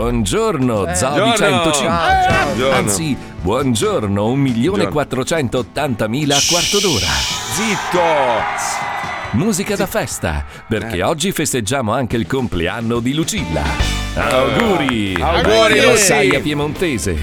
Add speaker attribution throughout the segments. Speaker 1: Buongiorno, Zobi
Speaker 2: Eh. Buongiorno. Ah,
Speaker 1: 105.
Speaker 2: Buongiorno.
Speaker 1: Anzi, buongiorno, 1.480.000 quarto d'ora.
Speaker 2: Zitto! Eh.
Speaker 1: Musica da festa, perché oggi festeggiamo anche il compleanno di Lucilla. Auguri!
Speaker 2: Eh. auguri,
Speaker 1: Lo
Speaker 2: Lucy!
Speaker 1: sai a piemontese.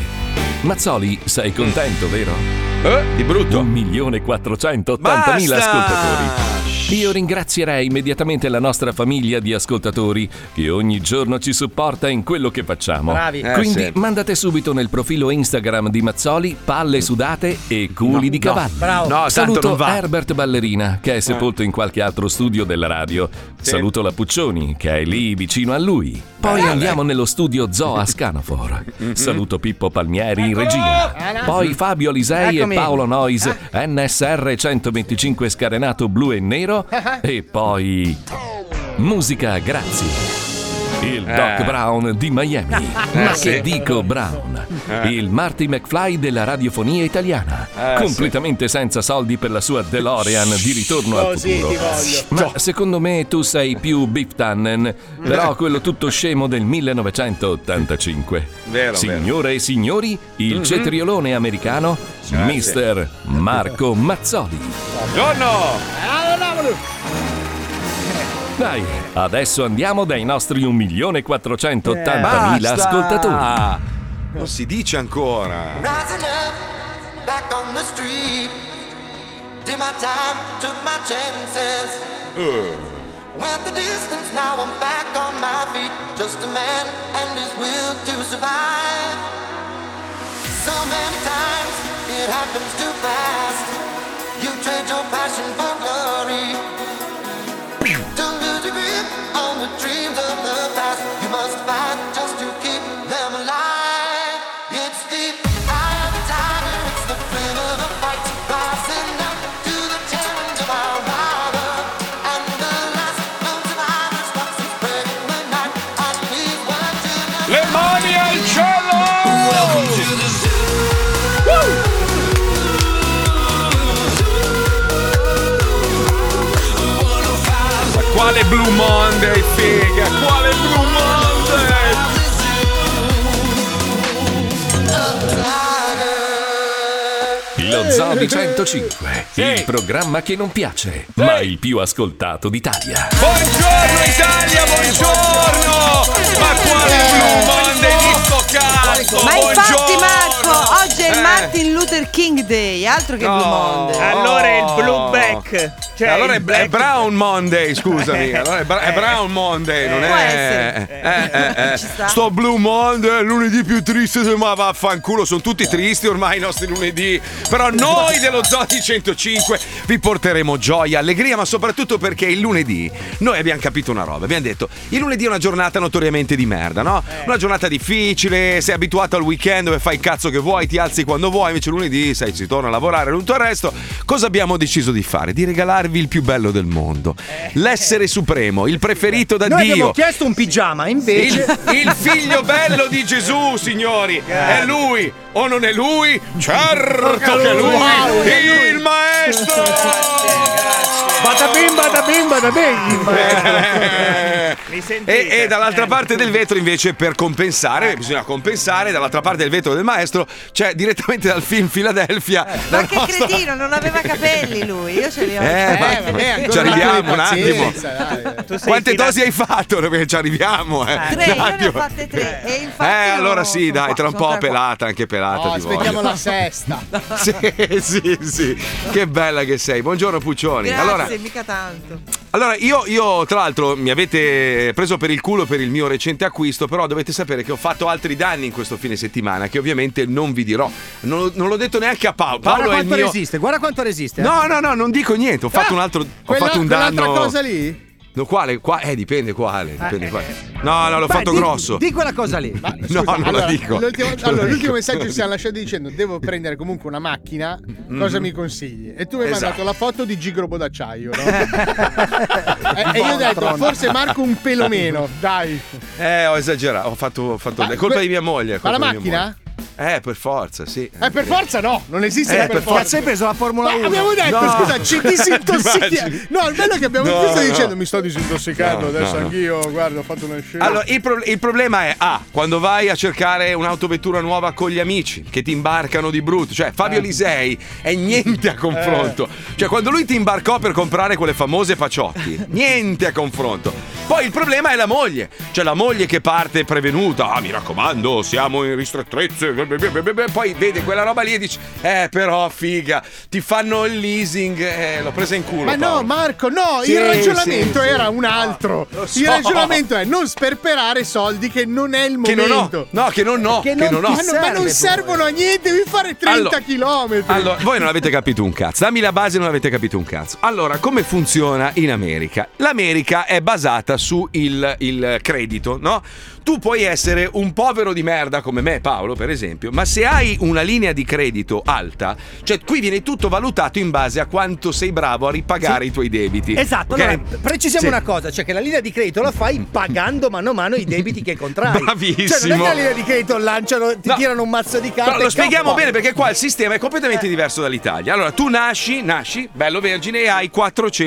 Speaker 1: Mazzoli, sei contento, vero?
Speaker 2: Mm. Eh, di brutto.
Speaker 1: 1.480.000
Speaker 2: Basta!
Speaker 1: ascoltatori. Io ringrazierei immediatamente la nostra famiglia di ascoltatori che ogni giorno ci supporta in quello che facciamo.
Speaker 3: Bravi.
Speaker 2: Eh,
Speaker 1: Quindi
Speaker 2: sì.
Speaker 1: mandate subito nel profilo Instagram di Mazzoli palle sudate e culi di cavallo.
Speaker 3: Bravo.
Speaker 2: No, tanto non
Speaker 1: Saluto
Speaker 2: va. Eh.
Speaker 1: Herbert Ballerina che è sepolto in qualche altro studio della radio.
Speaker 2: Sì.
Speaker 1: Saluto la Puccioni che è lì vicino a lui. Poi
Speaker 2: Beh,
Speaker 1: andiamo nello studio Zoo a Scanafor.
Speaker 2: Mm-hmm.
Speaker 1: Saluto Pippo Palmieri in regia.
Speaker 3: Eccolo!
Speaker 1: Poi Fabio Alisei e
Speaker 3: Ecco. Eh, Eccomi.
Speaker 1: Paolo Nois, NSR 125 scarenato blu e nero. E poi musica grazie. Il Doc
Speaker 2: Eh.
Speaker 1: Brown di Miami. Ma
Speaker 2: sì.
Speaker 1: che dico Brown? Il Marty McFly della radiofonia italiana.
Speaker 2: Eh,
Speaker 1: completamente senza soldi per la sua DeLorean di ritorno al
Speaker 3: Così ti
Speaker 1: futuro.
Speaker 3: voglio.
Speaker 1: Ma secondo me tu sei più Biff Tannen,
Speaker 2: Eh.
Speaker 1: però quello tutto scemo del 1985.
Speaker 2: Vero, Mhm.
Speaker 1: Signore e signori, il cetriolone americano,
Speaker 2: Eh,
Speaker 1: Mister Marco Mazzoli.
Speaker 2: Buongiorno!
Speaker 1: Dai, adesso andiamo dai nostri 1.480.000
Speaker 2: Eh, Basta!
Speaker 1: ascoltatori.
Speaker 2: Non si dice ancora.
Speaker 4: Rising up, back on the street. Did my time, took my chances.
Speaker 5: Eh,
Speaker 4: Went the distance, now I'm back on my feet. Just a man and his will to survive. So many times it happens too fast. You trade your passion for glory. To lose your grip on the dreams of the past, you must fight just to keep them alive. It's the eye of the tiger, it's the thrill of the fight, rising up to the challenge of our rider. And the last known survivor stalks his prey in the night, and he's watching us.
Speaker 2: Le mani al cielo! Ma quale Blue Monday, figa? Quale Blue Monday? Eh.
Speaker 1: Lo Zobi 105, il programma che non piace, ma il più ascoltato d'Italia.
Speaker 2: Buongiorno Italia, buongiorno! Ma quale Blue Monday di sto cazzo?
Speaker 6: Ma infatti
Speaker 2: Buongiorno!
Speaker 6: Marco, oggi è
Speaker 2: Eh.
Speaker 6: il Martin Luther King Day, altro che
Speaker 2: No.
Speaker 6: Blue Monday.
Speaker 7: Allora è il
Speaker 2: Oh.
Speaker 7: blue back. Cioè
Speaker 2: allora
Speaker 7: il
Speaker 2: è, è Brown Monday, scusami. Allora è, Bra- è
Speaker 7: Eh.
Speaker 2: Brown Monday, non
Speaker 6: Può
Speaker 2: è.
Speaker 6: essere.
Speaker 2: eh, eh, eh.
Speaker 6: Ci sta.
Speaker 2: Sto Blue Monday, è il lunedì più triste, ma vaffanculo. Sono tutti tristi ormai i nostri lunedì. Però noi dello Zoti 105 vi porteremo gioia, allegria, ma soprattutto perché il lunedì noi abbiamo capito una roba. Abbiamo detto: il lunedì è una giornata notoriamente di merda, no? Una giornata difficile, sei abituato al weekend dove fai il cazzo che vuoi, ti alzi quando vuoi, invece lunedì sai, si torna a lavorare, tutto il resto. Cosa abbiamo deciso di fare? Di regalarvi il più bello del mondo. L'essere supremo, il preferito da
Speaker 3: Noi
Speaker 2: Dio.
Speaker 3: abbiamo chiesto un pigiama, invece.
Speaker 2: Il, il figlio bello di Gesù, signori, è lui o non è lui? Certo che è lui, il maestro!
Speaker 3: Badabim, badabim, badabim.
Speaker 2: Eh,
Speaker 7: Mi
Speaker 2: E,
Speaker 7: sentite?
Speaker 2: e dall'altra
Speaker 7: Eh.
Speaker 2: parte del vetro invece per
Speaker 6: Ecco.
Speaker 2: compensare, bisogna compensare, dall'altra parte del vetro del maestro c'è direttamente dal film Filadelfia. la
Speaker 6: Eh, Ma che
Speaker 2: nostra-
Speaker 6: cretino, non aveva capelli lui, io ce li ho.
Speaker 2: Eh, ma- ci arriviamo un attimo.
Speaker 7: Tu sei
Speaker 2: Quante
Speaker 7: fidato-
Speaker 2: dosi hai fatto? Perché ci arriviamo, eh.
Speaker 6: Tre,
Speaker 2: Un
Speaker 6: io ne ho
Speaker 2: attimo.
Speaker 6: fatte tre. E infatti
Speaker 2: Eh,
Speaker 6: io
Speaker 2: allora sì,
Speaker 6: sono
Speaker 2: dai,
Speaker 6: qua,
Speaker 2: tra un
Speaker 6: sono
Speaker 2: po'
Speaker 6: tre qua.
Speaker 2: pelata, anche pelata
Speaker 8: Oh,
Speaker 2: ti voglio.
Speaker 3: aspettiamo la sesta.
Speaker 2: sì, sì, sì. Che bella che sei. Buongiorno Puccioni.
Speaker 6: Grazie,
Speaker 2: Allora,
Speaker 6: Eh, mica tanto.
Speaker 2: allora io, io, tra l'altro, mi avete preso per il culo per il mio recente acquisto, però dovete sapere che ho fatto altri danni in questo fine settimana, che ovviamente non vi dirò. Non, non l'ho detto neanche a Paolo.
Speaker 3: Guarda
Speaker 2: Paolo è il
Speaker 3: quanto
Speaker 2: mio...
Speaker 3: resiste, guarda quanto resiste.
Speaker 8: eh.
Speaker 2: No, no, no, non dico niente. Ho
Speaker 8: Ah,
Speaker 2: fatto un altro. ho fatto un danno.
Speaker 3: Quell'altra cosa lì?
Speaker 2: No, quale? Qua... Eh, dipende quale. Dipende quale. No, no, l'ho
Speaker 3: Eh, Beh,
Speaker 2: fatto
Speaker 3: di-
Speaker 2: grosso.
Speaker 3: Di quella cosa lì.
Speaker 2: No, non la dico.
Speaker 8: L'ultimo,
Speaker 2: Non la
Speaker 8: allora,
Speaker 2: dico.
Speaker 8: l'ultimo messaggio ci siamo lasciati dicendo: Devo prendere comunque una macchina, cosa mi consigli? E tu mi hai
Speaker 2: Mm-hmm. Esatto.
Speaker 8: mandato la foto di Gigrobo d'acciaio, no? e, e io ho detto: Forse Marco un pelo meno, dai.
Speaker 2: Eh, ho esagerato. Ho fatto. Ho fatto...
Speaker 8: Ma
Speaker 2: È colpa
Speaker 8: que-
Speaker 2: di mia moglie. è
Speaker 8: Ma la
Speaker 2: colpa di mia
Speaker 8: macchina?
Speaker 2: moglie. Eh, per forza, sì.
Speaker 8: Eh, per forza no, non esiste
Speaker 2: Eh,
Speaker 8: la
Speaker 2: per
Speaker 8: per
Speaker 2: forza.
Speaker 8: forza.
Speaker 3: Cazzo, hai preso la Formula
Speaker 8: Ma
Speaker 3: 1.
Speaker 8: abbiamo detto,
Speaker 2: No.
Speaker 8: scusa, ci
Speaker 2: Immagini.
Speaker 8: disintossichiamo. No, il bello è che abbiamo
Speaker 2: No,
Speaker 8: tu stai
Speaker 2: no.
Speaker 8: dicendo, mi sto disintossicando
Speaker 2: No,
Speaker 8: adesso
Speaker 2: no, no.
Speaker 8: anch'io, guarda, ho fatto una scelta.
Speaker 2: Allora, il, pro- il problema è A, quando vai a cercare un'autovettura nuova con gli amici che ti imbarcano di brutto, cioè
Speaker 8: Eh.
Speaker 2: Fabio Lisei è niente a confronto. Cioè, quando lui ti imbarcò per comprare quelle famose paciotti, niente a confronto. Poi il problema è la moglie, cioè la moglie che parte prevenuta, ah mi raccomando, siamo in ristrettezze, beh, beh, beh, beh, beh. poi vede quella roba lì e dice, eh però figa, ti fanno il leasing, eh, l'ho presa in culo.
Speaker 8: Ma no,
Speaker 2: Paolo."
Speaker 8: Marco, no,
Speaker 2: Sì,
Speaker 8: il ragionamento
Speaker 2: sì, sì.
Speaker 8: era un altro.
Speaker 2: lo so.
Speaker 8: Il ragionamento è non sperperare soldi che non è il
Speaker 2: Che non ho,
Speaker 8: momento.
Speaker 2: no, che non ho,
Speaker 3: Che
Speaker 2: che
Speaker 3: non
Speaker 2: non
Speaker 3: ti
Speaker 2: ho.
Speaker 3: serve
Speaker 8: Ma, non- ma non
Speaker 3: poi.
Speaker 8: servono a niente, devi fare 30
Speaker 2: Allora-
Speaker 8: km.
Speaker 2: Allora, voi non avete capito un cazzo. Dammi la base, non avete capito un cazzo. Allora, come funziona in America? L'America è basata sul il, il credito, no? Tu puoi essere un povero di merda come me, Paolo, per esempio, ma se hai una linea di credito alta, cioè qui viene tutto valutato in base a quanto sei bravo a ripagare i tuoi debiti.
Speaker 3: Esatto,
Speaker 2: ok?
Speaker 3: allora precisiamo
Speaker 2: Sì.
Speaker 3: una cosa, cioè che la linea di credito la fai pagando mano a mano i debiti che contrai.
Speaker 2: Bravissimo.
Speaker 3: Cioè non è che la linea di credito lanciano, ti
Speaker 2: No.
Speaker 3: tirano un mazzo di carte.
Speaker 2: No, lo
Speaker 3: e
Speaker 2: spieghiamo
Speaker 3: cappa.
Speaker 2: bene perché qua il sistema è completamente diverso dall'Italia. Allora, tu nasci, nasci, bello vergine, e hai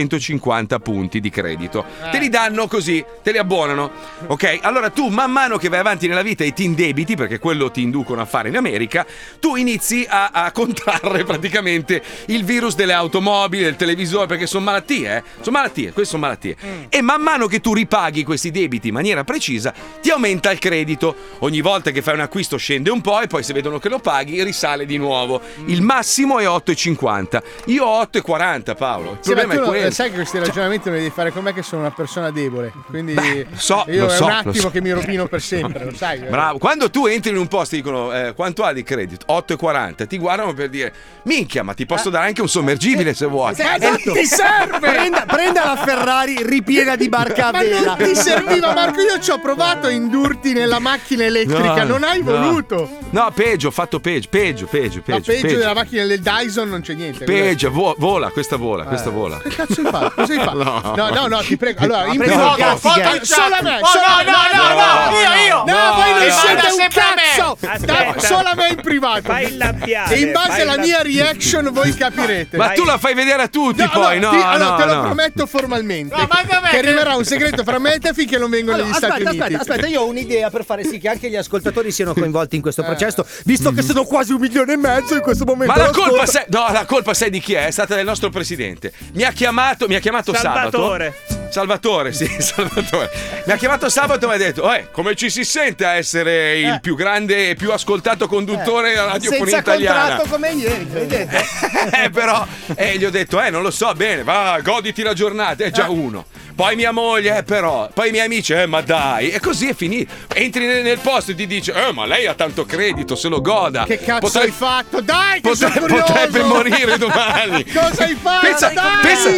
Speaker 2: 450 punti di credito. Te li danno così, te li abbonano. Ok? Allora, tu man mano che vai avanti nella vita e ti indebiti, perché quello ti inducono a fare in America, tu inizi a, a contrarre praticamente il virus delle automobili, del televisore, perché sono malattie, eh? Sono malattie, queste sono malattie.
Speaker 8: Mm.
Speaker 2: E man mano che tu ripaghi questi debiti in maniera precisa, ti aumenta il credito. Ogni volta che fai un acquisto scende un po' e poi se vedono che lo paghi risale di nuovo.
Speaker 8: Mm.
Speaker 2: Il massimo è 8,50. Io ho 8,40 Paolo. Il
Speaker 8: Sì,
Speaker 2: problema
Speaker 8: ma tu
Speaker 2: è Cioè-
Speaker 8: lo-
Speaker 2: quello.
Speaker 8: sai che questi ragionamenti non li devi fare con me che sono una persona debole. Quindi
Speaker 2: so,
Speaker 8: io
Speaker 2: lo
Speaker 8: è
Speaker 2: so,
Speaker 8: un
Speaker 2: lo
Speaker 8: attimo
Speaker 2: so.
Speaker 8: che mi rovino per sempre, lo sai. eh.
Speaker 2: Bravo, quando tu entri in un posto e dicono eh, quanto ha di credito? 8,40, ti guardano per dire minchia, ma ti
Speaker 8: Eh.
Speaker 2: posso dare anche un sommergibile se vuoi.
Speaker 3: Sì, esatto.
Speaker 8: Ti serve!
Speaker 3: Prenda, prenda la Ferrari ripiena di barca a
Speaker 8: Ma
Speaker 3: vela.
Speaker 8: non ti serviva, Marco. Io ci ho provato a indurti nella macchina elettrica.
Speaker 2: No,
Speaker 8: non hai
Speaker 2: no.
Speaker 8: voluto.
Speaker 2: No, peggio, ho fatto peggio, peggio, peggio,
Speaker 8: Ma
Speaker 2: peggio.
Speaker 8: peggio, della macchina del Dyson non c'è niente.
Speaker 2: Peggio, vo- vola, questa vola, questa vola.
Speaker 8: Eh. Che cazzo hai fatto? Cosa hai fatto?
Speaker 2: No.
Speaker 8: No, no, no, ti prego. Allora, in
Speaker 3: preso
Speaker 8: primo
Speaker 3: il cazzo,
Speaker 8: foto
Speaker 2: eh.
Speaker 3: cazzo.
Speaker 8: solo a me, solo a me.
Speaker 2: no,
Speaker 7: io,
Speaker 8: No, voi non
Speaker 7: E
Speaker 8: siete
Speaker 7: manda
Speaker 8: un
Speaker 7: sempre a me.
Speaker 8: cazzo!
Speaker 7: Aspetta.
Speaker 8: No, solo a me in privato.
Speaker 7: Fai il labiale,
Speaker 8: E in base
Speaker 7: fai
Speaker 8: alla
Speaker 7: il
Speaker 8: mia reaction voi capirete.
Speaker 2: Ma
Speaker 7: Vai.
Speaker 2: tu la fai vedere a tutti
Speaker 8: No,
Speaker 2: poi, no?
Speaker 8: allora, ti-
Speaker 2: no,
Speaker 8: allora, te lo
Speaker 2: no.
Speaker 8: prometto formalmente.
Speaker 7: No, manda a me,
Speaker 8: che
Speaker 7: che-
Speaker 8: rimarrà un segreto fra me e te finché non vengo
Speaker 3: Allora,
Speaker 8: negli
Speaker 3: aspetta,
Speaker 8: Stati Uniti.
Speaker 3: aspetta, aspetta, io ho un'idea per fare sì che anche gli ascoltatori siano coinvolti in questo
Speaker 8: Eh.
Speaker 3: processo, visto che sono quasi un milione e mezzo in questo momento.
Speaker 2: Mm-hmm. Ma la colpa,
Speaker 3: Ascolta-
Speaker 2: sai, no, la colpa sai di chi è? È stata del nostro presidente. Mi ha chiamato, mi ha chiamato
Speaker 7: Salvatore.
Speaker 2: sabato. Salvatore, sì, Salvatore. Mi ha chiamato sabato e mi ha detto: "Eh, come ci si sente a essere
Speaker 8: Eh.
Speaker 2: il più grande e più ascoltato conduttore della radiofonia
Speaker 3: senza
Speaker 2: italiana?"
Speaker 3: contratto come ieri, vedete?
Speaker 2: eh, però eh, gli ho detto, eh, non lo so bene, va, goditi la giornata, è
Speaker 8: Eh.
Speaker 2: già uno. Poi mia moglie, eh, però, poi i miei amici, eh, ma dai, e così è finito. Entri nel, nel posto e ti dice, eh, ma lei ha tanto credito, se lo goda.
Speaker 8: Che cazzo
Speaker 2: Potre-
Speaker 8: hai fatto? Dai, che
Speaker 2: potre-
Speaker 8: sono curioso!
Speaker 2: potrebbe morire domani.
Speaker 8: Cosa hai fatto?
Speaker 2: Pensa,
Speaker 8: Dai!
Speaker 2: pensa,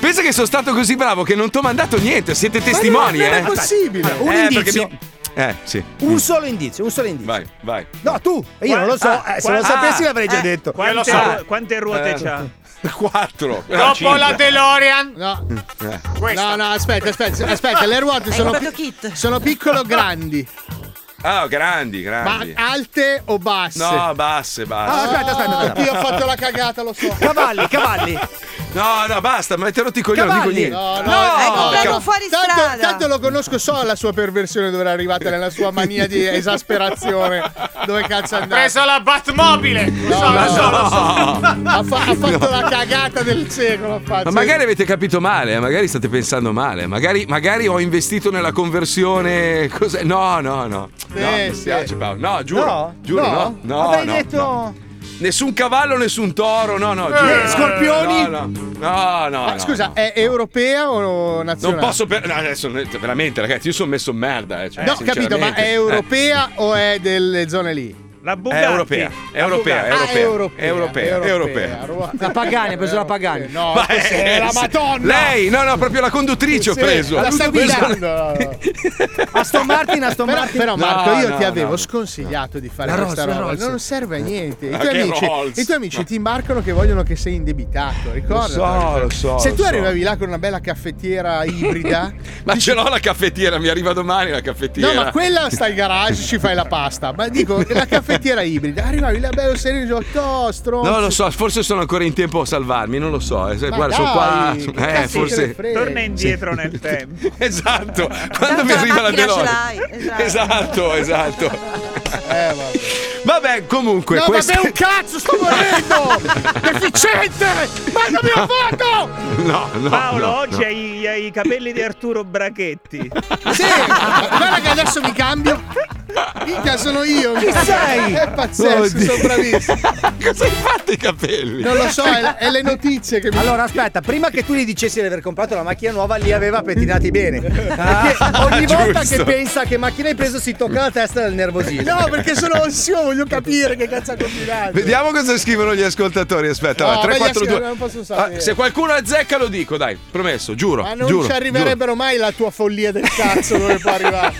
Speaker 2: pensa che sono stato così bravo che non ti ho mandato niente, siete testimoni,
Speaker 8: Ma no,
Speaker 2: eh.
Speaker 8: non è possibile.
Speaker 3: Un
Speaker 2: Eh, perché
Speaker 3: indizio,
Speaker 2: mi- Eh, sì.
Speaker 3: un solo indizio, un solo indizio.
Speaker 2: Vai, vai.
Speaker 3: No, tu, io non lo so,
Speaker 7: Ah,
Speaker 3: eh, se lo
Speaker 7: qua-
Speaker 3: sapessi l'avrei già detto.
Speaker 7: Quante,
Speaker 2: lo so.
Speaker 7: ru- quante ruote
Speaker 2: Eh.
Speaker 7: c'ha?
Speaker 2: Quattro. Dopo la
Speaker 8: No.
Speaker 2: Eh.
Speaker 8: No, no, aspetta, aspetta, aspetta, le ruote
Speaker 6: Hai
Speaker 8: sono,
Speaker 6: fatto
Speaker 8: pi-
Speaker 6: kit.
Speaker 8: sono piccolo o grandi,
Speaker 2: Ah, grandi,
Speaker 8: ma
Speaker 2: grandi.
Speaker 8: alte o basse?
Speaker 2: No, basse, basse.
Speaker 3: Ah, aspetta, aspetta,
Speaker 8: Ah,
Speaker 3: aspetta.
Speaker 8: Io ho fatto la cagata, lo so.
Speaker 3: Cavalli, cavalli.
Speaker 2: No, no, basta, ma te lo dico io, non dico
Speaker 3: Cavalli.
Speaker 2: niente.
Speaker 8: No, no,
Speaker 6: Hai comprato
Speaker 2: ca-
Speaker 6: un fuori strada.
Speaker 8: Tanto, tanto lo conosco, so la sua perversione dove è arrivata, nella sua mania di esasperazione. Dove cazzo è andata? preso la Batmobile! No, no, no. Ha, fa- ha fatto la cagata del secolo. ha fatto.
Speaker 2: Ma magari avete capito male, eh, magari state pensando male, magari, magari ho investito nella conversione. Cos'è? No, no, no.
Speaker 8: Sì,
Speaker 2: no, mi
Speaker 8: Eh, sì.
Speaker 2: spiace, Paolo. No, giuro.
Speaker 3: No?
Speaker 2: Giuro, no. No,
Speaker 3: Avrei
Speaker 2: no,
Speaker 3: detto
Speaker 2: no. Nessun cavallo, nessun toro, no, no. giuro, no,
Speaker 3: scorpioni?
Speaker 2: No, no. No, no.
Speaker 8: Eh, Ma
Speaker 2: no,
Speaker 8: scusa,
Speaker 2: no.
Speaker 8: è europea o
Speaker 2: Non
Speaker 8: nazionale?
Speaker 2: posso per... no, adesso veramente ragazzi, io sono messo merda, eh, cioè,
Speaker 8: No, capito, ma
Speaker 2: sinceramente.
Speaker 8: è europea o è delle zone lì?
Speaker 7: La
Speaker 2: Eh,
Speaker 7: Bugatti.
Speaker 2: È europea, è europea, è
Speaker 8: Ah,
Speaker 2: europea, è europea, è europea.
Speaker 8: europea.
Speaker 3: La Pagani, ha preso la Pagani.
Speaker 8: Eh, No,
Speaker 2: Ma
Speaker 8: questa
Speaker 2: è-
Speaker 9: eh,
Speaker 8: è la
Speaker 2: se-
Speaker 8: Madonna.
Speaker 2: Lei, no, no, proprio la conduttrice ho
Speaker 8: Sì,
Speaker 2: preso.
Speaker 8: La sta
Speaker 2: Preso-
Speaker 8: guidando.
Speaker 3: Aston Martin, Aston
Speaker 8: Però,
Speaker 3: Martin.
Speaker 8: però Marco, io
Speaker 2: no,
Speaker 8: ti avevo
Speaker 2: no.
Speaker 8: sconsigliato di fare
Speaker 3: La
Speaker 8: questa
Speaker 3: Rolls, la
Speaker 8: roba.
Speaker 3: Rolls.
Speaker 8: Non serve a niente. I
Speaker 2: Ma
Speaker 8: tuoi
Speaker 2: che
Speaker 8: amici,
Speaker 2: Rolls?
Speaker 8: i tuoi amici ti imbarcano che vogliono che sei indebitato. Ricorda?
Speaker 2: so, lo so,
Speaker 8: Se
Speaker 2: lo
Speaker 8: tu
Speaker 2: so.
Speaker 8: arrivavi là con una bella caffettiera ibrida.
Speaker 2: Ma ce l'ho la caffettiera, mi arriva domani la caffettiera.
Speaker 8: No, ma quella sta in garage, ci fai la pasta. Ma dico, la Uniti era ibrida. Arrivavi là bello sereno, "Oh, tosto.
Speaker 2: No, lo so, forse sono ancora in tempo a salvarmi, non lo so. eh, se-
Speaker 8: Ma
Speaker 2: guarda,
Speaker 8: dai,
Speaker 2: sono
Speaker 8: che
Speaker 2: qua. Eh,
Speaker 8: cazzo te ne
Speaker 2: forse.
Speaker 8: frega?
Speaker 7: Torna indietro nel tempo.
Speaker 2: Esatto, quando mi
Speaker 6: la
Speaker 2: arriva la
Speaker 6: macchina ce
Speaker 2: Delore.
Speaker 6: l'hai, esatto.
Speaker 2: Esatto, esatto.
Speaker 8: Eh, vabbè.
Speaker 2: Vabbè, comunque,
Speaker 8: No,
Speaker 2: questo.
Speaker 8: vabbè, un cazzo, sto morendo! Oh, Deficiente! Mandami un foto!
Speaker 2: No, no.
Speaker 7: Paolo,
Speaker 2: no,
Speaker 7: oggi
Speaker 2: no.
Speaker 7: hai, hai i capelli di Arturo Brachetti.
Speaker 8: Sì, guarda che adesso mi cambio. Minchia, sono io. Chi sei? È pazzesco,
Speaker 2: Oddio.
Speaker 8: sono bravissimo.
Speaker 2: Cosa hai fatto i capelli?
Speaker 8: Non lo so, è, è le notizie che mi...
Speaker 9: Allora aspetta, prima che tu gli dicessi di aver comprato la macchina nuova, li aveva pettinati bene.
Speaker 8: Ah.
Speaker 9: Perché ogni volta
Speaker 2: Giusto.
Speaker 9: che pensa che macchina hai preso si tocca la testa del nervosismo.
Speaker 8: No, perché sono ansioso, voglio capire che cazzo ha combinato.
Speaker 2: Vediamo cosa scrivono gli ascoltatori. Aspetta,
Speaker 8: No,
Speaker 2: va,
Speaker 8: ma gli
Speaker 2: 342.
Speaker 8: ascoltatori non possono sapere.
Speaker 2: Ah, se qualcuno azzecca, lo dico, dai, promesso, giuro.
Speaker 8: Ma non
Speaker 2: giuro,
Speaker 8: ci arriverebbero mai la tua follia del cazzo dove può arrivare.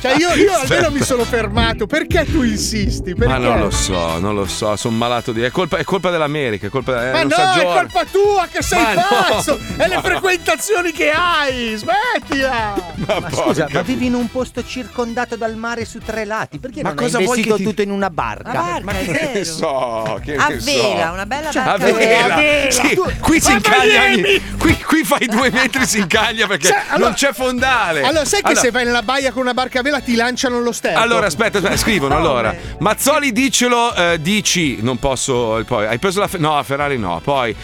Speaker 8: Cioè, io, io almeno mi sono fermato. Perché tu insisti? Perché?
Speaker 2: giuro. Ma non lo so, non lo so, sono malato di. È colpa, è colpa dell'America, è colpa eh,
Speaker 8: Ma
Speaker 2: non
Speaker 8: no,
Speaker 2: sa
Speaker 8: è
Speaker 2: Giorgio.
Speaker 8: colpa tua che sei
Speaker 2: Ma no.
Speaker 8: pazzo! È le frequentazioni che hai! Smettila!
Speaker 2: Ma
Speaker 9: Ma
Speaker 2: porca-
Speaker 9: scusa, ma vivi in un posto circondato dal mare su tre lati? Perché
Speaker 2: Ma
Speaker 9: non
Speaker 2: cosa
Speaker 9: hai
Speaker 2: vuoi
Speaker 9: investito
Speaker 2: che ti-
Speaker 9: tutto in una barca?
Speaker 6: La barca, è
Speaker 2: Che ne
Speaker 6: vero.
Speaker 2: so, che
Speaker 6: a
Speaker 2: ne so. Cioè,
Speaker 6: vela, una bella
Speaker 8: Certo.
Speaker 6: barca
Speaker 2: A
Speaker 6: a vela.
Speaker 2: vela. Sì, qui si incaglia ogni- qui, qui fai due metri si incaglia perché
Speaker 8: Cioè, allora-
Speaker 2: non c'è fondale
Speaker 8: Allora, sai che
Speaker 2: Allora-
Speaker 8: se vai nella baia con una barca a vela ti lanciano lo sterzo?
Speaker 2: allora, aspetta, aspetta, scrivono allora. Mazzoli dicelo eh, dici, non posso poi. Hai preso la Fe- no, la Ferrari no, poi eh,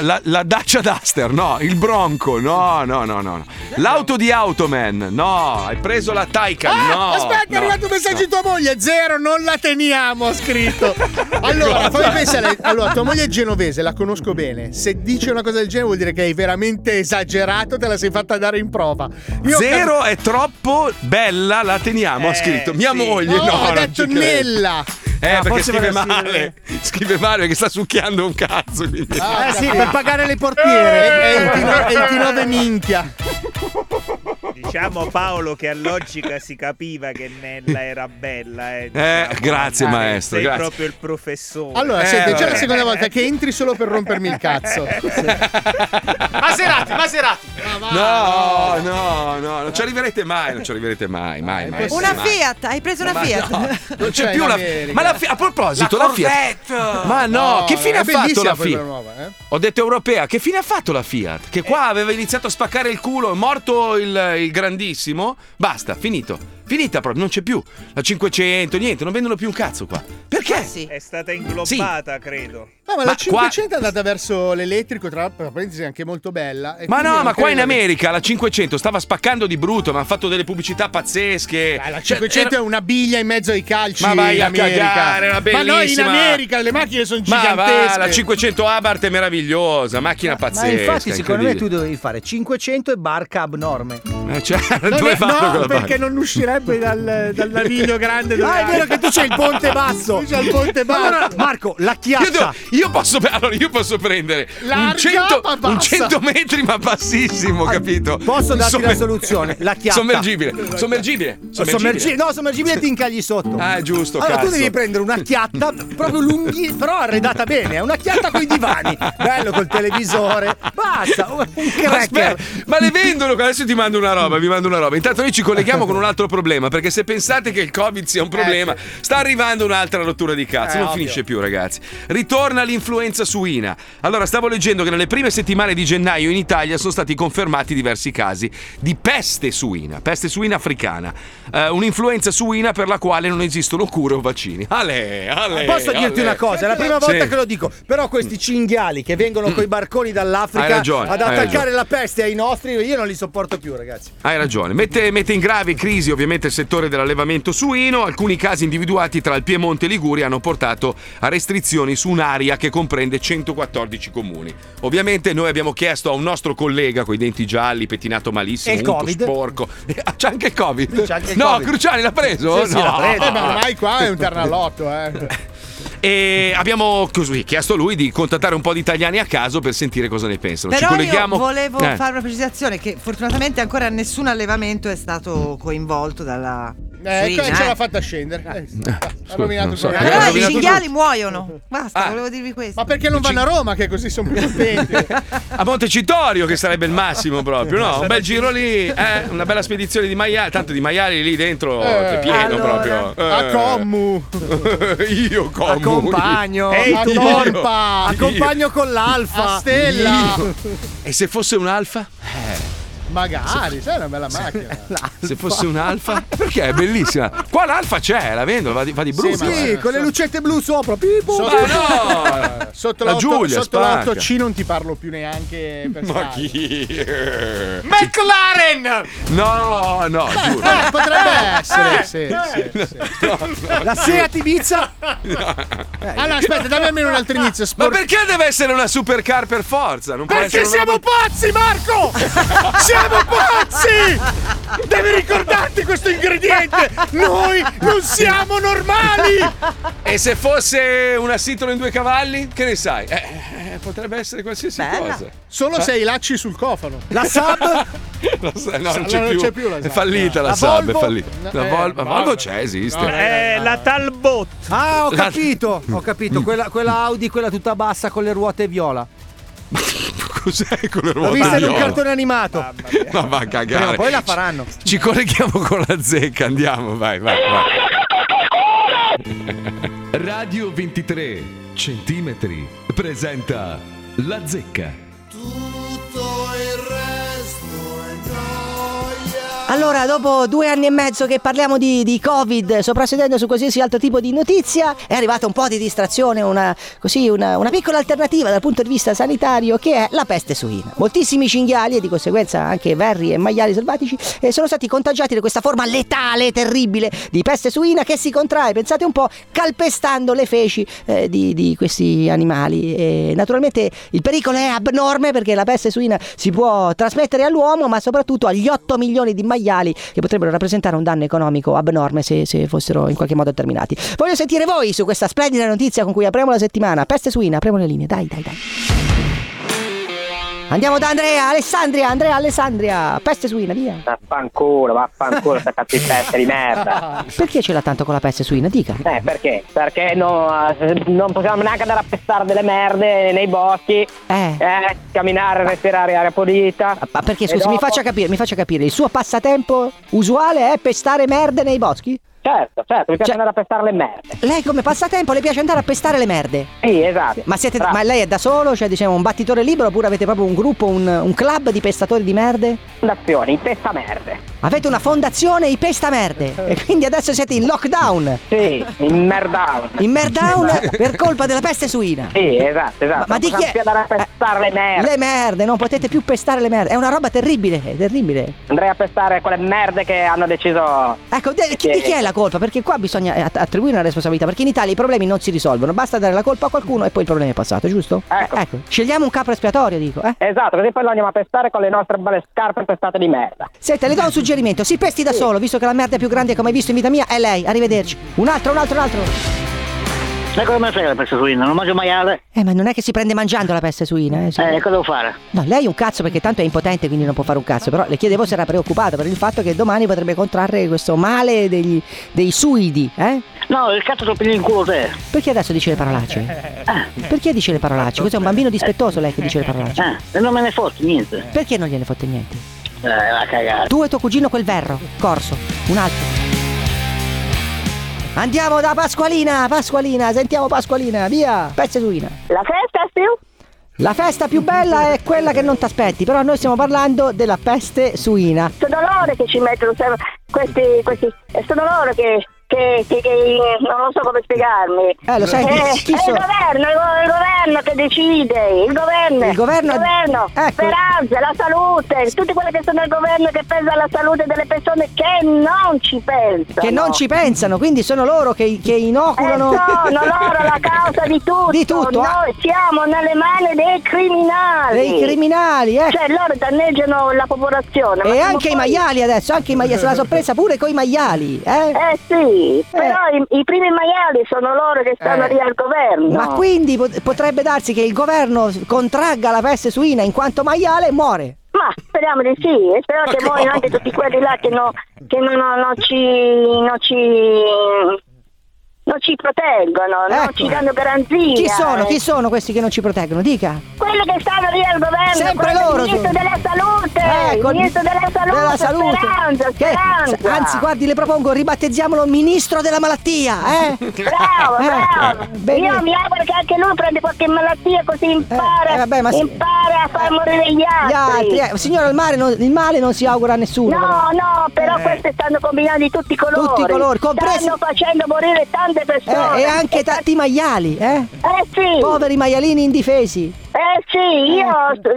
Speaker 2: la, la Dacia Duster, no, il Bronco, no, no, no, no. no. L'auto di Automan, no, hai preso la Taycan,
Speaker 8: Ah,
Speaker 2: no.
Speaker 8: aspetta, è
Speaker 2: no,
Speaker 8: arrivato un messaggio di tua moglie. Zero, non la teniamo, ha scritto. Allora, fammi pensare. Allora, tua moglie è genovese, la conosco bene. Se dice una cosa del genere vuol dire che hai veramente esagerato, te la sei fatta dare in prova. Io ho
Speaker 2: Zero è troppo bella, la teniamo, ha
Speaker 7: Eh,
Speaker 2: scritto. Mia
Speaker 7: sì.
Speaker 2: moglie,
Speaker 8: cap-
Speaker 2: no,
Speaker 8: No, ha
Speaker 2: non
Speaker 8: detto
Speaker 2: ci credo.
Speaker 8: Nella. Ah,
Speaker 2: Eh, perché
Speaker 9: forse
Speaker 2: scrive
Speaker 9: vale a
Speaker 2: male. Scrive male perché sta succhiando un cazzo. quindi.
Speaker 8: Ah,
Speaker 9: Eh sì, per pagare le
Speaker 8: E-
Speaker 9: portiere.
Speaker 8: e 29 e 29 minchia.
Speaker 7: Diciamo Paolo che a logica si capiva che Nella era bella. Eh,
Speaker 2: Eh,
Speaker 7: diciamo,
Speaker 2: grazie,
Speaker 7: dai,
Speaker 2: maestro,
Speaker 7: Sei
Speaker 2: grazie.
Speaker 7: proprio il professore.
Speaker 8: Allora,
Speaker 2: Eh,
Speaker 8: senti, è già
Speaker 2: vabbè.
Speaker 8: la seconda volta che entri solo per rompermi il cazzo.
Speaker 10: Maserati, Maserati.
Speaker 2: No, no, no, non ci arriverete mai, non ci arriverete mai,
Speaker 8: Eh,
Speaker 2: mai, mai.
Speaker 6: Una
Speaker 2: mai.
Speaker 6: Fiat, hai preso una Fiat.
Speaker 2: Non c'è
Speaker 8: Cioè,
Speaker 2: più la
Speaker 8: l'America.
Speaker 2: Ma la Fiat, a proposito, la, Fiat. Ma no, che fine
Speaker 8: è
Speaker 2: ha fatto
Speaker 8: bellissima
Speaker 2: la
Speaker 8: quella
Speaker 2: Fiat?
Speaker 8: nuova, eh?
Speaker 2: Ho detto europea, che fine ha fatto la Fiat? Che qua
Speaker 9: Eh.
Speaker 2: aveva iniziato a spaccare il culo, è morto il, il grandissimo. Basta, finito. Finita proprio, non c'è più. La 500, niente, non vendono più un cazzo qua.
Speaker 9: Eh,
Speaker 2: Perché?
Speaker 6: Sì.
Speaker 7: È stata inglobata, credo.
Speaker 8: No, ma,
Speaker 2: Ma
Speaker 8: la
Speaker 2: qua-
Speaker 8: 500 è andata verso l'elettrico, tra l'altro, tra parentesi, è anche molto bella. e
Speaker 2: Ma
Speaker 8: quindi
Speaker 2: no,
Speaker 8: non
Speaker 2: ma qua in
Speaker 8: credo che-
Speaker 2: America la 500 stava spaccando di brutto, ma hanno fatto delle pubblicità pazzesche.
Speaker 9: Ah,
Speaker 8: Dai, la
Speaker 2: Cioè,
Speaker 8: 500
Speaker 2: era-
Speaker 8: è una biglia in mezzo ai calci.
Speaker 2: Ma vai
Speaker 8: in
Speaker 2: a
Speaker 8: America.
Speaker 2: cagare, era
Speaker 8: Ma no, in
Speaker 2: bellissima.
Speaker 8: America le macchine sono
Speaker 2: eh, Ma
Speaker 8: gigantesche.
Speaker 2: va, la 500 Abarth è meravigliosa, macchina pazzesca.
Speaker 9: Ma infatti, secondo me tu
Speaker 2: Eh, incredibile.
Speaker 9: dovevi fare 500 e barca abnorme.
Speaker 2: Eh, cioè,
Speaker 8: Non
Speaker 2: dove
Speaker 8: è-
Speaker 2: fanno
Speaker 8: no,
Speaker 2: quella barca?
Speaker 8: perché non uscirebbe dal, dal naviglio grande. dove-
Speaker 9: Ah, è vero che tu c'hai il ponte basso.
Speaker 8: Tu c'hai il ponte basso.
Speaker 9: Allora, Marco, la
Speaker 2: Io,
Speaker 9: chiassa.
Speaker 2: devo- io posso, allora io posso prendere un
Speaker 8: Larga,
Speaker 2: 100,
Speaker 8: ma Ah,
Speaker 2: un
Speaker 8: bassa.
Speaker 2: 100 metri, ma bassissimo, capito?
Speaker 9: Posso darti
Speaker 2: Sommer-
Speaker 9: la soluzione? La chiatta.
Speaker 2: Sommergibile, sommergibile.
Speaker 9: Sommergi-
Speaker 2: sommergibile.
Speaker 9: no, sommergibile ti incagli sotto.
Speaker 2: Ah, è giusto,
Speaker 9: Allora
Speaker 2: cazzo.
Speaker 9: tu devi prendere una chiatta proprio lunghi, però arredata bene. È una chiatta con i divani. Bello col televisore. Basta, un
Speaker 2: Ma
Speaker 9: cracker.
Speaker 2: aspetta, ma le vendono? Adesso ti mando una roba, vi mando una roba. Intanto noi ci colleghiamo con un altro problema, perché se pensate che il Covid sia un
Speaker 9: Eh,
Speaker 2: problema, sta arrivando un'altra rottura di cazzo,
Speaker 8: Eh,
Speaker 2: non
Speaker 8: ovvio.
Speaker 2: finisce più, ragazzi. Ritorna l'influenza suina. Allora, stavo leggendo che nelle prime settimane di gennaio in Italia sono stati confermati diversi casi di peste suina, peste suina africana, Eh, un'influenza suina per la quale non esistono cure o vaccini. Ale, ale.
Speaker 9: Posso
Speaker 2: ale.
Speaker 9: dirti una cosa? È la prima volta
Speaker 2: Sì.
Speaker 9: che lo dico. Però questi cinghiali che vengono coi barconi dall'Africa
Speaker 2: Hai ragione,
Speaker 9: ad
Speaker 2: hai
Speaker 9: attaccare
Speaker 2: ragione.
Speaker 9: la peste ai nostri, io non li sopporto più, ragazzi.
Speaker 2: Hai ragione, mette, mette in grave crisi ovviamente il settore dell'allevamento suino, alcuni casi individuati tra il Piemonte e Liguria hanno portato a restrizioni su un'area che comprende 114 comuni. Ovviamente noi abbiamo chiesto a un nostro collega con i denti gialli, pettinato malissimo,
Speaker 9: E il
Speaker 2: unto,
Speaker 9: Covid?
Speaker 2: sporco. Eh, C'è anche il Covid?
Speaker 9: C'è anche il
Speaker 2: no,
Speaker 9: Covid.
Speaker 2: Cruciani l'ha preso?
Speaker 9: Sì, sì,
Speaker 2: no.
Speaker 9: l'ha preso.
Speaker 8: Eh, ma ormai qua è un ternallotto, eh.
Speaker 2: E abbiamo così chiesto a lui di contattare un po' di italiani a caso per sentire cosa ne pensano. Ci
Speaker 6: Però io
Speaker 2: colleghiamo.
Speaker 6: volevo
Speaker 2: Eh.
Speaker 6: fare una precisazione che fortunatamente ancora nessun allevamento è stato coinvolto dalla
Speaker 8: Eh,
Speaker 2: ecco,
Speaker 6: Sì,
Speaker 8: qua ce
Speaker 6: eh.
Speaker 8: l'ha fatta scendere. Eh, ha rovinato
Speaker 11: non
Speaker 8: il
Speaker 11: so.
Speaker 8: programma.
Speaker 6: Però
Speaker 11: Eh,
Speaker 6: i
Speaker 11: rovinato
Speaker 6: cinghiali muoiono. Basta,
Speaker 11: Ah.
Speaker 6: volevo dirvi questo.
Speaker 8: Ma perché non vanno a Roma che così sono più contenti?
Speaker 11: A Montecitorio, che sarebbe il massimo proprio, no? Un bel giro lì, eh? una bella spedizione di maiali. Tanto di maiali lì dentro
Speaker 9: Eh,
Speaker 11: è pieno
Speaker 6: allora.
Speaker 11: proprio. Eh.
Speaker 8: A Commu,
Speaker 11: Io Eh,
Speaker 9: A
Speaker 11: comune.
Speaker 9: compagno,
Speaker 12: Ehi,
Speaker 8: a
Speaker 12: tu.
Speaker 8: Torpa,
Speaker 9: a
Speaker 8: a
Speaker 9: compagno con l'alfa.
Speaker 8: Stella.
Speaker 11: E se fosse un alfa? Eh,
Speaker 8: Magari, sai, è una bella macchina.
Speaker 11: Se fosse un alfa? Perché è bellissima. Qua l'alfa c'è, la vendono, va di, va di brutto.
Speaker 9: Sì, con le lucette blu sopra. pipo.
Speaker 11: Ma no!
Speaker 8: Sotto
Speaker 11: La
Speaker 8: la
Speaker 11: Giulia,
Speaker 8: sotto
Speaker 11: spacca.
Speaker 8: l'8C non ti parlo più neanche per
Speaker 11: Ma
Speaker 8: strada.
Speaker 11: chi? McLaren! No, no, giuro.
Speaker 8: Eh, potrebbe essere, Eh, sì, sì, sì.
Speaker 9: La Seat Ibiza.
Speaker 8: Allora, aspetta, dammi almeno un altro inizio.
Speaker 11: Eh. Ma
Speaker 8: Sport-
Speaker 11: perché deve essere una supercar per forza? Non può
Speaker 9: Perché
Speaker 11: essere una
Speaker 9: siamo pazzi, Marco! Siamo pazzi! Devi ricordarti questo ingrediente! Noi non siamo normali!
Speaker 11: E se fosse una sitola in due cavalli, che ne sai? Eh, eh, potrebbe essere qualsiasi
Speaker 6: Bella.
Speaker 11: cosa.
Speaker 8: Solo se hai i lacci sul cofano.
Speaker 9: La Saab
Speaker 11: La sa- no, non
Speaker 8: Allora
Speaker 11: c'è,
Speaker 8: non
Speaker 11: più.
Speaker 8: c'è più la
Speaker 11: È
Speaker 8: Saab.
Speaker 11: fallita la,
Speaker 9: La
Speaker 11: Saab,
Speaker 9: Volvo?
Speaker 11: è fallita. La
Speaker 8: eh,
Speaker 11: Vol- la
Speaker 8: Volvo.
Speaker 11: Volvo c'è, esiste.
Speaker 8: No,
Speaker 12: Eh, la Talbot.
Speaker 9: Ah, ho capito, ho capito. Quella, quella Audi, quella tutta bassa con le ruote viola.
Speaker 11: Cos'è con le
Speaker 9: L'ho
Speaker 11: ruote
Speaker 9: vista in un
Speaker 11: viola?
Speaker 9: cartone animato.
Speaker 11: Ma va a
Speaker 9: Prima o
Speaker 11: cagare.
Speaker 9: poi la faranno.
Speaker 11: Ci colleghiamo con la zecca, andiamo, vai, vai, vai.
Speaker 2: Radio 23 centimetri presenta La Zecca.
Speaker 13: Allora, dopo due anni e mezzo che parliamo di, di Covid, soprassedendo su qualsiasi altro tipo di notizia, è arrivata un po' di distrazione, una, così, una, una piccola alternativa dal punto di vista sanitario che è la peste suina. Moltissimi cinghiali e di conseguenza anche verri e maiali selvatici eh, sono stati contagiati da questa forma letale, terribile di peste suina che si contrae, pensate un po', calpestando le feci eh, di, di questi animali. E naturalmente il pericolo è abnorme perché la peste suina si può trasmettere all'uomo, ma soprattutto agli 8 milioni di maiali che potrebbero rappresentare un danno economico abnorme se, se fossero in qualche modo terminati. Voglio sentire voi su questa splendida notizia con cui apriamo la settimana. Peste suina, apriamo le linee, dai, dai, dai. Andiamo da Andrea, Alessandria, Andrea, Alessandria. Peste suina, via.
Speaker 10: Ah. Vaffanculo, vaffanculo, sta cazzo di testa di merda.
Speaker 13: Perché ce l'ha tanto con la peste suina? Dica.
Speaker 10: Eh, perché? Perché no, eh, non possiamo neanche andare a pestare delle merde nei boschi,
Speaker 13: Eh.
Speaker 10: eh, camminare, respirare aria pulita.
Speaker 13: Ma- Ma perché
Speaker 10: E
Speaker 13: scusi, mi
Speaker 10: dopo-
Speaker 13: faccia capire, mi faccia capire, il suo passatempo usuale è pestare merde nei boschi?
Speaker 10: Certo, certo, mi
Speaker 13: Cioè-
Speaker 10: piace andare a pestare le merde.
Speaker 13: Lei come passatempo le piace andare a pestare le merde?
Speaker 10: Sì, esatto.
Speaker 13: Ma, siete,
Speaker 10: Bravo.
Speaker 13: ma lei è da solo? Cioè diciamo un battitore libero oppure avete proprio un gruppo, un, un club di pestatori di merde?
Speaker 10: Fondazioni, in testa merde.
Speaker 13: Avete una fondazione i pestamerde e quindi adesso siete in lockdown,
Speaker 10: Sì, in merdown.
Speaker 13: in merdown per colpa della peste suina.
Speaker 10: Sì, esatto, esatto.
Speaker 13: Ma- ma di
Speaker 10: Non possiamo
Speaker 13: chi è-
Speaker 10: più andare a pestare le merde.
Speaker 13: Le merde, non potete più pestare le merde, è una roba terribile, è terribile.
Speaker 10: Andrei a pestare quelle merde che hanno deciso...
Speaker 13: Ecco, de- chi, di chi è la colpa? Perché qua bisogna att- attribuire una responsabilità, perché in Italia i problemi non si risolvono, basta dare la colpa a qualcuno e poi il problema è passato, giusto?
Speaker 10: Ecco.
Speaker 13: Eh, scegliamo un capo espiatorio, dico, eh.
Speaker 10: Esatto, così poi lo andiamo a pestare con le nostre belle scarpe pestate di merda.
Speaker 13: Senta, le do un suggerimento, si pesti da solo, visto che la merda più grande che ho mai visto in vita mia è lei, arrivederci. Un altro, un altro, un altro.
Speaker 10: Sai come me frega la pesta suina? Non mangio maiale.
Speaker 13: Eh, ma non è che si prende mangiando la peste suina, eh. sì.
Speaker 10: Eh, cosa devo fare?
Speaker 13: No, lei è un cazzo perché tanto è impotente, quindi non può fare un cazzo, però le chiedevo se era preoccupata per il fatto che domani potrebbe contrarre questo male degli- dei suidi, eh?
Speaker 10: No, il cazzo te lo pigli in culo te.
Speaker 13: Perché adesso dice le parolacce? Perché dice le parolacce? Questo è un bambino dispettoso lei che dice le parolacce.
Speaker 10: Eh, e non me ne fotti niente.
Speaker 13: Perché non gliene fotte niente?
Speaker 10: Eh, va a cagare.
Speaker 13: Tu e tuo cugino quel verro, corso, un altro. Andiamo da Pasqualina, Pasqualina, sentiamo Pasqualina, via, pezzetuina.
Speaker 10: La festa, Steve?
Speaker 13: La festa più bella è quella che non ti aspetti, però noi stiamo parlando della peste suina.
Speaker 10: Sto dolore che ci mettono sempre questi... questi eh, sto dolore che... Che, che, che- non lo so come spiegarmi.
Speaker 13: Eh, lo sai, chi- chi
Speaker 10: è
Speaker 13: so-
Speaker 10: il governo, il, il governo che decide, il governo,
Speaker 13: Il governo- ecco.
Speaker 10: Speranza, la salute, tutti quelli che sono al governo che pensano alla salute delle persone che non ci pensano.
Speaker 13: Che non ci pensano, quindi sono loro che, che inoculano.
Speaker 10: Eh, sono loro la causa di tutto.
Speaker 13: Di tutto, ah.
Speaker 10: Noi siamo nelle mani dei criminali.
Speaker 13: Dei criminali, eh.
Speaker 10: Cioè loro danneggiano la popolazione. ma
Speaker 13: e
Speaker 10: prima
Speaker 13: anche
Speaker 10: o
Speaker 13: i
Speaker 10: poi-
Speaker 13: maiali adesso, anche i maiali, se la sono presa pure coi maiali, eh.
Speaker 10: Eh sì, però i, i primi maiali sono loro che stanno lì al governo.
Speaker 13: Eh. Ma quindi pot- potrebbe darsi che il governo contragga la peste suina in quanto maiale e muore.
Speaker 10: Ma
Speaker 14: Ma speriamo di sì, e spero che voi anche tutti quelli là che, no- che non, non- non ci, non ci non ci proteggono, non
Speaker 13: Ecco.
Speaker 14: ci danno Eh. garanzie.
Speaker 13: Chi sono? Chi sono questi che non ci proteggono? Dica.
Speaker 14: Quelli che stanno lì al governo,
Speaker 13: Sempre
Speaker 14: quello
Speaker 13: loro
Speaker 14: il ministro
Speaker 13: sono.
Speaker 14: della salute,
Speaker 13: Ecco,
Speaker 14: il ministro della salute,
Speaker 13: della salute.
Speaker 14: Speranza,
Speaker 13: Che-
Speaker 14: Speranza.
Speaker 13: anzi, guardi, le propongo, ribattezziamolo ministro della malattia, eh?
Speaker 14: Bravo,
Speaker 13: Eh,
Speaker 14: bravo.
Speaker 13: bene.
Speaker 14: Io mi auguro che anche lui prenda qualche malattia così impara,
Speaker 13: eh, vabbè, ma se-
Speaker 14: impara a far morire gli
Speaker 13: Gli altri,
Speaker 14: altri.
Speaker 13: eh, signora, il male, non, il male non si augura a nessuno. Eh.
Speaker 14: No, no, però queste stanno combinando di tutti i colori.
Speaker 13: Tutti i colori, compresi-
Speaker 14: Stanno facendo morire tante persone.
Speaker 13: Eh, e anche tanti maiali, eh?
Speaker 14: Eh sì.
Speaker 13: Poveri maialini indifesi.
Speaker 14: Eh sì, io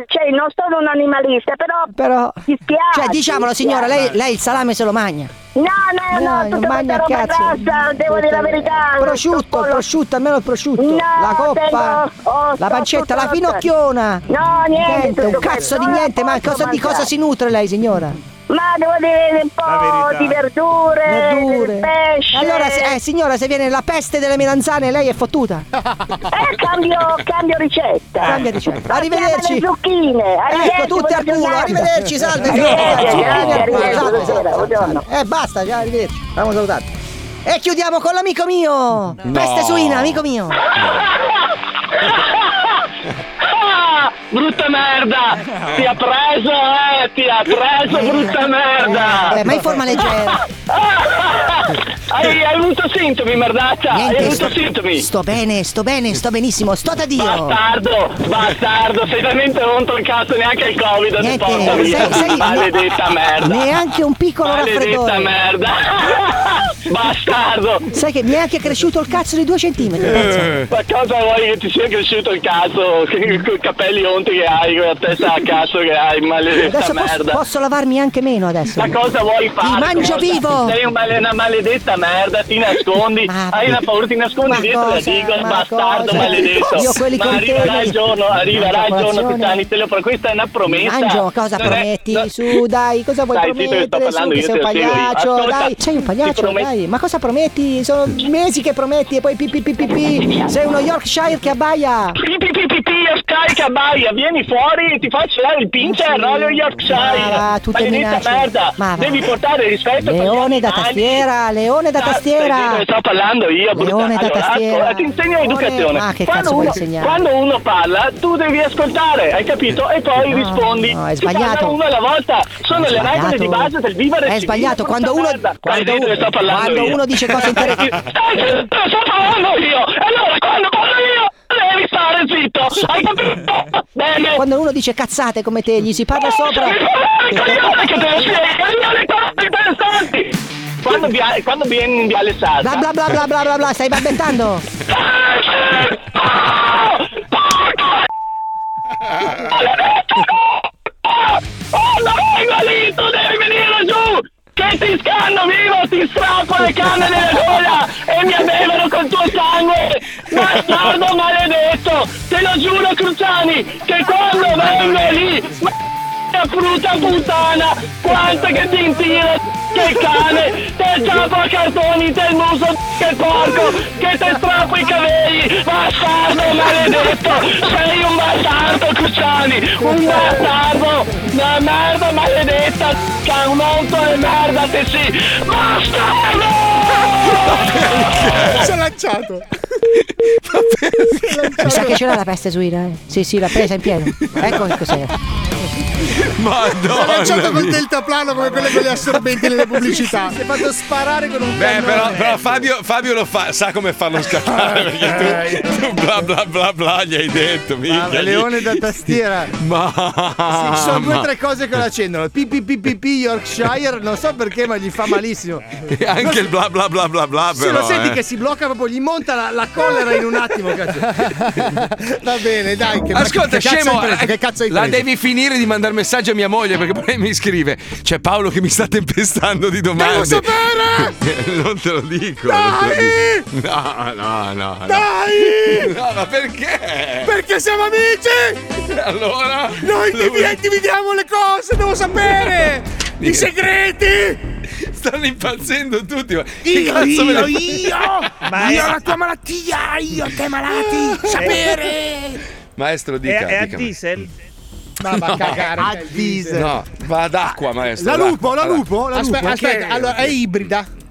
Speaker 14: cioè, non sono un animalista, però,
Speaker 13: però
Speaker 14: mi spiace.
Speaker 13: Cioè, diciamolo,
Speaker 14: mi
Speaker 13: signora,
Speaker 14: spiace.
Speaker 13: lei, lei il salame se lo magna.
Speaker 14: No, no, no,
Speaker 13: non
Speaker 14: tutta
Speaker 13: magna
Speaker 14: questa
Speaker 13: a
Speaker 14: roba
Speaker 13: cazzo.
Speaker 14: grassa, devo dire la verità.
Speaker 13: Prosciutto, prosciutto, almeno il prosciutto.
Speaker 14: No,
Speaker 13: la coppa,
Speaker 14: tengo- oh,
Speaker 13: la
Speaker 14: sto
Speaker 13: pancetta, la
Speaker 14: sotto-
Speaker 13: finocchiona.
Speaker 14: No, niente,
Speaker 13: un
Speaker 14: tutto
Speaker 13: cazzo
Speaker 14: questo.
Speaker 13: di
Speaker 14: Non la
Speaker 13: niente, ma
Speaker 14: posso
Speaker 13: cosa- di cosa
Speaker 14: mangiare.
Speaker 13: si nutre lei, signora?
Speaker 14: Ma devo dire un po' di verdure,
Speaker 13: Verdure.
Speaker 14: del pesce.
Speaker 13: Allora, se- eh, signora, se viene la peste delle melanzane, lei è fottuta.
Speaker 14: Eh, cambio, cambio ricetta.
Speaker 15: Ah.
Speaker 13: Cambia ricetta.
Speaker 14: Arrivederci.
Speaker 13: Arrivederci.
Speaker 14: Cioè, Le zucchine. Arrivederci,
Speaker 13: Ecco, tutte al
Speaker 14: buona
Speaker 13: culo.
Speaker 14: giornata.
Speaker 13: Arrivederci, salve.
Speaker 14: Grazie,
Speaker 13: Arrivederci,
Speaker 14: grazie,
Speaker 13: zucchine al culo, salve,
Speaker 14: arrivederci, buonasera,
Speaker 13: salve,
Speaker 14: buongiorno.
Speaker 13: salve. Eh, basta, già, arrivederci. Abbiamo salutato. E chiudiamo con l'amico mio. Peste suina, amico mio.
Speaker 10: Ah, brutta merda! Ti ha preso, eh! Ti ha preso, brutta merda!
Speaker 13: Eh, ma in forma leggera.
Speaker 10: Hai, hai avuto sintomi, merdata! hai avuto sintomi!
Speaker 13: sto bene, sto bene, sto benissimo, sto da Dio.
Speaker 10: Bastardo, bastardo, sei veramente rotto il cazzo, neanche il covid ti
Speaker 13: Niente,
Speaker 10: porta via.
Speaker 13: sei- sei-
Speaker 10: Maledetta
Speaker 13: no,
Speaker 10: merda.
Speaker 13: Neanche un piccolo
Speaker 10: Maledetta
Speaker 13: raffreddore.
Speaker 10: merda. Bastardo. Eh.
Speaker 13: Sai che mi è anche cresciuto il cazzo di due centimetri. pensa.
Speaker 10: Ma cosa vuoi che ti sia cresciuto il cazzo? Con i capelli onti che hai, con la testa a cazzo che hai, maledetta
Speaker 13: Adesso posso,
Speaker 10: merda.
Speaker 13: posso lavarmi anche meno adesso.
Speaker 10: Ma cosa vuoi fare?
Speaker 13: Ti mangio
Speaker 10: cosa?
Speaker 13: vivo!
Speaker 10: Sei un male- una maledetta merda, ti nascondi,
Speaker 13: Ma-
Speaker 10: hai una paura, ti nascondi
Speaker 13: ma
Speaker 10: dietro la
Speaker 13: cosa,
Speaker 10: digo,
Speaker 13: ma
Speaker 10: bastardo
Speaker 13: cosa?
Speaker 10: maledetto.
Speaker 13: Io quelli
Speaker 10: Ma
Speaker 13: con
Speaker 10: arriverà
Speaker 13: te-
Speaker 10: il giorno, arriverà il
Speaker 13: Mangio
Speaker 10: giorno,
Speaker 13: colazione.
Speaker 10: Titani, te lo pro- questa è una promessa.
Speaker 13: Mangio, cosa
Speaker 10: Non è-
Speaker 13: prometti?
Speaker 10: no-
Speaker 13: Su, dai, cosa vuoi
Speaker 10: Stai zitto che
Speaker 13: promettere?
Speaker 10: sto
Speaker 13: Su, che
Speaker 10: parlando, io
Speaker 13: sei un
Speaker 10: te lo spiego io.
Speaker 13: pagliaccio,
Speaker 10: Ascolta,
Speaker 13: dai, sei un
Speaker 10: ti
Speaker 13: pagliaccio,
Speaker 10: prometto-
Speaker 13: dai. Ma cosa prometti? Sono mesi che prometti e poi pi, pi, pi, pi, pi. Sei uno Yorkshire che abbaia.
Speaker 10: Pi, pi, pi, pi, pi, io scarica baia, vieni fuori e ti faccio dare il pincher, no, lo Yorkshire.
Speaker 13: Ma va, tutte minacce.
Speaker 10: Maledetta merda,
Speaker 13: Ma va.
Speaker 10: devi portare rispetto per gli
Speaker 13: Leone da
Speaker 10: animali. Ah,
Speaker 13: tastiera, leone da
Speaker 10: Stai
Speaker 13: tastiera.
Speaker 10: zitto che sto parlando io, brutta.
Speaker 13: Leone da
Speaker 10: Allora,
Speaker 13: tastiera.
Speaker 10: ascolta, ti insegno
Speaker 13: Leone-
Speaker 10: l'educazione.
Speaker 13: Ma che
Speaker 10: quando,
Speaker 13: cazzo vuoi
Speaker 10: uno,
Speaker 13: insegnare?
Speaker 10: quando uno parla, tu devi ascoltare, hai capito? E poi
Speaker 13: No,
Speaker 10: rispondi.
Speaker 13: no, è
Speaker 10: Si parla
Speaker 13: sbagliato.
Speaker 10: Uno alla volta. Sono
Speaker 13: È
Speaker 10: le regole
Speaker 13: sbagliato.
Speaker 10: di base del vivere
Speaker 13: È
Speaker 10: civile,
Speaker 13: sbagliato,
Speaker 10: brutta
Speaker 13: quando uno-
Speaker 10: merda.
Speaker 13: quando
Speaker 10: Stai zitto che sto parlando
Speaker 13: quando
Speaker 10: io.
Speaker 13: uno dice cose interessanti-
Speaker 10: Stai zitto, sto parlando io. E allora quando parlo io, devi stare zitto. Hai capito? Bene.
Speaker 13: Quando uno dice cazzate come te, gli si parla sopra.
Speaker 10: Coglione che te lo spiego, non le cose interessanti. Quando, vi, quando vieni in Viale Salta
Speaker 13: Bla bla bla bla bla bla bla, stai balbettando.
Speaker 10: Oh, no, vengo lì, tu devi venire giù! Che ti scanno vivo, ti strappo le canne della gola e mi abbevano col tuo sangue! Bastardo maledetto! Te lo giuro, Cruciani, che quando vengo lì... Ma frutta puttana! Quante che ti intira, che cane! Te ciapo a cartoni, te il muso, che porco! Che te strappo i capelli! Bastardo maledetto! Sei un bastardo, Cruciani! Un bastardo! Una merda maledetta! C'è un monto di merda, te sì! Bastardo!
Speaker 8: Si è lanciato.
Speaker 13: Mi sa che c'era la peste suina, eh. Sì, sì, l'ha presa in pieno. Ecco che cos'è.
Speaker 8: L'ho lanciato col
Speaker 2: Madonna.
Speaker 8: deltaplano come quelle con gli assorbenti nelle pubblicità.
Speaker 3: Si è fatto sparare con un
Speaker 2: Beh,
Speaker 3: cannone.
Speaker 2: però, però Fabio, Fabio lo fa, sa come farlo scappare. Perché tu, tu bla bla bla bla gli hai detto. minchia, gli-
Speaker 3: leone da tastiera.
Speaker 2: Ma
Speaker 3: Sì, sono due o tre cose che lo accendono. PPPPP Yorkshire, non so perché, ma gli fa malissimo.
Speaker 2: E Anche il bla bla bla bla bla.
Speaker 3: Se
Speaker 2: però,
Speaker 3: lo senti
Speaker 2: eh.
Speaker 3: che si blocca proprio, gli monta la, la collera in un attimo, cazzo. Va bene, dai. Che,
Speaker 2: Ascolta,
Speaker 3: che cazzo
Speaker 2: scemo,
Speaker 3: hai preso?
Speaker 2: eh,
Speaker 3: che cazzo hai
Speaker 2: la
Speaker 3: preso?
Speaker 2: devi finire di mandare messaggio a mia moglie perché poi mi scrive: C'è Paolo che mi sta tempestando di domande.
Speaker 3: Devo sapere!
Speaker 2: non te lo dico.
Speaker 3: Dai!
Speaker 2: non te lo dico. No, no, no. no.
Speaker 3: Dai!
Speaker 2: No, ma perché?
Speaker 3: Perché siamo amici!
Speaker 2: Allora?
Speaker 3: Noi ti vi- dividiamo le cose, devo sapere! I segreti!
Speaker 2: Stanno impazzendo tutti. Ma che
Speaker 3: Io,
Speaker 2: cazzo me
Speaker 3: io,
Speaker 2: ne-
Speaker 3: io!
Speaker 7: Ma
Speaker 3: io
Speaker 7: è-
Speaker 3: la tua malattia, io te malati! Sapere!
Speaker 2: Maestro,
Speaker 7: È,
Speaker 2: dica.
Speaker 7: è a
Speaker 2: dica.
Speaker 7: diesel?
Speaker 8: Ma va a cagare.
Speaker 2: A
Speaker 8: cioè, il diesel.
Speaker 2: No, va ad acqua, maestro.
Speaker 8: La
Speaker 2: ad acqua,
Speaker 8: lupo, la
Speaker 2: ad acqua.
Speaker 8: lupo, la lupo.
Speaker 2: Aspetta, aspetta,
Speaker 8: allora è ibrida.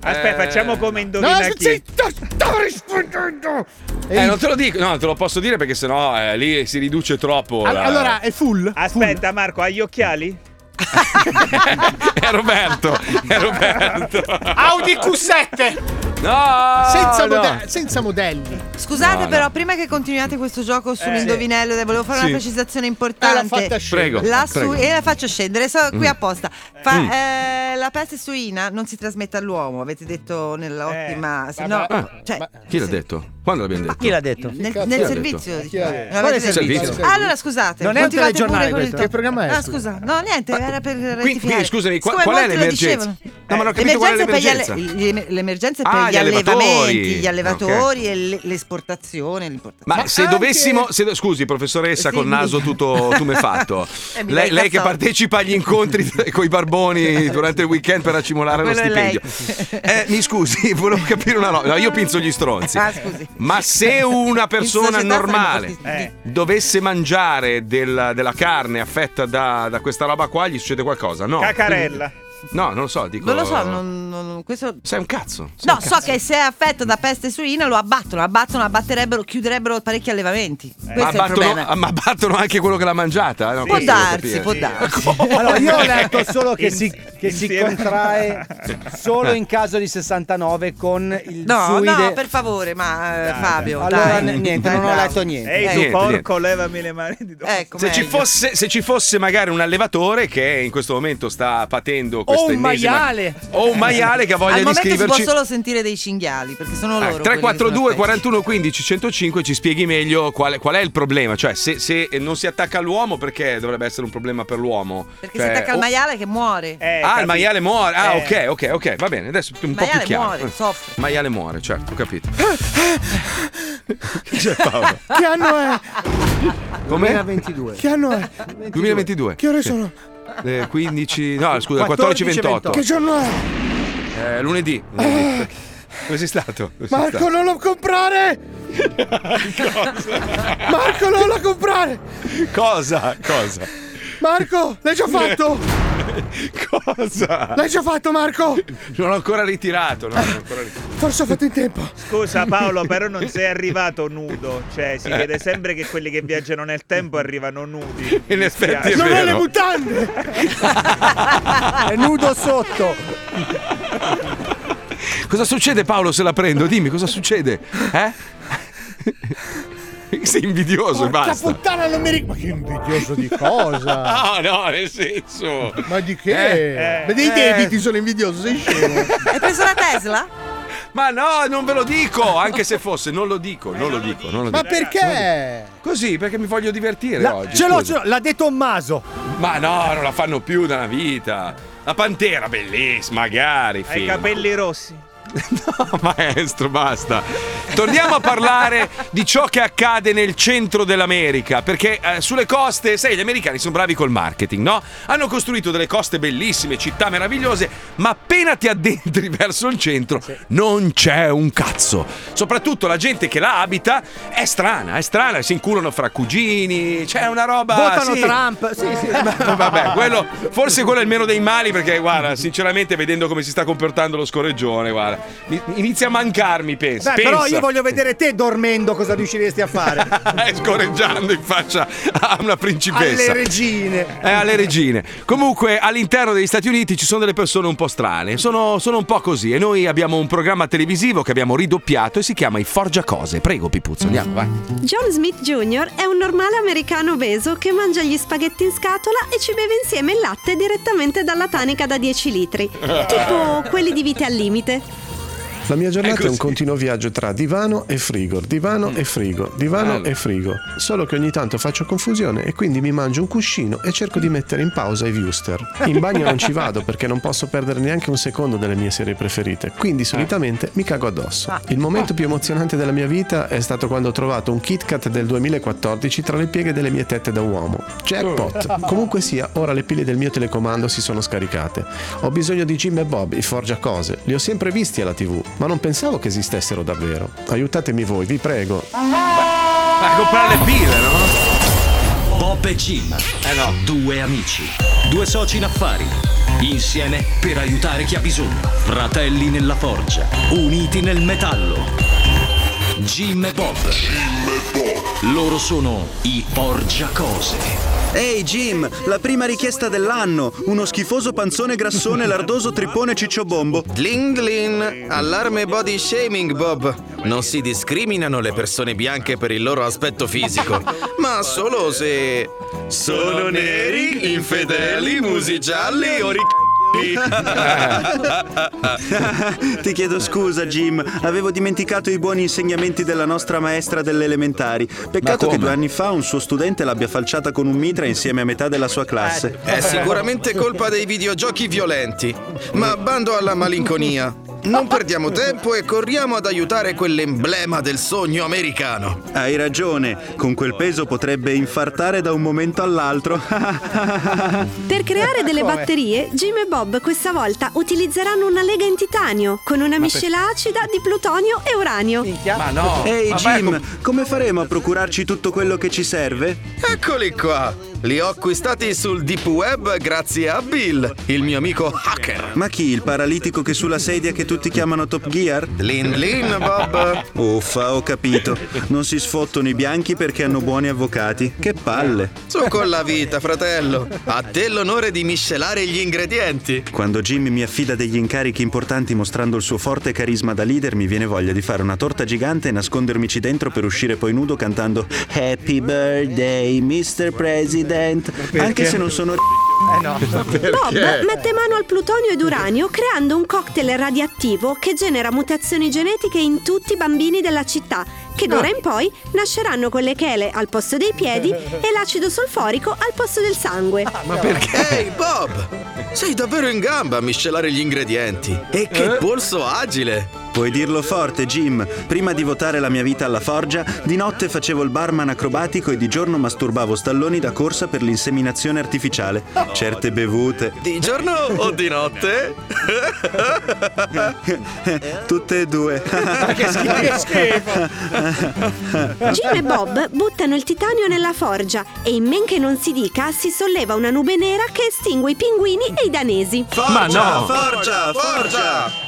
Speaker 7: Aspetta,
Speaker 2: Eh.
Speaker 7: facciamo come
Speaker 8: No,
Speaker 7: indovina chi.
Speaker 8: zitto, stavo rispondendo.
Speaker 2: Eh, non te lo dico, no, te lo posso dire perché sennò eh, lì si riduce troppo. la-
Speaker 8: è full.
Speaker 7: Aspetta, Marco, hai gli occhiali?
Speaker 2: è Roberto, è Roberto.
Speaker 3: Audi Q7.
Speaker 2: No!
Speaker 8: senza,
Speaker 2: no.
Speaker 8: mode- senza modelli.
Speaker 6: Scusate,
Speaker 2: No, no.
Speaker 6: però, prima che continuiate questo gioco sull'indovinello, eh, volevo fare
Speaker 8: Sì.
Speaker 6: una precisazione importante.
Speaker 8: Eh, l'ha fatta scendere. Prego,
Speaker 6: La su-
Speaker 8: prego.
Speaker 6: E la faccio scendere, sono qui
Speaker 8: Mm.
Speaker 6: apposta. Fa-
Speaker 8: Mm.
Speaker 6: eh, la peste suina non si trasmette all'uomo, avete detto
Speaker 8: Eh,
Speaker 6: nell'ottima. se no,
Speaker 2: Ah,
Speaker 6: cioè,
Speaker 2: Chi l'ha detto? Quando l'abbiamo detto? Chi l'ha detto?
Speaker 6: nel, nel servizio. diciamo.
Speaker 8: Chi l'ha detto?
Speaker 6: Non
Speaker 8: Quale
Speaker 6: avete-
Speaker 2: servizio?
Speaker 6: Ah, Allora, scusate.
Speaker 8: Non è un
Speaker 6: continuate pure
Speaker 8: telegiornale
Speaker 6: con il
Speaker 8: questo?
Speaker 6: top.
Speaker 8: Che programma è,
Speaker 6: Ah,
Speaker 8: scusa?
Speaker 6: scusa. No, niente, era per
Speaker 2: Quindi,
Speaker 6: rettificare.
Speaker 2: quindi, scusami, qua-
Speaker 6: Siccome
Speaker 2: qual è
Speaker 6: molti lo
Speaker 2: l'emergenza?
Speaker 6: dicevano.
Speaker 2: No, ma non ho capito qual è
Speaker 6: L'emergenza per gli
Speaker 2: l'emergenza.
Speaker 6: alle- gli em- l'emergenza è per
Speaker 2: Ah,
Speaker 6: gli,
Speaker 2: gli allevatori.
Speaker 6: allevamenti, gli
Speaker 2: Ah,
Speaker 6: allevatori e le- l'esportazione. l'importazione.
Speaker 2: Ma, se dovessimo, se do- scusi professoressa
Speaker 6: Sì,
Speaker 2: col
Speaker 6: mi-
Speaker 2: naso tutto tumefatto,
Speaker 6: Eh, mi
Speaker 2: lei,
Speaker 6: dai
Speaker 2: lei che
Speaker 6: cazzotti.
Speaker 2: partecipa agli incontri con i barboni durante il weekend per accumulare lo
Speaker 6: Quello è lei.
Speaker 2: stipendio, eh, mi scusi, volevo capire una roba, no, io pinzo gli stronzi,
Speaker 6: Ah, scusi.
Speaker 2: ma se una persona
Speaker 6: società
Speaker 2: normale Eh.
Speaker 6: saremmo
Speaker 16: Eh.
Speaker 6: partiti-
Speaker 2: dovesse mangiare della, della carne affetta da, da questa roba qua, gli succede qualcosa? No.
Speaker 7: Cacarella.
Speaker 2: No, non lo so, dico...
Speaker 6: Non lo so, non, non- questo...
Speaker 2: Sei un cazzo. sei
Speaker 6: No,
Speaker 2: un
Speaker 6: so che se è affetto da peste suina lo abbattono, abbattono, abbatterebbero, chiuderebbero parecchi allevamenti. Questo
Speaker 2: ma,
Speaker 6: è il
Speaker 2: battono,
Speaker 6: problema.
Speaker 2: ah, ma battono anche quello che l'ha mangiata? eh, No,
Speaker 6: Può
Speaker 2: questo devo
Speaker 6: darsi,
Speaker 2: capire.
Speaker 6: può darsi.
Speaker 17: Allora, io ho letto
Speaker 2: solo
Speaker 17: che si- che si contrae solo in caso di 69 con il
Speaker 6: No,
Speaker 17: suide.
Speaker 6: no, per favore, ma eh, Fabio.
Speaker 17: Allora,
Speaker 6: dai.
Speaker 17: n- niente, non ho
Speaker 6: bravo.
Speaker 17: letto niente.
Speaker 7: Ehi, tu
Speaker 2: Niente,
Speaker 7: porco, levami le mani di dosso.
Speaker 6: Ecco,
Speaker 2: Se ci, fosse, se ci fosse magari un allevatore che in questo momento sta patendo questa ennesima- O un maiale che ha voglia
Speaker 6: Al
Speaker 2: di
Speaker 6: momento si
Speaker 2: scriverci.
Speaker 6: può solo sentire dei cinghiali, perché sono loro.
Speaker 2: Eh,
Speaker 6: quelli che sono
Speaker 2: 342
Speaker 6: affetti.
Speaker 2: 41 15 105 ci spieghi meglio qual, qual è il problema, cioè se, se non si attacca all'uomo perché dovrebbe essere un problema per l'uomo?
Speaker 6: Perché
Speaker 2: Cioè,
Speaker 6: si attacca al
Speaker 2: o-
Speaker 6: maiale che muore.
Speaker 2: Ah, il maiale muore. Ah, ok, ok, ok, va bene, adesso un po' più
Speaker 6: Maiale
Speaker 2: chiaro.
Speaker 6: muore, soffre.
Speaker 2: Maiale muore, certo, ho capito. C'è Paolo.
Speaker 8: Che anno è?
Speaker 2: Come?
Speaker 17: 2022.
Speaker 8: Che anno è?
Speaker 2: 2022.
Speaker 8: Che ore sono?
Speaker 2: Eh, 15, no, scusa, 14, 28.
Speaker 8: Che giorno è?
Speaker 2: Eh, lunedì. lunedì. Dove sei stato? Dove sei
Speaker 8: Ah. Marco,
Speaker 2: stato?
Speaker 8: non lo comprare! Marco, non lo comprare!
Speaker 2: Cosa? Cosa?
Speaker 8: Marco, l'hai già fatto!
Speaker 2: Cosa?
Speaker 8: L'hai già fatto, Marco!
Speaker 2: Non l'ho ancora ritirato, no, non l'ho ancora ritirato.
Speaker 8: Forse ho fatto in tempo.
Speaker 7: Scusa Paolo, però non sei arrivato nudo. Cioè, si vede sempre che quelli che viaggiano nel tempo arrivano nudi.
Speaker 2: In effetti è
Speaker 8: non ho le
Speaker 2: vero.
Speaker 8: mutande!
Speaker 17: È nudo sotto.
Speaker 2: Cosa succede Paolo se la prendo? Dimmi cosa succede? Eh? Sei invidioso e
Speaker 8: Porca
Speaker 2: basta.
Speaker 8: puttana, non mi ric- Ma che invidioso di cosa?
Speaker 2: No, no, nel senso.
Speaker 8: Ma di
Speaker 2: Eh.
Speaker 8: che? Ma dei debiti sono invidioso, sei scemo.
Speaker 6: Hai preso la Tesla?
Speaker 2: Ma no, non ve lo dico, anche se fosse, non lo dico, non lo dico, non lo
Speaker 8: Ma
Speaker 2: dico.
Speaker 8: perché?
Speaker 2: Così, perché mi voglio divertire
Speaker 17: La-
Speaker 2: oggi.
Speaker 17: ce l'ho, ce
Speaker 2: scusa.
Speaker 17: l'ho, l'ha detto Tommaso.
Speaker 2: Ma no, non la fanno più da una vita. La pantera bellissima, magari.
Speaker 7: Hai i
Speaker 2: film.
Speaker 7: capelli rossi.
Speaker 2: Maestro, basta. Torniamo a parlare di ciò che accade nel centro dell'America, perché eh, sulle coste, sai, gli americani sono bravi col marketing, no? Hanno costruito delle coste bellissime, città meravigliose, ma appena ti addentri verso il centro non c'è un cazzo. Soprattutto la gente che la abita è strana, è strana, si inculano fra cugini, c'è una roba...
Speaker 17: Votano
Speaker 2: sì.
Speaker 17: Trump. Sì, sì.
Speaker 2: Eh, Vabbè, quello, forse quello è il meno dei mali perché, guarda, sinceramente, vedendo come si sta comportando lo scorreggione, guarda, mi- inizia a mancarmi, pensa.
Speaker 17: Beh, però
Speaker 2: pensa.
Speaker 17: io voglio vedere te dormendo cosa riusciresti a fare.
Speaker 2: Eh, scorreggiando in faccia a una
Speaker 17: Alle
Speaker 2: principessa.
Speaker 17: regine.
Speaker 2: Eh, alle regine. Comunque, all'interno degli Stati Uniti ci sono delle persone un po' strane, sono, sono un po' così. E noi abbiamo un programma televisivo che abbiamo ridoppiato e si chiama I Forgia Cose. Prego, Pipuzzo, andiamo, vai.
Speaker 18: John Smith Jr. è un normale americano obeso che mangia gli spaghetti in scatola e ci beve insieme il latte direttamente dalla tanica da 10 litri, tipo quelli di vite al limite.
Speaker 19: La mia giornata è, un continuo viaggio tra divano e frigo, divano e frigo, divano
Speaker 2: Bello.
Speaker 19: e frigo. Solo che ogni tanto faccio confusione e quindi mi mangio un cuscino e cerco di mettere in pausa i viewster. In bagno non ci vado perché non posso perdere neanche un secondo delle mie serie preferite, quindi solitamente mi cago addosso. Il momento più emozionante della mia vita è stato quando ho trovato un Kit Kat del 2014 tra le pieghe delle mie tette da uomo. Jackpot! Comunque sia, ora le pile del mio telecomando si sono scaricate. Ho bisogno di Jim e Bob, i forgia cose. Li ho sempre visti alla TV, ma non pensavo che esistessero davvero. Aiutatemi voi, vi prego.
Speaker 2: Vai a comprare le pile, no? Eh
Speaker 16: Bob
Speaker 10: Pop e Jim. Due amici. Due soci in affari. Insieme per aiutare chi ha bisogno. Fratelli nella forgia. Uniti nel metallo. Jim e Bob. Loro sono i Orgiacose.
Speaker 3: Ehi Jim, la prima richiesta dell'anno, uno schifoso panzone grassone lardoso tripone cicciobombo.
Speaker 16: Dling dling, allarme body shaming Bob. Non si discriminano le persone bianche per il loro aspetto fisico, ma solo se... Sono neri, infedeli, musi gialli o
Speaker 3: Ti chiedo scusa Jim, avevo dimenticato i buoni insegnamenti della nostra maestra delle elementari. Peccato che due anni fa un suo studente l'abbia falciata con un mitra insieme a metà della sua classe.
Speaker 6: Eh,
Speaker 16: È Eh, sicuramente colpa dei videogiochi violenti, ma bando alla malinconia. Non perdiamo tempo e corriamo ad aiutare quell'emblema del sogno americano.
Speaker 3: Hai ragione, con quel peso potrebbe infartare da un momento all'altro.
Speaker 18: Per creare delle
Speaker 3: Come?
Speaker 18: batterie, Jim e Bob questa volta utilizzeranno una lega in titanio con una
Speaker 3: Ma
Speaker 18: miscela acida di plutonio e uranio.
Speaker 3: Ma no! Ehi
Speaker 16: Ma vai a
Speaker 3: Jim, come faremo a procurarci tutto quello che ci serve?
Speaker 16: Eccoli qua! Li ho acquistati sul deep web grazie a Bill, il mio amico hacker.
Speaker 3: Ma chi, il paralitico che sulla sedia che tutti chiamano Top Gear?
Speaker 16: Lin lin, Bob.
Speaker 3: Uffa, ho capito. Non si sfottono i bianchi perché hanno buoni avvocati. Che palle.
Speaker 16: Su con la vita, fratello. A te l'onore di miscelare gli ingredienti.
Speaker 3: Quando Jimmy mi affida degli incarichi importanti mostrando il suo forte carisma da leader, mi viene voglia di fare una torta gigante e nascondermici dentro per uscire poi nudo cantando Happy Birthday, Mr. President. Anche se non sono. Eh no.
Speaker 18: Bob mette mano al plutonio ed uranio creando un cocktail radioattivo che genera mutazioni genetiche in tutti i bambini della città, che d'ora in poi nasceranno con le chele al posto dei piedi e l'acido solforico al posto del sangue.
Speaker 16: Ah, Ma perché? Ehi, Bob! Sei davvero in gamba a miscelare gli ingredienti. E che polso agile!
Speaker 3: Puoi dirlo forte, Jim. Prima di votare la mia vita alla forgia, di notte facevo il barman acrobatico e di giorno masturbavo stalloni da corsa per l'inseminazione artificiale. Certe bevute.
Speaker 16: Di giorno o di notte?
Speaker 3: Tutte e due.
Speaker 20: che schifo, che schifo.
Speaker 18: Jim e Bob buttano il titanio nella forgia e in men che non si dica si solleva una nube nera che estingue i pinguini e i danesi.
Speaker 3: Forgia, forgia!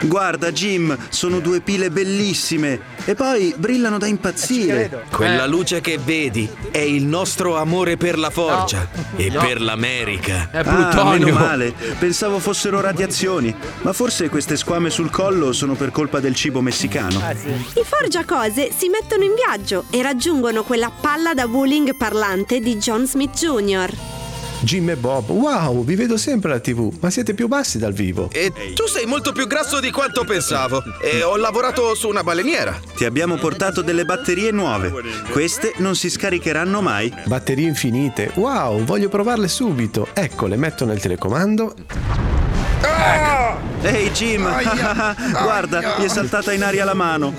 Speaker 3: Guarda, Jim, sono due pile bellissime e poi brillano da
Speaker 20: Eh,
Speaker 3: impazzire.
Speaker 16: Quella luce che vedi è il nostro amore per la forgia e per l'America.
Speaker 3: Ah, meno male, pensavo fossero radiazioni, ma forse queste squame sul collo sono per colpa del cibo messicano.
Speaker 20: Ah,
Speaker 18: I forgiacose si mettono in viaggio e raggiungono quella palla da bowling parlante di John Smith Jr.
Speaker 19: Jim e Bob, wow, vi vedo sempre alla TV, ma siete più bassi dal vivo.
Speaker 16: E tu sei molto più grasso di quanto pensavo. E ho lavorato su una baleniera.
Speaker 3: Ti abbiamo portato delle batterie nuove. Queste non si scaricheranno mai.
Speaker 19: Batterie infinite, wow, voglio provarle subito. Ecco, le metto nel telecomando.
Speaker 3: Ehi Jim, guarda, gli è saltata in aria la mano.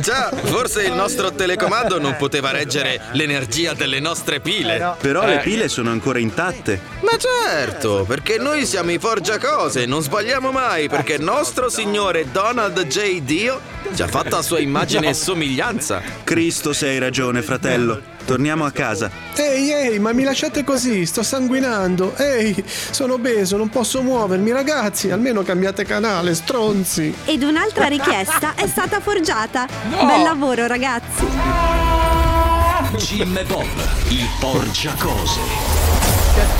Speaker 16: Già, forse il nostro telecomando non poteva reggere l'energia delle nostre pile.
Speaker 3: Però le
Speaker 16: Eh.
Speaker 3: pile sono ancora intatte.
Speaker 16: Ma certo, perché noi siamo i forgiacose, non sbagliamo mai, perché il nostro signore Donald J. Dio ci ha fatto a sua immagine e somiglianza.
Speaker 3: Cristo, se hai ragione, fratello. Torniamo a casa.
Speaker 19: Ehi, ehi, ma mi lasciate così, sto sanguinando. Ehi, sono obeso, non posso muovermi, ragazzi, almeno cambiate canale, stronzi.
Speaker 18: Ed un'altra richiesta è stata forgiata. Bel lavoro ragazzi!
Speaker 10: Jim e Bob, i Orgiacose.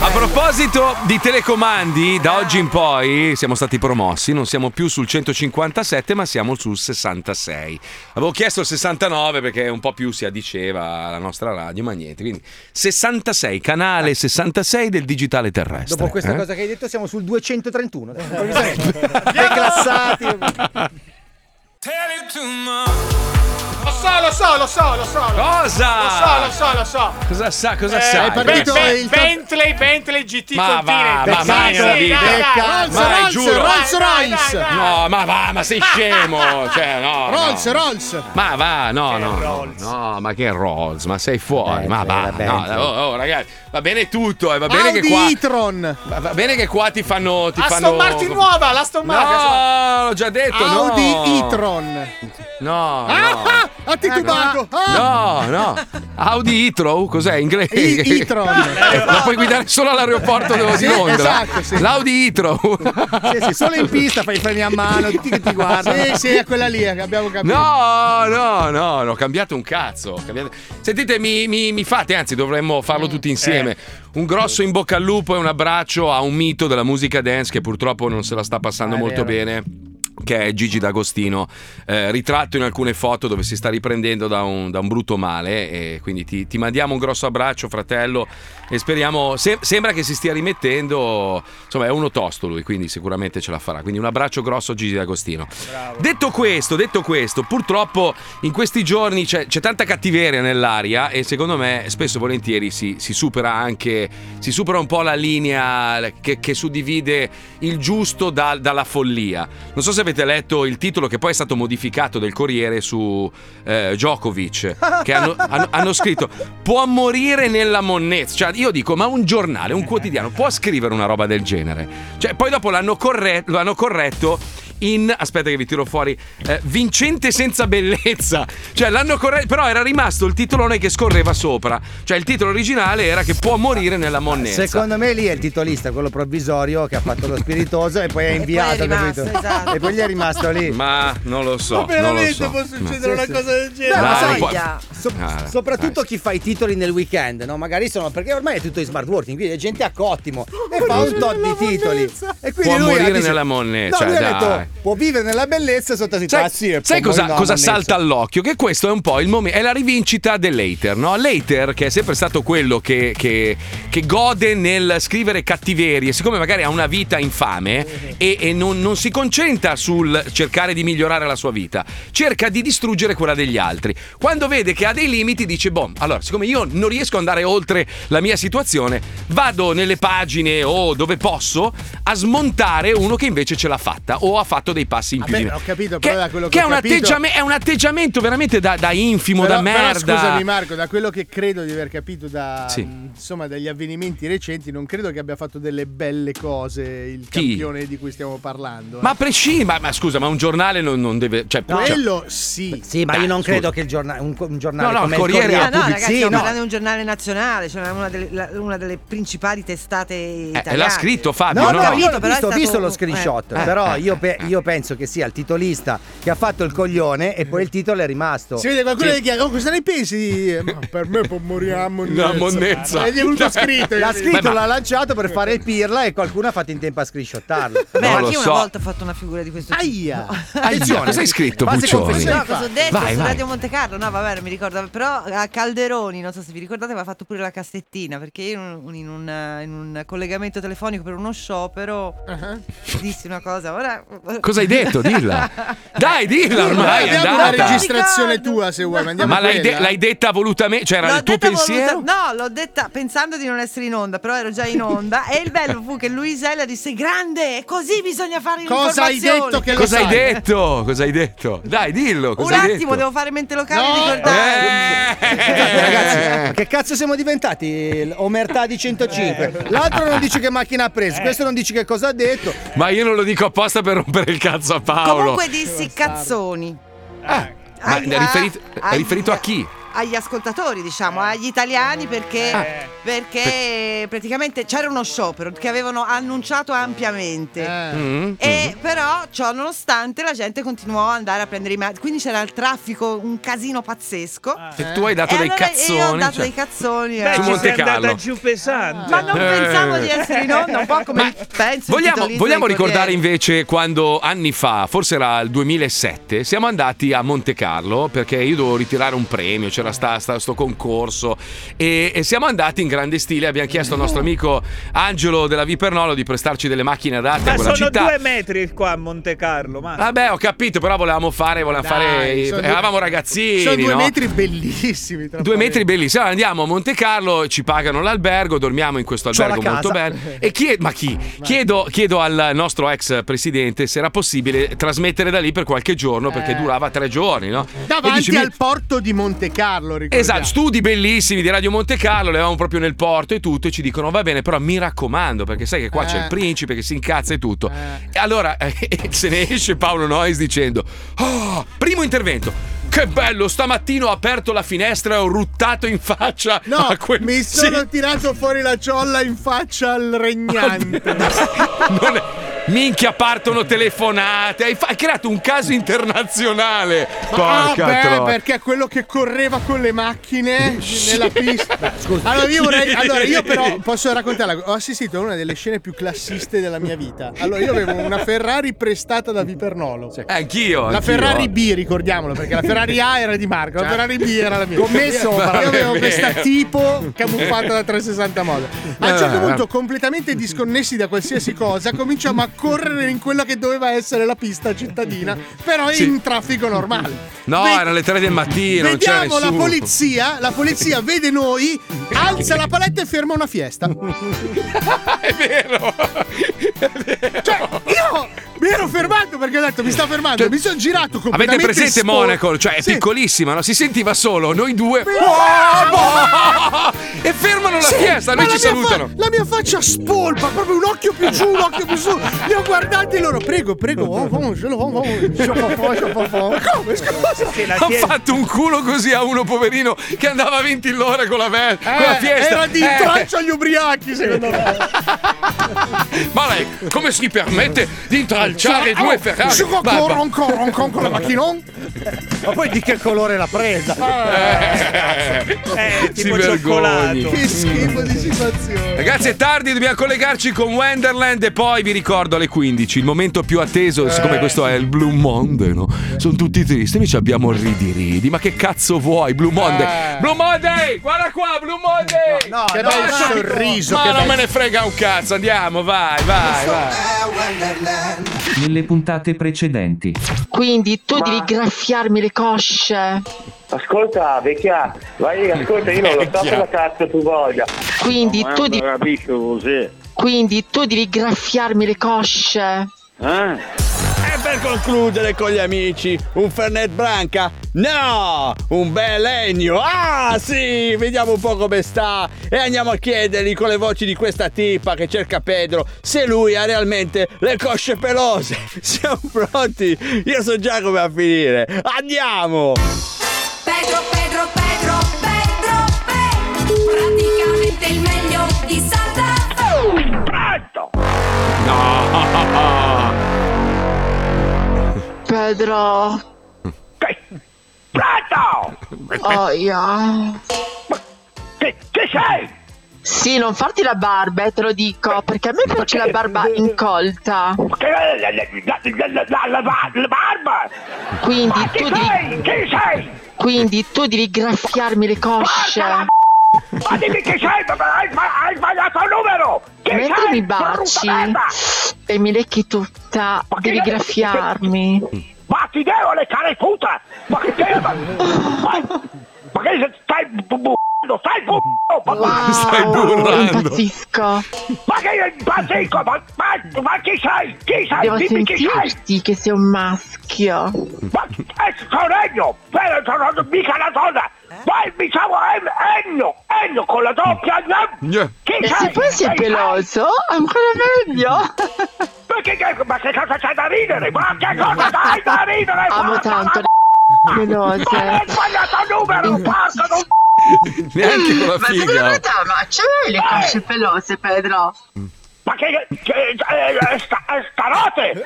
Speaker 2: A proposito di telecomandi, da oggi in poi siamo stati promossi, non siamo più sul 157 ma siamo sul 66. Avevo chiesto il 69 perché un po' più si addiceva la nostra radio, ma niente. Quindi 66, canale 66 del digitale terrestre.
Speaker 9: Dopo questa
Speaker 2: eh?
Speaker 9: cosa che hai detto siamo sul 231. Declassati.
Speaker 8: Lo so, lo so, lo so, lo so.
Speaker 2: Cosa?
Speaker 8: Lo so, lo so, lo so.
Speaker 2: Cosa sa,
Speaker 8: Eh,
Speaker 2: cosa sa?
Speaker 8: Be- Be- Bentley, Bentley GT
Speaker 2: Ma va,
Speaker 8: Continente.
Speaker 2: ma
Speaker 8: Sì,
Speaker 2: vai,
Speaker 8: sì,
Speaker 2: non
Speaker 8: dai,
Speaker 2: dica.
Speaker 8: dai,
Speaker 2: Pecca.
Speaker 8: dai,
Speaker 2: Ma
Speaker 8: dai,
Speaker 2: giuro.
Speaker 8: dai, dai, dai, dai.
Speaker 2: No, ma va, ma sei scemo. Cioè, no,
Speaker 11: Rolls,
Speaker 2: no.
Speaker 11: Rolls.
Speaker 2: Ma va, no, no, no, no, ma che Rolls, ma sei fuori, ma va, no,
Speaker 11: Bentley.
Speaker 2: oh, oh, ragazzi, va bene tutto, eh, va bene
Speaker 11: Audi
Speaker 2: che qua,
Speaker 11: e-tron.
Speaker 2: va- va bene che qua ti fanno, ti
Speaker 8: Aston
Speaker 2: fanno...
Speaker 8: Martin nuova, l'Aston Martin.
Speaker 2: No, l'ho già detto, no.
Speaker 11: Audi e-tron.
Speaker 2: No, no.
Speaker 11: Ah, ah, ha titubato. Ah.
Speaker 2: No, no. Audi e-tron, uh, cos'è? Inglese?
Speaker 10: I- e-tron.
Speaker 2: La puoi guidare solo all'aeroporto di
Speaker 8: Sì,
Speaker 2: Londra.
Speaker 8: esatto, sì.
Speaker 2: L'Audi e-tron.
Speaker 8: Sì, sì, solo in pista fai i freni a mano, tutti che ti guardano. Sì, sì, è quella lì, eh, che abbiamo capito.
Speaker 2: No, no, no, no, ho cambiato un cazzo. ho cambiato- Sentite, mi, mi- mi fate, anzi dovremmo
Speaker 9: Mm,
Speaker 2: farlo tutti
Speaker 9: eh.
Speaker 2: insieme. Un grosso in bocca al lupo e un abbraccio a un mito della musica dance che purtroppo non se la sta passando
Speaker 9: Ah, è
Speaker 2: molto
Speaker 9: vero.
Speaker 2: bene. Che è Gigi D'Agostino, eh, ritratto in alcune foto dove si sta riprendendo da un, da un brutto male. E quindi ti, ti mandiamo un grosso abbraccio, fratello. E speriamo. se- sembra che si stia rimettendo. Insomma, è uno tosto lui, quindi sicuramente ce la farà. Quindi un abbraccio grosso a Gigi D'Agostino. Detto questo, detto questo, purtroppo in questi giorni c'è, c'è tanta cattiveria nell'aria e secondo me spesso e volentieri si, si supera anche, si supera un po' la linea che, che suddivide il giusto dal- dalla follia. Non so se avete letto il titolo che poi è stato modificato del Corriere su eh, Djokovic, che hanno, hanno- hanno scritto può morire nella monnezza. Cioè, io dico, ma un giornale,
Speaker 9: Eh.
Speaker 2: un quotidiano può scrivere una roba del genere? Cioè, poi dopo l'hanno, corre- lo hanno corretto in aspetta che vi tiro fuori eh, vincente senza bellezza cioè l'hanno corretto però era rimasto il titolone che scorreva sopra cioè il titolo originale era che può morire nella monnezza
Speaker 9: Secondo me lì è il titolista, quello provvisorio che ha fatto lo spiritoso e poi è inviato,
Speaker 2: rimasto,
Speaker 9: capito?
Speaker 8: esatto.
Speaker 9: E poi gli è rimasto lì.
Speaker 2: ma non lo so
Speaker 9: Ma veramente
Speaker 2: non lo
Speaker 9: può
Speaker 2: so.
Speaker 9: succedere
Speaker 2: Ma-
Speaker 9: una cosa del
Speaker 2: genere?
Speaker 9: Beh, ma
Speaker 2: Dai,
Speaker 9: sai,
Speaker 2: guarda.
Speaker 9: so-
Speaker 2: Ah,
Speaker 9: soprattutto chi fa i titoli nel weekend, no? Magari sono perché ormai è tutto in smart working, quindi la gente a cottimo e fa un tot di titoli. E quindi
Speaker 2: può
Speaker 9: lui ha
Speaker 2: morire
Speaker 9: deciso-
Speaker 2: nella
Speaker 9: No,
Speaker 2: monnezza
Speaker 9: lui ha
Speaker 2: dai.
Speaker 9: detto può vivere nella bellezza sotto la
Speaker 2: Sai,
Speaker 9: ah, sì, e
Speaker 2: sai
Speaker 9: può
Speaker 2: cosa,
Speaker 9: morire nella
Speaker 2: cosa
Speaker 9: monnezza.
Speaker 2: salta all'occhio? Che questo è un po' il momento, è la rivincita dell'hater, no? L'hater che è sempre stato quello che, che- che gode nel scrivere cattiverie, siccome magari ha una vita infame e, e non, non si concentra sul cercare di migliorare la sua vita, cerca di distruggere quella degli altri. Quando vede che ha dei limiti dice, boh, allora siccome io non riesco ad andare oltre la mia situazione, vado nelle pagine o dove posso a smontare uno che invece ce l'ha fatta o ha fatto dei passi in più. di
Speaker 8: Beh,
Speaker 2: me."
Speaker 8: ho capito,
Speaker 2: Che-
Speaker 8: però da quello che,
Speaker 2: che è
Speaker 8: ho
Speaker 2: un,
Speaker 8: capito-
Speaker 2: atteggiame- è un atteggiamento veramente da, da infimo,
Speaker 8: Però-
Speaker 2: da
Speaker 8: però
Speaker 2: merda.
Speaker 8: scusami Marco, da quello che credo di aver capito da,
Speaker 2: Sì.
Speaker 8: mh, insomma, dagli avvenimenti recenti, non credo che abbia fatto delle belle cose il
Speaker 2: Chi?
Speaker 8: campione di cui stiamo parlando. eh.
Speaker 2: ma a prescindere, ma, ma scusa, ma un giornale non, non deve. Cioè, cioè-
Speaker 8: Quello sì.
Speaker 9: Sì, ma
Speaker 2: Dai,
Speaker 9: io non
Speaker 2: scusa.
Speaker 9: credo che il giornale, un, un giornale
Speaker 2: No, no,
Speaker 9: come
Speaker 2: il Corriere
Speaker 6: Ah, no,
Speaker 9: pubblico-
Speaker 6: ragazzi,
Speaker 9: sì,
Speaker 6: stiamo
Speaker 9: no.
Speaker 6: parlando di un giornale nazionale, cioè una delle, la- una delle principali testate italiane.
Speaker 2: Eh, l'ha scritto Fabio,
Speaker 9: No,
Speaker 2: no?
Speaker 9: no, io
Speaker 6: Capito,
Speaker 9: l'ho
Speaker 6: però è
Speaker 9: visto, ho
Speaker 6: stato
Speaker 9: visto lo
Speaker 6: un-
Speaker 9: screenshot,
Speaker 6: eh.
Speaker 9: però
Speaker 6: Eh,
Speaker 9: io, pe- io penso che sia il titolista che ha fatto il coglione e poi il titolo è rimasto.
Speaker 8: Si vede qualcuno
Speaker 9: Sì.
Speaker 8: che chiede, oh, cosa ne pensi? di-" Ma per me può morire a monnezza.
Speaker 9: La
Speaker 8: E gli è venuto scritto. eh.
Speaker 9: L'ha
Speaker 8: capito?
Speaker 9: scritto, l'ha lanciato per fare il pirla e qualcuno ha fatto in tempo a screenshottarlo.
Speaker 6: Beh, anche io una volta ho fatto una figura di questo tipo. Aia!
Speaker 9: Attenzione.
Speaker 2: Cosa hai scritto,
Speaker 9: Fase
Speaker 2: Puccioni?
Speaker 9: confidenziale.
Speaker 6: No, cosa ho detto
Speaker 2: Vai,
Speaker 6: su
Speaker 2: vai.
Speaker 6: Radio Monte Carlo? No, vabbè, non mi ricordo. Però a Calderoni, non so se vi ricordate, aveva fatto pure la cassettina perché io in un, in un- in un collegamento telefonico per uno sciopero
Speaker 8: Uh-huh.
Speaker 6: dissi una cosa. Ora...
Speaker 2: Cosa hai detto? Dilla. Dai, dilla ormai. È
Speaker 8: Abbiamo una
Speaker 2: andata.
Speaker 8: registrazione tua se vuoi. Ma, andiamo
Speaker 2: Ma l'hai, de-
Speaker 8: quella.
Speaker 2: l'hai detta volutamente? Cioè, era
Speaker 6: L'ho
Speaker 2: il tuo
Speaker 6: detta voluta-
Speaker 2: pensiero?
Speaker 6: no, l'ho detta pensando di non essere in onda, però ero già in onda. e il bello fu che Luisella disse: Grande, è così bisogna fare
Speaker 8: Cosa hai
Speaker 6: l'informazione."
Speaker 8: detto che lo
Speaker 2: Cosa hai
Speaker 8: sai?
Speaker 2: detto? Cosa hai detto? Dai, dillo.
Speaker 6: Un
Speaker 2: Cosa hai
Speaker 6: attimo,
Speaker 2: detto?
Speaker 6: devo fare mente locale e
Speaker 9: No.
Speaker 6: ricordare.
Speaker 9: Ragazzi, che cazzo siamo diventati? Omertà di 105. L'altro non dice che macchina ha
Speaker 6: Eh.
Speaker 9: preso, questo non dice che cosa ha detto.
Speaker 2: Ma io non lo dico apposta per rompere il cazzo a Paolo. Ah,
Speaker 6: Comunque dissi cazzoni.
Speaker 2: Ma
Speaker 6: Ai-
Speaker 2: è riferito,
Speaker 6: a-
Speaker 2: è riferito a chi?
Speaker 6: agli ascoltatori, diciamo, agli italiani perché,
Speaker 2: Ah.
Speaker 6: perché praticamente c'era uno sciopero che avevano annunciato ampiamente.
Speaker 2: Mm,
Speaker 6: E però ciò nonostante la gente continuò ad andare a prendere i mezzi, quindi c'era il traffico, un casino pazzesco.
Speaker 2: E tu hai dato
Speaker 6: E
Speaker 2: dei
Speaker 6: allora Io ho
Speaker 2: cazzoni,
Speaker 6: dato
Speaker 2: cioè.
Speaker 6: dei cazzoni.
Speaker 2: Beh, Ah. Su ci Monte sei andata Carlo.
Speaker 6: giù pesante. Ma non pensavo di essere in onda, un po' come penso. i
Speaker 2: Vogliamo,
Speaker 6: titolini
Speaker 2: vogliamo
Speaker 6: del Corriere.
Speaker 2: ricordare invece quando anni fa, forse era il 2007, siamo andati a Monte Carlo perché io dovevo ritirare un premio, c'era sta, sta- sto concorso e, e siamo andati in grande stile, abbiamo chiesto al nostro amico Angelo della Vipernolo di prestarci delle macchine adatte a
Speaker 7: Ma
Speaker 2: quella
Speaker 7: Ah, sono
Speaker 2: città.
Speaker 7: due metri qua a Monte Carlo, ma...
Speaker 2: Vabbè, ho capito, però volevamo fare, volevamo
Speaker 7: Dai,
Speaker 2: fare.
Speaker 7: sono due-
Speaker 2: Eravamo ragazzini.
Speaker 8: Sono due
Speaker 2: no?
Speaker 8: metri bellissimi. tra
Speaker 2: Due
Speaker 8: parentesi.
Speaker 2: metri bellissimi. Allora andiamo a Monte Carlo, ci pagano l'albergo, dormiamo in questo
Speaker 8: C'ho la
Speaker 2: albergo molto
Speaker 8: casa.
Speaker 2: bene. E chie- ma chi? Chiedo, chiedo al nostro ex presidente se era possibile trasmettere da lì per qualche giorno perché
Speaker 8: Eh.
Speaker 2: durava tre giorni, no? E
Speaker 8: Davanti
Speaker 2: dici, mi-
Speaker 8: al porto di Monte Carlo, ricordiamo.
Speaker 2: Esatto, studi bellissimi di Radio Monte Carlo, li avevamo proprio nel porto e tutto, e ci dicono va bene, però mi raccomando, perché sai che qua c'è
Speaker 8: Eh.
Speaker 2: il principe che si incazza e eh, tutto. E allora eh, se ne esce Paolo Noyes dicendo, "Oh, primo intervento. Che bello, stamattina ho aperto la finestra e ho ruttato in faccia.
Speaker 8: No,
Speaker 2: a quel...
Speaker 8: mi
Speaker 2: Sì,
Speaker 8: sono tirato fuori la ciolla in faccia al regnante.
Speaker 2: non è- Minchia, partono telefonate. Hai, fa- hai creato un caso internazionale.
Speaker 8: Ah,
Speaker 2: Porca
Speaker 8: beh,
Speaker 2: troia.
Speaker 8: perché quello che correva con le macchine nella pista.
Speaker 9: Scusa.
Speaker 8: Allora io, vorrei, allora, io però posso raccontarla. Oh, Ho assistito a una delle scene più classiste della mia vita. Allora, io avevo una Ferrari prestata da Vipernolo.
Speaker 2: Eh, Anch'io.
Speaker 8: La
Speaker 2: anch'io.
Speaker 8: Ferrari B, ricordiamolo, perché la Ferrari A era di Marco, la
Speaker 2: Cioè,
Speaker 8: Ferrari B era la mia.
Speaker 2: commesso,
Speaker 8: io
Speaker 2: bravo,
Speaker 8: avevo
Speaker 2: è
Speaker 8: questa
Speaker 2: vero.
Speaker 8: tipo camuffata da 360 moda. A un certo
Speaker 2: Ah.
Speaker 8: punto, completamente disconnessi da qualsiasi cosa, cominciamo a correre in quella che doveva essere la pista cittadina, però
Speaker 2: Sì.
Speaker 8: in traffico normale.
Speaker 2: No, erano le tre del mattino. non c'era
Speaker 8: Vediamo la
Speaker 2: nessuno.
Speaker 8: polizia, la polizia vede noi, alza la paletta e ferma una fiesta. è
Speaker 2: vero.
Speaker 8: Cioè, io mi ero fermato perché ho detto mi sta fermando, mi sono girato completamente
Speaker 2: Cioè, Avete presente
Speaker 8: sporco.
Speaker 2: Monaco? Cioè, è
Speaker 8: Sì.
Speaker 2: piccolissima, no? Si sentiva solo, noi due. E fermano la fiesta, noi
Speaker 8: ma
Speaker 2: ci
Speaker 8: la mia
Speaker 2: salutano.
Speaker 8: la mia faccia spolpa, proprio un occhio più giù, un occhio più su. Li ho guardati loro, prego, prego. oh, oh, ce l'ho, oh, oh, ce l'ho, oh, ce l'ho, oh, oh. Ma come? Scusa.
Speaker 2: Ha fatto un culo così a uno poverino che andava a 20 l'ora con la, ve- con la
Speaker 8: Eh,
Speaker 2: fiesta.
Speaker 8: Era di
Speaker 2: Eh.
Speaker 8: intralcio agli ubriachi, secondo me.
Speaker 2: Eh, Ma lei come si permette di intralciare due Ferrari?
Speaker 8: Ancora,
Speaker 2: Ma- ma-
Speaker 8: ancora, Ah, ancora, ancora la macchinone.
Speaker 9: Ma poi di che colore l'ha presa?
Speaker 2: Ah. Eh,
Speaker 9: tipo
Speaker 2: si
Speaker 9: cioccolato.
Speaker 2: vergogni.
Speaker 8: Che schifo di situazione.
Speaker 2: Ragazzi, è tardi, dobbiamo collegarci con Wonderland e poi vi ricordo alle 15, il momento più atteso,
Speaker 8: Eh,
Speaker 2: siccome questo è il Blue Monday, no? Sono tutti tristi, noi ci abbiamo ridi ridi, ma che cazzo vuoi, Blue Monday? Blue Monday, guarda qua, Blue Monday! Eh. No,
Speaker 8: Eh. che bel sorriso,
Speaker 2: Ma
Speaker 8: che
Speaker 2: non
Speaker 8: bel-
Speaker 2: me ne frega un cazzo, andiamo, vai, vai, vai.
Speaker 7: Nelle puntate precedenti.
Speaker 15: Quindi tu devi graffiarmi le cosce.
Speaker 21: Ascolta, vecchia, vai, ascolta, io non lo so
Speaker 15: Vecchia.
Speaker 21: cosa cazzo tu voglia.
Speaker 15: Quindi tu di-
Speaker 21: Non capisco così. eh?
Speaker 15: Quindi tu devi graffiarmi le cosce.
Speaker 10: E per concludere con gli amici, un Fernet Branca? No! Un bel legno! Ah sì! Vediamo un po' come sta e andiamo a chiedergli con le voci di questa tipa che cerca Pedro se lui ha realmente le cosce pelose. Siamo pronti? Io so già come va a finire. Andiamo!
Speaker 22: Pedro, Pedro, Pedro, Pedro, Pedro, praticamente il meglio di Santa.
Speaker 2: No!
Speaker 15: Pedro. Oh, io. Che, sei? Sì, non farti la barba, eh, te lo dico, perché a me piace la barba incolta.
Speaker 23: La barba!
Speaker 15: Quindi tu devi.
Speaker 23: Chi sei?
Speaker 15: Quindi tu devi graffiarmi le cosce.
Speaker 23: Ma dimmi chi sei! ma- ma- Hai, ma- hai sbagliato il numero! Chi
Speaker 15: Mentre
Speaker 23: sei?
Speaker 15: mi baci e mi lecchi tutta, devi graffiarmi.
Speaker 23: Ma ti devo leccare tutta! Ma che te? Ma, ma- ma che stai bu- bu- Stai bu- ma-
Speaker 15: Wow, Stai burlando. Oh, impazzisco.
Speaker 23: Ma che impazzisco? Ma, ma, ma chi sei? Chi sei?
Speaker 15: Devo
Speaker 23: Ah, Dimmi chi sei! Eh,
Speaker 15: sentirti che sei un maschio.
Speaker 23: Ma è sorello! Però Eh, sono mica la donna! Vai, mi chiamo En- Ennio! Ennio con la doppia N! Chi
Speaker 15: E
Speaker 23: sei?
Speaker 15: se poi sei
Speaker 23: Chi
Speaker 15: peloso, ancora meglio.
Speaker 23: Ma che, che- ma che cosa c'è da ridere? Ma che cosa c'è da ridere?
Speaker 15: Amo tanto le pelose.
Speaker 23: Hai sbagliato il numero, porca non...
Speaker 2: Neanche con la
Speaker 15: Ma dico la
Speaker 2: figa.
Speaker 15: verità, ma ce l'hai le cosce pelose, Pedro?
Speaker 23: Ma che... che eh, eh, sta, eh, starote!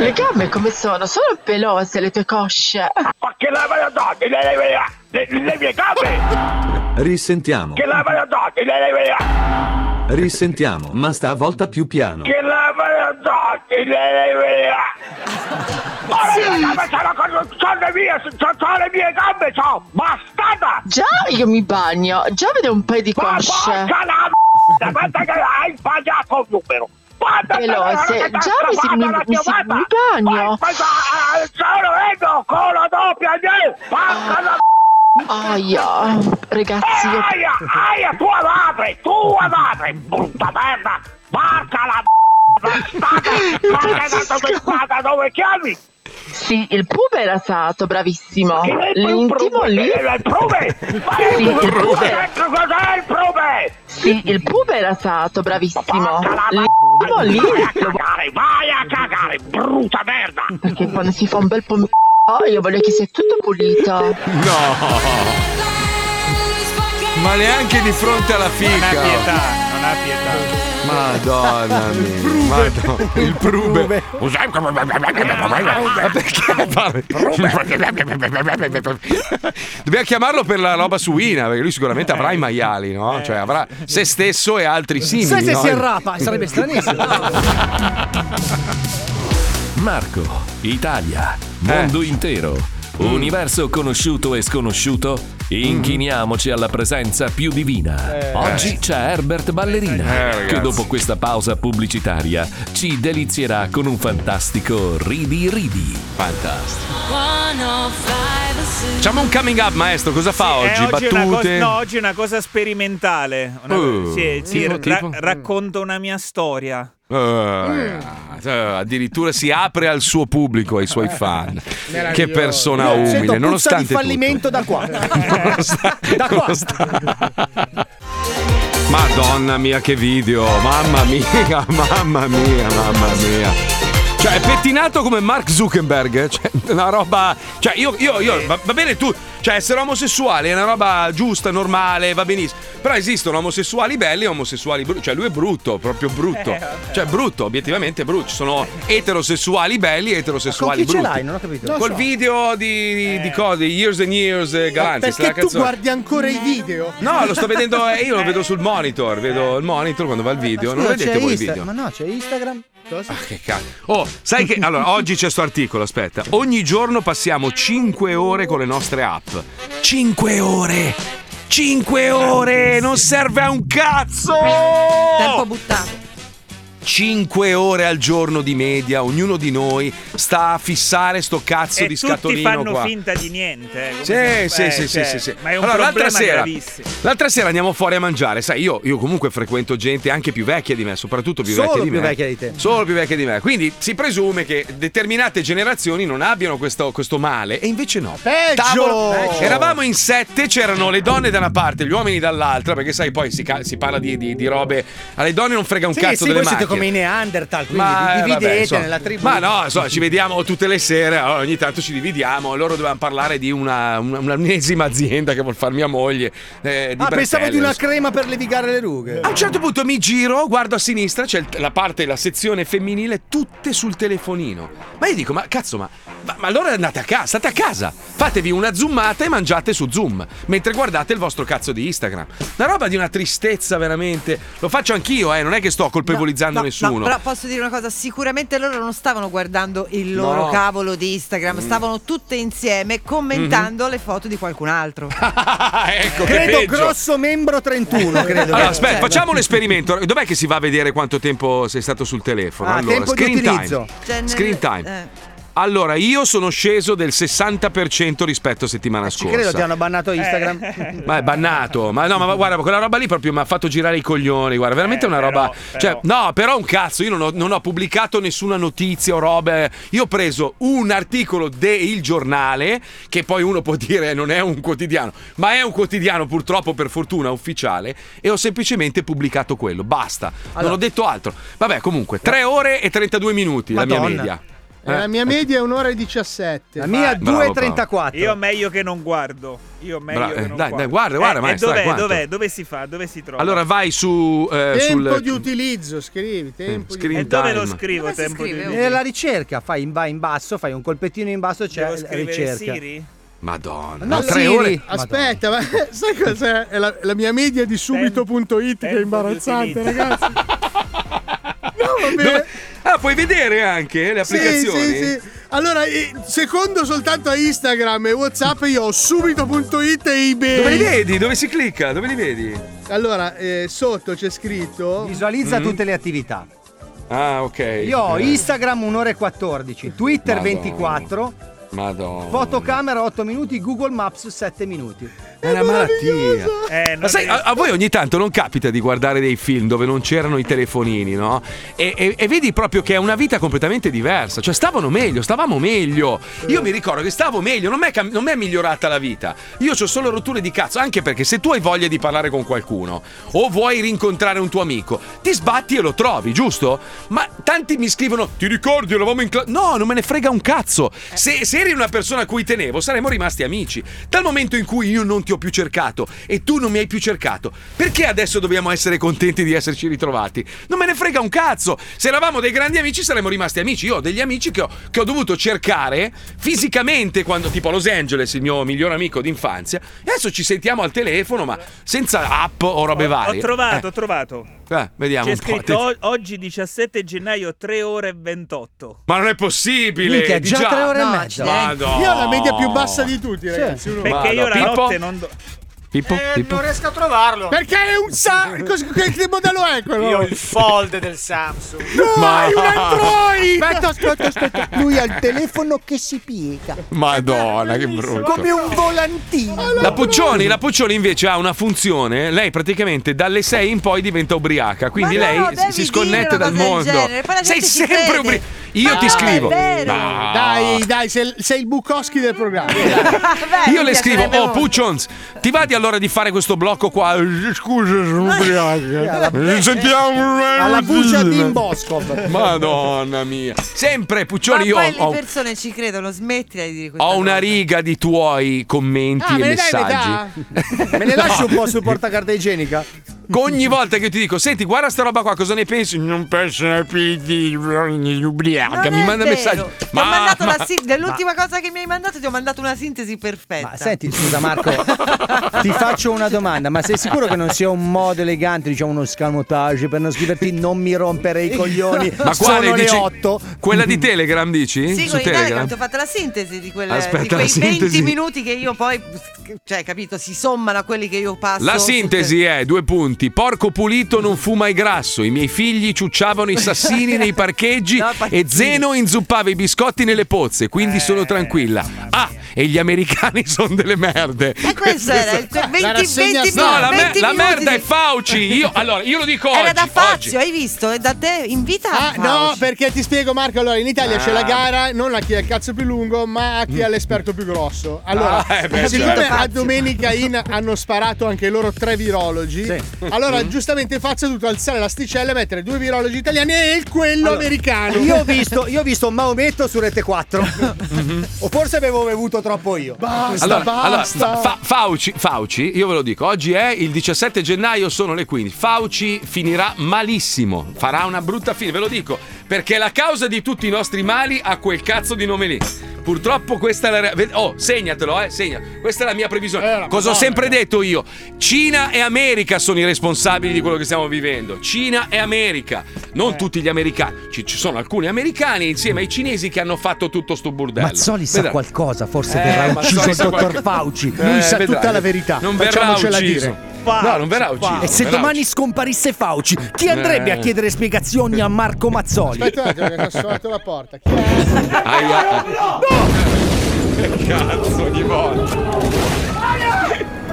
Speaker 15: Le gambe come sono? Sono pelose le tue cosce.
Speaker 23: Ma che la madonna, le, le, le, le, le mie gambe!
Speaker 24: Risentiamo,
Speaker 23: Che la madonna, le, le, le,
Speaker 24: risentiamo, ma stavolta più piano.
Speaker 23: che la madonna, le, le, le... Ma le mie gambe sono, con- sono le mie, sono, sono le mie gambe, sono bastarda!
Speaker 15: Già io mi bagno, già vedo un paio di
Speaker 23: Ma
Speaker 15: cosce.
Speaker 23: porca la m***a, guarda che hai sbagliato il numero! Guarda che
Speaker 15: Pelose,
Speaker 23: guarda
Speaker 15: già
Speaker 23: che
Speaker 15: mi, si- mi,
Speaker 23: guarda la
Speaker 15: mi si-
Speaker 23: chiamata!
Speaker 15: mi bagno.
Speaker 23: Sono Ego con la doppia N! Porca la
Speaker 15: Aia, ragazzi, io...
Speaker 23: Aia, aia, tua madre, tua madre, brutta merda! Porca la bastarda! Ma che spada dove chiami?
Speaker 15: Sì, il pube era stato, bravissimo.
Speaker 23: Che è il
Speaker 15: L'intimo
Speaker 23: pube?
Speaker 15: lì.
Speaker 23: Che è eh, il pube? Ma è
Speaker 15: Sì,
Speaker 23: il
Speaker 15: il
Speaker 23: pube?
Speaker 15: pube.
Speaker 23: Ecco Cos'è il pube?
Speaker 15: Sì, il pube era stato, bravissimo. L'intimo lì.
Speaker 23: Vai a cagare, vai a cagare, brutta merda!
Speaker 15: Perché quando si fa un bel pomeriggio
Speaker 5: Oh, io voglio che sia tutto pulito.
Speaker 2: No! Ma neanche di fronte alla fica.
Speaker 7: Non ha pietà, Ah, non ha pietà.
Speaker 2: Madonna mia. Madonna. Il prube. Ma perché parli? Dobbiamo chiamarlo per la roba suina, perché lui sicuramente avrà
Speaker 7: Eh.
Speaker 2: i maiali, no? Cioè avrà se stesso e altri simili.
Speaker 1: Sai se
Speaker 2: no?
Speaker 1: si
Speaker 9: eh,
Speaker 1: arrapa? Sarebbe stranissimo.
Speaker 11: Marco,
Speaker 2: Eh.
Speaker 11: Italia, mondo intero, universo conosciuto e sconosciuto,
Speaker 2: Mm-hmm.
Speaker 11: inchiniamoci alla presenza più divina.
Speaker 4: Eh.
Speaker 11: Oggi c'è Herbert
Speaker 4: Eh,
Speaker 11: Ballerina,
Speaker 4: ragazzi.
Speaker 11: che dopo questa pausa pubblicitaria ci delizierà con un fantastico Ridi Ridi. Fantastico.
Speaker 2: Facciamo un coming up, maestro. Cosa fa
Speaker 7: Eh,
Speaker 2: oggi?
Speaker 7: è una
Speaker 2: Battute?
Speaker 7: cosa- no, oggi è una cosa sperimentale. Una-
Speaker 2: Uh,
Speaker 7: sì, sì,
Speaker 2: tipo,
Speaker 7: ra-
Speaker 2: tipo?
Speaker 7: racconto una mia storia.
Speaker 2: Eh, ragazzi, eh, addirittura si apre al suo pubblico, ai suoi fan. che persona
Speaker 9: Io sento
Speaker 2: umile,
Speaker 9: puzza di
Speaker 2: nonostante tutto.
Speaker 9: fallimento da qua. da qua.
Speaker 2: Madonna mia, che video! Mamma mia, mamma mia, mamma mia. Cioè, è pettinato come Mark Zuckerberg. eh? Cioè, una roba. Cioè, io, io, io va, va bene tu. Cioè, essere omosessuale è una roba giusta, normale, va benissimo. Però esistono omosessuali belli e omosessuali brutti. Cioè, lui è brutto, proprio brutto.
Speaker 9: Eh, vabbè.
Speaker 2: Cioè, brutto, obiettivamente brutto. Ci sono eterosessuali belli e
Speaker 9: Con
Speaker 2: eterosessuali
Speaker 9: chi ce
Speaker 2: brutti.
Speaker 9: l'hai? Non Eh. ho capito.
Speaker 2: Col video di, di, di cosa? Di Years and Years eh, Galantis.
Speaker 8: Perché
Speaker 2: la
Speaker 8: tu
Speaker 2: canzone.
Speaker 8: guardi ancora i video?
Speaker 2: No, lo sto vedendo, eh, io lo vedo sul monitor, vedo il monitor quando va il video, non
Speaker 9: Scusa,
Speaker 2: vedete
Speaker 9: c'è
Speaker 2: voi il
Speaker 9: Insta-
Speaker 2: video.
Speaker 9: Ma no, c'è Instagram.
Speaker 2: Ah, che cazzo. Oh, sai che allora oggi c'è sto articolo, aspetta. Ogni giorno passiamo 5 ore con le nostre app. 5 ore! 5 ore! Non serve a un cazzo! Tempo
Speaker 6: buttato.
Speaker 2: 5 ore al giorno di media, ognuno di noi sta a fissare sto cazzo
Speaker 7: e
Speaker 2: di
Speaker 7: tutti
Speaker 2: scatolino
Speaker 7: fanno
Speaker 2: qua.
Speaker 7: finta di niente. eh, come
Speaker 2: Sì,
Speaker 7: se-
Speaker 2: sì,
Speaker 7: eh,
Speaker 2: sì,
Speaker 7: cioè,
Speaker 2: sì, sì, sì.
Speaker 7: Ma è un
Speaker 2: Allora, l'altra
Speaker 7: problema
Speaker 2: sera,
Speaker 7: gravissimo.
Speaker 2: l'altra sera andiamo fuori a mangiare. Sai, io, io comunque frequento gente anche più vecchia di me, soprattutto più
Speaker 9: Solo
Speaker 2: vecchia di
Speaker 9: più
Speaker 2: me.
Speaker 9: vecchia di te.
Speaker 2: Solo più vecchia di me. Quindi si presume che determinate generazioni non abbiano questo, questo male. E invece no.
Speaker 9: Peggio! Peggio!
Speaker 2: Eravamo in sette, c'erano le donne da una parte, gli uomini dall'altra, perché sai, poi si, ca- si parla di, di- di robe. Alle donne non frega un
Speaker 9: Sì,
Speaker 2: cazzo
Speaker 9: sì,
Speaker 2: delle
Speaker 9: voi siete
Speaker 2: macchie.
Speaker 9: come i Neanderthal, quindi
Speaker 2: eh,
Speaker 9: vi dividete
Speaker 2: vabbè, insomma.
Speaker 9: nella tribù.
Speaker 2: Ma no, insomma, ci vediamo tutte le sere, allora, ogni tanto ci dividiamo. Loro dovevano parlare di una, una- un'ennesima azienda che vuol far mia moglie. eh, di
Speaker 9: ah, pensavo
Speaker 2: bretelle,
Speaker 9: di una
Speaker 2: insomma.
Speaker 9: crema per levigare le rughe.
Speaker 2: A un certo punto mi giro, guardo a sinistra, c'è il- la parte, la sezione femminile, tutte sul telefonino. Ma io dico, ma cazzo, ma, ma- ma allora andate a casa, state a casa, fatevi una zoomata e mangiate su Zoom, mentre guardate il vostro cazzo di Instagram. Una roba di una tristezza veramente. Lo faccio anch'io, eh, non è che sto colpevolizzando nessuno.
Speaker 6: Però posso dire una cosa, sicuramente loro non stavano guardando il loro
Speaker 2: No.
Speaker 6: cavolo di Instagram,
Speaker 2: Mm.
Speaker 6: stavano tutte insieme commentando le foto di qualcun altro.
Speaker 2: Ah, ecco, che
Speaker 9: credo
Speaker 2: peggio.
Speaker 9: grosso membro 31, credo.
Speaker 2: Allora, aspetta, facciamo un esperimento. Dov'è che si va a vedere quanto tempo sei stato sul telefono?
Speaker 9: Ah,
Speaker 2: allora,
Speaker 9: tempo di
Speaker 2: screen
Speaker 9: utilizzo.
Speaker 6: Cioè,
Speaker 2: time.
Speaker 6: nel-
Speaker 2: Screen time.
Speaker 6: eh.
Speaker 2: Allora, io sono sceso del 60% rispetto a settimana
Speaker 9: Eh, Ci credo ti
Speaker 2: scorsa.
Speaker 9: hanno bannato
Speaker 7: eh.
Speaker 9: Instagram.
Speaker 2: Ma è bannato. Ma no, ma guarda, quella roba lì proprio mi ha fatto girare i coglioni. Guarda, veramente è una roba. cioè, no, però un cazzo, io non ho, non ho pubblicato nessuna notizia o robe. Io ho preso un articolo del giornale, che poi uno può dire non è un quotidiano, ma è un quotidiano, purtroppo, per fortuna, ufficiale, e ho semplicemente pubblicato quello. Basta. Non ho detto altro. Vabbè, comunque, 3 ore e 32 minuti, la mia
Speaker 8: Madonna.
Speaker 2: media.
Speaker 8: Eh, La mia media è un'ora e 17.
Speaker 7: La mia
Speaker 2: Bravo, 2,34.
Speaker 7: Io meglio che non guardo. Io meglio
Speaker 2: Bra-
Speaker 7: che non
Speaker 2: eh, dai,
Speaker 7: guardo.
Speaker 2: dai, guarda, guarda,
Speaker 7: Eh, eh,
Speaker 2: maestro, dai,
Speaker 7: dov'è,
Speaker 2: quanto?
Speaker 7: dov'è? Dove si fa? Dove si trova?
Speaker 2: Allora vai su. eh,
Speaker 8: tempo
Speaker 2: sul...
Speaker 8: di utilizzo, scrivi. Tempo
Speaker 2: Eh,
Speaker 8: di
Speaker 2: screen
Speaker 8: utilizzo.
Speaker 2: E dove lo time.
Speaker 7: scrivo tempo di
Speaker 9: Nella ricerca fai in, ba- in basso, fai un colpettino in basso, c'è
Speaker 7: Devo scrivere
Speaker 9: ricerca.
Speaker 7: Siri?
Speaker 2: Madonna,
Speaker 9: No,
Speaker 2: tre
Speaker 9: Siri.
Speaker 2: ore.
Speaker 8: Aspetta, ma sai cos'è? È la, la mia media di subito.it che è imbarazzante, ragazzi.
Speaker 2: Dove- Ah, puoi vedere anche le
Speaker 8: Sì,
Speaker 2: applicazioni?
Speaker 8: sì, sì. Allora, eh, secondo soltanto a Instagram e WhatsApp, io ho subito.it e eBay.
Speaker 2: Dove li vedi? Dove si clicca? Dove li vedi?
Speaker 8: Allora, eh, sotto c'è scritto.
Speaker 9: Visualizza
Speaker 7: Mm-hmm.
Speaker 2: Mm.
Speaker 9: tutte le attività.
Speaker 2: Ah, ok.
Speaker 9: Io ho
Speaker 2: Eh,
Speaker 9: Instagram 1 ora e 14, Twitter
Speaker 2: Madonna.
Speaker 9: 24,
Speaker 2: Madonna.
Speaker 9: fotocamera 8 minuti, Google Maps 7 minuti.
Speaker 2: È una malattia.
Speaker 7: Eh,
Speaker 2: Ma sai, a, a voi ogni tanto non capita di guardare dei film dove non c'erano i telefonini, no? E, e- e vedi proprio che è una vita completamente diversa. Cioè, stavano meglio, stavamo meglio. Io mi ricordo che stavo meglio, non mi è, cam- non mi è migliorata la vita. Io ho solo rotture di cazzo, anche perché se tu hai voglia di parlare con qualcuno o vuoi rincontrare un tuo amico, ti sbatti e lo trovi, giusto? Ma tanti mi scrivono: Ti ricordi, eravamo in classe. No, non me ne frega un cazzo. Se, se eri una persona a cui tenevo, saremmo rimasti amici. Dal momento in cui io non ti ho più cercato e tu non mi hai più cercato, perché adesso dobbiamo essere contenti di esserci ritrovati? Non me ne frega un cazzo. Se eravamo dei grandi amici, saremmo rimasti amici. Io ho degli amici che ho, che ho dovuto cercare fisicamente quando, tipo a Los Angeles, il mio miglior amico d'infanzia. E adesso ci sentiamo al telefono, ma senza app o robe
Speaker 7: Ho
Speaker 2: varie.
Speaker 7: trovato,
Speaker 2: Eh,
Speaker 7: ho trovato.
Speaker 2: eh, vediamo
Speaker 7: C'è
Speaker 2: un po'.
Speaker 7: scritto o- oggi 17 gennaio 3 ore e 28.
Speaker 2: Ma non è possibile!
Speaker 7: Minchia, già
Speaker 2: di
Speaker 7: tre ore e mezza.
Speaker 2: Madò.
Speaker 8: Io ho la media più bassa di tutti,
Speaker 7: Sì.
Speaker 8: ragazzi. uno-
Speaker 7: Perché io la
Speaker 2: Pippo?
Speaker 7: notte non. do- Eh,
Speaker 2: Pippo, Pippo.
Speaker 4: riesco a trovarlo.
Speaker 8: Perché è un sa... cos- Che che modello è quello?
Speaker 4: Io ho il fold del Samsung.
Speaker 8: No,
Speaker 2: Ma-
Speaker 8: è un Android!
Speaker 9: Aspetta, aspetta, aspetta. Lui ha il telefono che si piega.
Speaker 2: Madonna, che brutto.
Speaker 9: Come un volantino.
Speaker 2: La Puccioni, la Puccioni invece ha una funzione, lei praticamente dalle 6 in poi diventa ubriaca, quindi
Speaker 6: Ma no,
Speaker 2: lei
Speaker 6: devi
Speaker 2: si
Speaker 6: dire una
Speaker 2: sconnette dal
Speaker 6: cosa del
Speaker 2: mondo.
Speaker 6: genere, poi la
Speaker 2: Sei
Speaker 6: gente ci
Speaker 2: sempre
Speaker 6: crede.
Speaker 2: ubriaca. Io
Speaker 8: Ma
Speaker 2: ti
Speaker 8: no,
Speaker 2: scrivo.
Speaker 8: è vero.
Speaker 2: No.
Speaker 8: Dai, dai, sei, sei il Bukowski del programma.
Speaker 6: Eh,
Speaker 2: Io le scrivo, oh Puccions, ti va di allora di fare questo blocco qua? Eh, Scusa, sono ubriaca. Eh, Sentiamo
Speaker 8: alla buccia di
Speaker 2: Boscov. Madonna mia. Sempre Puccioni,
Speaker 6: Ma
Speaker 2: io
Speaker 6: poi
Speaker 2: ho,
Speaker 6: le persone ci credono, smettila di dire questo.
Speaker 2: ho una riga di tuoi commenti
Speaker 6: Ah,
Speaker 2: e
Speaker 6: me ne dai
Speaker 2: messaggi.
Speaker 6: metà?
Speaker 9: Me ne
Speaker 2: No.
Speaker 9: lasci un po' sul portacarta igienica?
Speaker 6: Mm-hmm.
Speaker 2: Ogni volta che io ti dico, senti, guarda sta roba qua, cosa ne pensi? Non penso ne di ubriaca.
Speaker 6: Non
Speaker 2: Mi
Speaker 6: è
Speaker 2: manda
Speaker 6: vero.
Speaker 2: messaggi.
Speaker 6: Ti ho
Speaker 2: Ma-
Speaker 6: mandato
Speaker 2: ma-
Speaker 6: la sin- dell'ultima cosa che mi hai mandato ti ho mandato una sintesi perfetta.
Speaker 9: Ma senti, scusa Marco, ti faccio una domanda, ma sei sicuro che non sia un modo elegante, diciamo uno scamotage per non scriverti non mi rompere i coglioni,
Speaker 2: Ma
Speaker 9: sono
Speaker 2: quale
Speaker 9: le
Speaker 2: dici?
Speaker 9: 8?
Speaker 2: Quella di Telegram dici?
Speaker 6: Sì,
Speaker 2: Su
Speaker 6: con i Telegram
Speaker 2: Telegram?
Speaker 6: ti ho fatto la sintesi di, quel,
Speaker 2: Aspetta,
Speaker 6: di quei
Speaker 2: la sintesi.
Speaker 6: 20 minuti che io poi, cioè, capito, si sommano a quelli che io passo.
Speaker 2: La
Speaker 6: su-
Speaker 2: sintesi è due punti. Porco pulito non fu mai grasso. I miei figli ciucciavano i sassini nei parcheggi
Speaker 6: No,
Speaker 2: e
Speaker 6: pazzini.
Speaker 2: Zeno inzuppava i biscotti nelle pozze. Quindi
Speaker 6: Eh.
Speaker 2: sono tranquilla. Ah, e gli americani sono delle merde.
Speaker 6: E questo era il que- 20, 20,
Speaker 2: No, la, me-
Speaker 6: 20
Speaker 2: la
Speaker 6: minuti
Speaker 2: merda
Speaker 6: di-
Speaker 2: è Fauci. Io, allora, io lo dico
Speaker 6: Era
Speaker 2: oggi.
Speaker 6: da Fazio,
Speaker 2: oggi.
Speaker 6: hai visto? È da te, invita a
Speaker 8: Ah, no, perché ti spiego, Marco. Allora, in Italia
Speaker 2: Ah. Mm.
Speaker 8: c'è la gara non a chi ha il cazzo più lungo, ma a chi ha l'esperto più grosso. Allora,
Speaker 2: Ah, eh, beh,
Speaker 8: siccome
Speaker 2: certo.
Speaker 8: a domenica in hanno sparato anche loro tre virologi,
Speaker 2: Sì.
Speaker 8: allora
Speaker 2: Mm.
Speaker 8: giustamente Fazio ha dovuto alzare l'asticella e mettere due virologi italiani e quello
Speaker 9: Allora,
Speaker 8: americano.
Speaker 9: Io ho visto, io ho visto Maometto su Rete 4. o forse avevo bevuto troppo io.
Speaker 8: Basta,
Speaker 2: Mhm. Allora, allora, Fa- Fauci, Fauci, io ve lo dico, oggi è il 17 gennaio, sono le 15. Fauci finirà malissimo, farà una brutta fine, ve lo dico, perché la causa di tutti i nostri mali ha quel cazzo di nome lì. Purtroppo questa è la re- ved- Oh, segnatelo, eh, segna. Questa è la mia
Speaker 8: Eh,
Speaker 2: previsione. Cosa ho sempre detto io? Cina e America sono i responsabili di quello che stiamo vivendo. Cina e America,
Speaker 8: Eh.
Speaker 2: non tutti gli americani. Ci, ci sono alcuni americani insieme ai cinesi che hanno fatto tutto sto burdello.
Speaker 9: Mazzoli sa
Speaker 2: Vedrai.
Speaker 9: qualcosa, forse
Speaker 2: Eh,
Speaker 9: verrà
Speaker 2: Mazzoli
Speaker 9: ucciso il
Speaker 2: sa
Speaker 9: dottor
Speaker 2: qualche-
Speaker 9: Fauci.
Speaker 2: Eh,
Speaker 9: Lui sa
Speaker 2: vedrai.
Speaker 9: tutta la verità.
Speaker 2: Non verrà
Speaker 9: Facciamocela
Speaker 2: ucciso.
Speaker 9: dire.
Speaker 2: Fauci, No, non verrà ucciso,
Speaker 9: E se
Speaker 2: non verrà
Speaker 9: domani scomparisse Fauci, chi andrebbe
Speaker 2: Eh.
Speaker 9: a chiedere spiegazioni a Marco Mazzoli?
Speaker 8: Aspetta un attimo, che ha suonato la porta. Chi è?
Speaker 2: Aia. Che cazzo ogni volta.